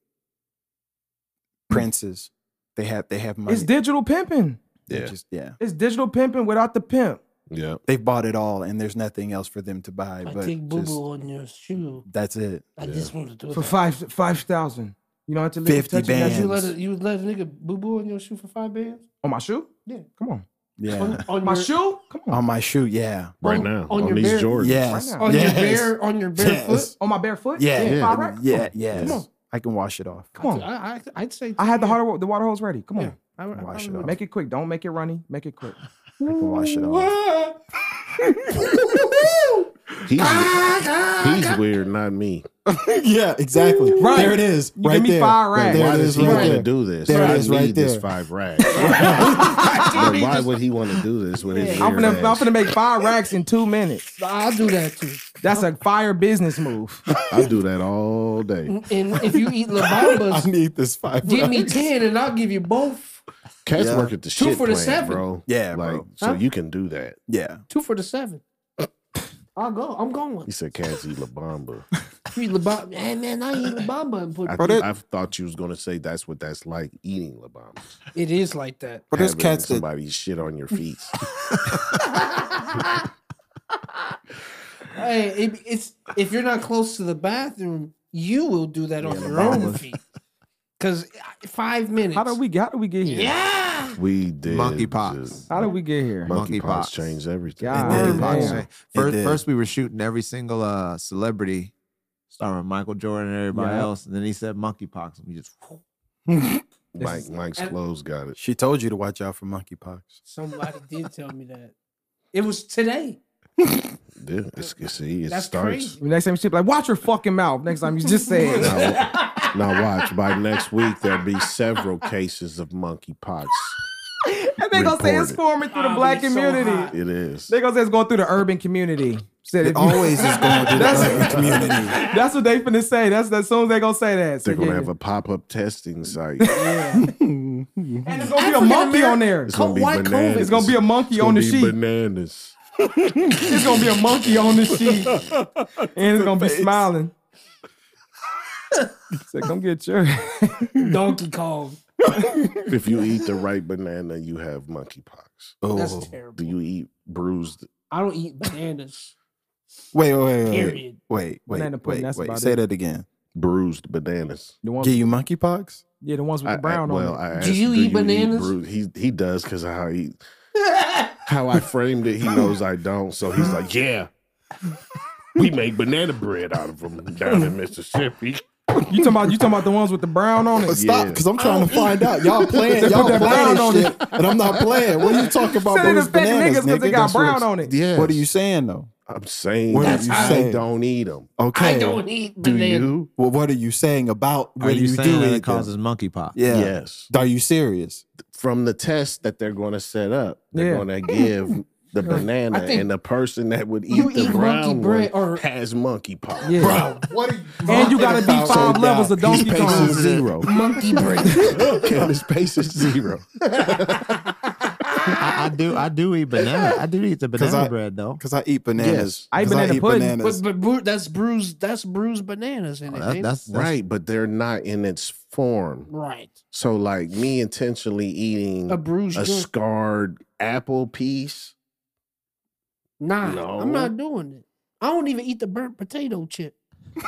Princes, they have they have money.
It's digital pimping.
They
Yeah.
just- yeah.
It's digital pimping without the pimp.
Yeah.
They've bought it all, and there's nothing else for them to buy.
I
but
take boo
just-
boo on your shoe.
That's it.
I just want to do
for
that.
five five thousand. You don't have to leave
50
touching that
bands.
shit
You let a, you let a nigga boo boo on your shoe for five bands?
on my shoe.
Yeah.
Come on,
Yeah.
On, on
my
your,
shoe. Come
<laughs>
on,
On my shoe, yeah.
Right
On-
now.
on
On,
your
these
bare-
Jordans.
Yes.
Right
On
yes.
your bare on your bare
<laughs> Yes.
foot.
on my Oh, bare foot.
Yeah.
five
Yeah.
racks.
Yeah.
Come on.
Yes. I can wash it off.
Come on.
I, I I'd say
I had the water the water hose ready. Come on.
Yeah. I, I
Wash it off.
Make it quick. Don't make it runny. Make it quick.
I can wash it off.
What?
He's, he's weird, not me.
<laughs> yeah, exactly.
Right.
There it is.
You
right
give me
there.
five
Like,
racks.
There
why
it
does
is
he
right
want to
there.
do this?
There it
I
is
need
right
this
there.
five racks. But why would he want to do this with his
I'm
weird
finna, I'm
ass?
finna make five racks in two minutes.
I'll do that too.
That's a fire business move.
I do that all day.
And if you eat La
<laughs> I <laughs>
Bamba's,
need this five.
give me
racks.
ten, and I'll give you both.
Cats
Yeah.
work at the
Two
shit
for the
plant,
seven.
bro.
Yeah,
like
bro.
so
Huh?
you can do that.
Yeah.
Two for the seven. I'll go. I'm going.
He said, "Cats eat La Bamba."
You eat La Bamba. Hey man, I eat La Bamba and put.
I,
Bro,
th-
that-
I thought you was gonna say that's what that's like eating La Bamba.
It is like that.
But there's
Having
cats that
somebody shit on your feet.
Hey, it, it's if you're not close to the bathroom, you will do that on your own feet. Cause five minutes.
How do we? How do we get here?
Yeah.
we did
Monkeypox.
just-
How do we get here?
Monkeypox
Monkeypox.
changed everything.
God.
Monkey
Oh,
pox,
man.
right? First,
did.
first we were shooting every single uh, celebrity, starting with Michael Jordan and everybody
Yeah.
else, and then he said monkeypox, and we just
Mike, Mike's clothes got it.
She told you to watch out for monkeypox.
Somebody did tell me that. It was today.
Yeah, it's, it's- see, it
That's
starts.
crazy.
Next time you should be like, watch your fucking mouth. Next time you just
<laughs>
say it.
Now, now watch. By next week, there'll be several cases of monkeypox.
And they gonna say it's
Reported.
forming through the
I'll
black
be so
community.
hot.
It is.
they gonna say it's going through the urban community. Said <laughs> if
It
you-
always is going to the
That's-
urban community.
that's what they finna say. That's as soon as they gonna say that. So,
They're gonna
yeah.
have a pop up testing site.
<laughs> and it's gonna be a
African
monkey
Ameri-
on there.
It's gonna be
White COVID.
bananas.
It's gonna be a monkey
It's
on
gonna
the
be
sheet.
Bananas.
<laughs> It's gonna be a monkey on the sheet,
<laughs>
and it's gonna be smiling. Said, come get your.
Donkey Kong.
If you eat the right banana, you have monkeypox.
That's
<laughs> Oh.
terrible.
Do you eat bruised?
I don't eat bananas.
Wait, wait, wait, wait, wait,
Period.
wait,
Banana
wait,
pudding,
wait,
that's
wait.
about
Say
it.
that again.
Bruised bananas.
<laughs> The ones,
Give you monkeypox?
yeah, the ones with
I-
the
I-
brown on
well,
it.
I
Do
asked,
you eat bananas?
bruised- He he does because of how
<laughs>
he how I framed it. He knows I don't, so he's like, yeah. We make banana bread out of them down in Mississippi.
You talking about you talking about the ones with the brown on it?
Stop,
Yeah.
because I'm trying to find
<laughs>
out. Y'all playing, y'all
that
playing
brown on
shit, and I'm not playing. What are you talking about?
Send it
those
to fat niggas
bananas,
because
nigga?
they got
That's
brown
what-
on it.
Yeah.
What are you saying though?
I'm saying
What are
that's
you
how
saying?
I don't eat Oh, them.
Okay.
I don't eat
Do
bananas.
you?
Well, what are you saying about what
are you,
do
saying
do
that
eat
it causes
them?
monkeypox?
Yeah.
Yes.
Are you
<laughs>
serious?
From the test that they're going to set up, they're
Yeah.
going to give the banana,
I think-
and the person that would
You
eat the
eat monkey
brown
bread
one
or-
has monkeypox. <laughs>
Yeah.
<laughs> What are you
And you gotta be
talking about?
five
So
levels
now
of Donkey
he's
Kong.
pacing
Bro.
Zero.
<laughs>
Monkey bread.
okay, this pace is zero.
I, I do. I do eat banana. I do eat
<laughs>
the
'Cause
banana
I-
bread though.
Because I eat bananas.
Yes.
I
'Cause
eat banana pudding,
but but bru- that's bruised. That's bruised bananas in
Oh,
it.
that-
ain't it?
that's, that's
right, but they're not in its form.
right.
So, like me intentionally eating
A
a,
bruised. joint.
scarred apple piece,
Nah, I'm
No.
not doing it. I don't even eat the burnt potato chip.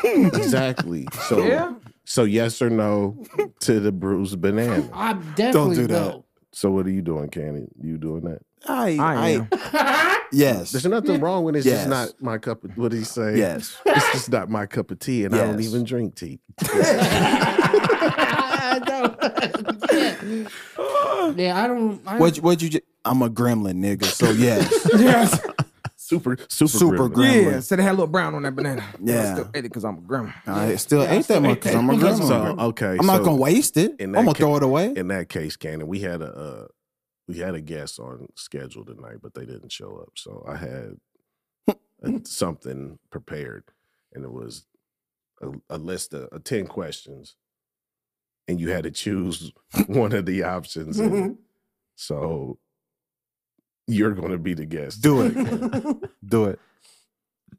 exactly. So,
Yeah.
so yes or no to the bruised banana.
I definitely
do
do
that.
So, what are you doing, Candy? You doing that?
I,
I
I,
am.
yes,
There's nothing wrong with it. It's
Yes.
just not my cup. Of, what do you say?
yes.
It's just not my cup of tea, and I don't
Yes.
even drink tea.
I don't- yeah. yeah, I don't. I,
What what you? Ju- I'm a gremlin, nigga. So
<laughs>
yes,
Yes.
Super, super,
Super
gremlin.
gremlin.
Yeah. So they had a little brown on that banana.
Yeah.
I still ate it because I'm a grandma.
I still ain't that much because I'm a gremlin.
So, okay,
I'm not
so-
gonna waste it. I'm
in that
gonna
ca-
throw it away.
in that case, Cannon, we had a uh, we had a guest on schedule tonight, but they didn't show up. So I had
<laughs>
a- something prepared, and it was a, a list of uh, ten questions, and you had to choose <laughs> one of the options.
Mm-hmm.
And so you're going to be the guest.
Do
tonight, Cannon.
it. Do it.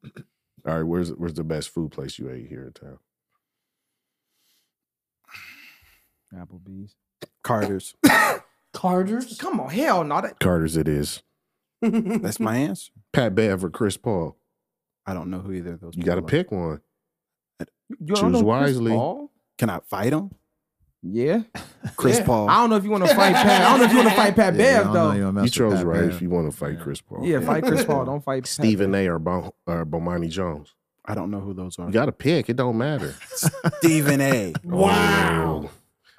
<laughs> All right, where's where's the best food place you ate here in town?
Applebee's.
<laughs>
Carter's.
Carter's?
Come on, hell no. That,
Carter's. It is
That's my answer.
Pat Bev or Chris Paul.
I don't know who either of those.
You got to
people are.
pick one.
you don't
Choose
know Chris
wisely.
Paul?
Can I fight him?
Yeah.
Chris
Yeah.
Paul.
I don't know if you want to fight Pat. I don't know if you want to fight Pat
Yeah, I
Bev
don't know
though.
you'll mess
You
with
chose
that
right.
band.
If you want to fight Chris Paul,
Yeah, fight Chris Paul. Don't fight Pat.
Stephen A. or, bon- or Bomani Jones.
I don't know who those are.
You got to pick. It don't matter.
<laughs> Stephen A.
<laughs>
Wow.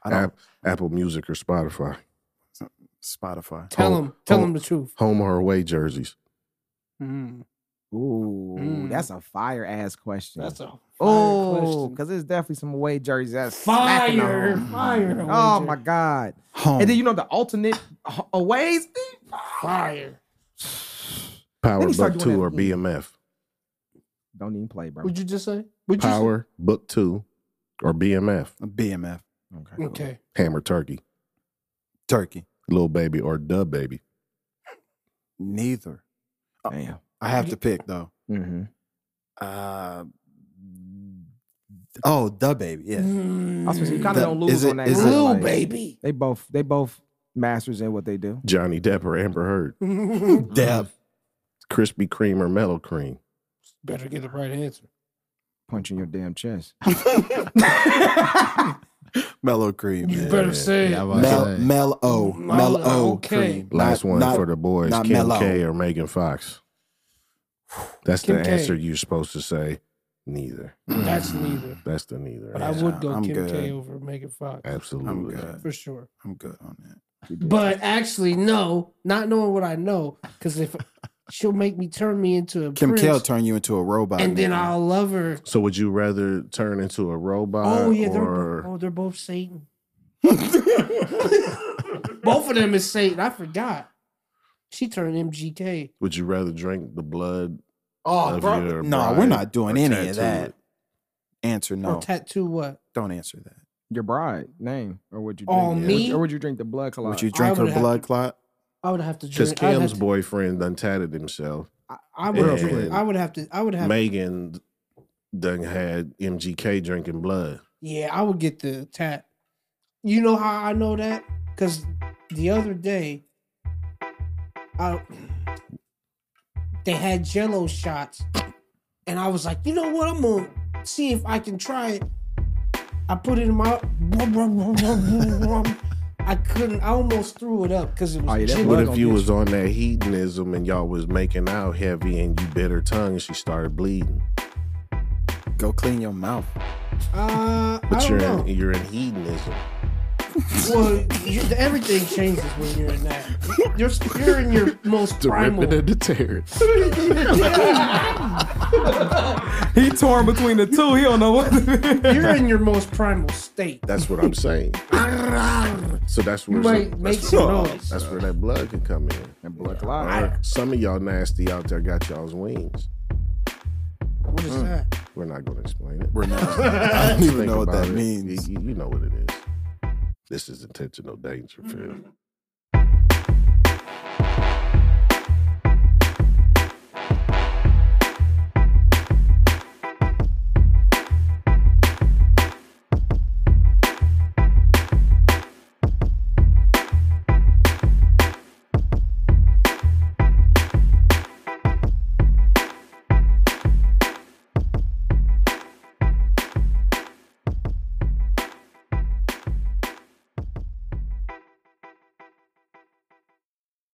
I
Oh.
don't-
App- Apple Music or Spotify.
Spotify.
Tell
Oh,
Home-
him. Tell
home-
him the truth.
Home or away jerseys.
Mm,
Ooh, that's a fire ass question.
that's a
Oh,
oh,
because there's definitely some away jerseys that's smacking
fire,
on.
fire.
Oh
Windsor.
my god!
Home.
And then you know the alternate uh, h- aways.
fire.
Power
he start
Book
doing
Two
that
or
again.
BMF.
Don't even play, bro.
Would you just say? Would you?
Power Book Two or BMF.
BMF.
Okay.
Say?
cool.
Okay.
Hammer Turkey.
Turkey.
Little Baby or Dub Baby.
Neither. Uh,
Damn.
I have to pick though.
Mm-hmm.
Uh, oh, the baby. Yeah.
Mm, I was gonna say, you kind of
The-
don't lose
is it-
on that.
is it
one,
Lil
like,
baby.
They both they both masters in what they do.
Johnny Depp or Amber Heard.
Deb.
Krispy Kreme or Mellow Cream.
<laughs> Better get the right answer.
Punching your
<laughs>
damn chest.
Mellow cream.
You
yeah.
better say.
Yeah, I
it.
was
Mel,
saying.
Mel O. Mel
Mel-
O.
okay.
Cream.
Last
Not-
one
not-
for the boys.
not
Kim
Mellow.
K or Megan Fox. That's
Kim
the
K.
answer you're supposed to say. Neither.
That's neither.
That's the neither.
But I
answer.
would go
I'm
Kim K
good.
over Megan Fox
I'm
Absolutely.
good.
for sure.
I'm good on that.
But actually, no, not knowing what I know, because if <laughs> she'll make me turn me into a
Kim
prince,
K will turn you into a robot.
and then
man.
I'll love her.
So would you rather turn into a robot?
Oh yeah, they're
or...
bo- oh they're both Satan. both of them is Satan. I forgot. She turned MGK.
Would you rather drink the blood?
Oh,
of
bro.
your
No, we're
bride
not doing
or
any
tattoo
of that.
it?
Answer no.
Or tattoo what?
Don't answer that.
Your bride name or would you? Drink,
Oh,
or would-
me?
Or would you drink the blood clot?
Would you drink her
would have-
blood clot?
I would have to
Because
drink. I'd have
Kim's
to-
boyfriend done tatted himself.
I, I would.
Real
Have
quick.
to, I would have to. I would have.
Megan done had MGK drinking blood.
Yeah, I would get the tat. You know how I know that? Because the other day, I they had Jello shots, and I was like, you know what? I'm gonna see if I can try it. I put it in my. I couldn't. I almost threw it up because it was.
Oh, yeah, that
Jell-O.
Blood
What if
gonna
you
get
was on that hedonism and y'all was making out heavy and you bit her tongue and she started bleeding?
Go clean your mouth.
Uh, I
But
don't
you're
know.
in you're in hedonism.
Well, you, everything changes when you're in that. You're, you're in your most primal.
the terrors.
He torn between the two. He don't know what.
You're in your most primal state.
That's what
<laughs>
I'm saying. so that's where
You might
some-
make
that's,
some
where-
noise.
that's where that blood can come in.
and blood clot.
Some of y'all nasty out there got y'all's wings.
What is that?
We're not going to explain it.
We're
<laughs>
not. I don't even
Think
know what
about
that
it.
means.
You, you- you know what it is. This is intentional danger, Phil.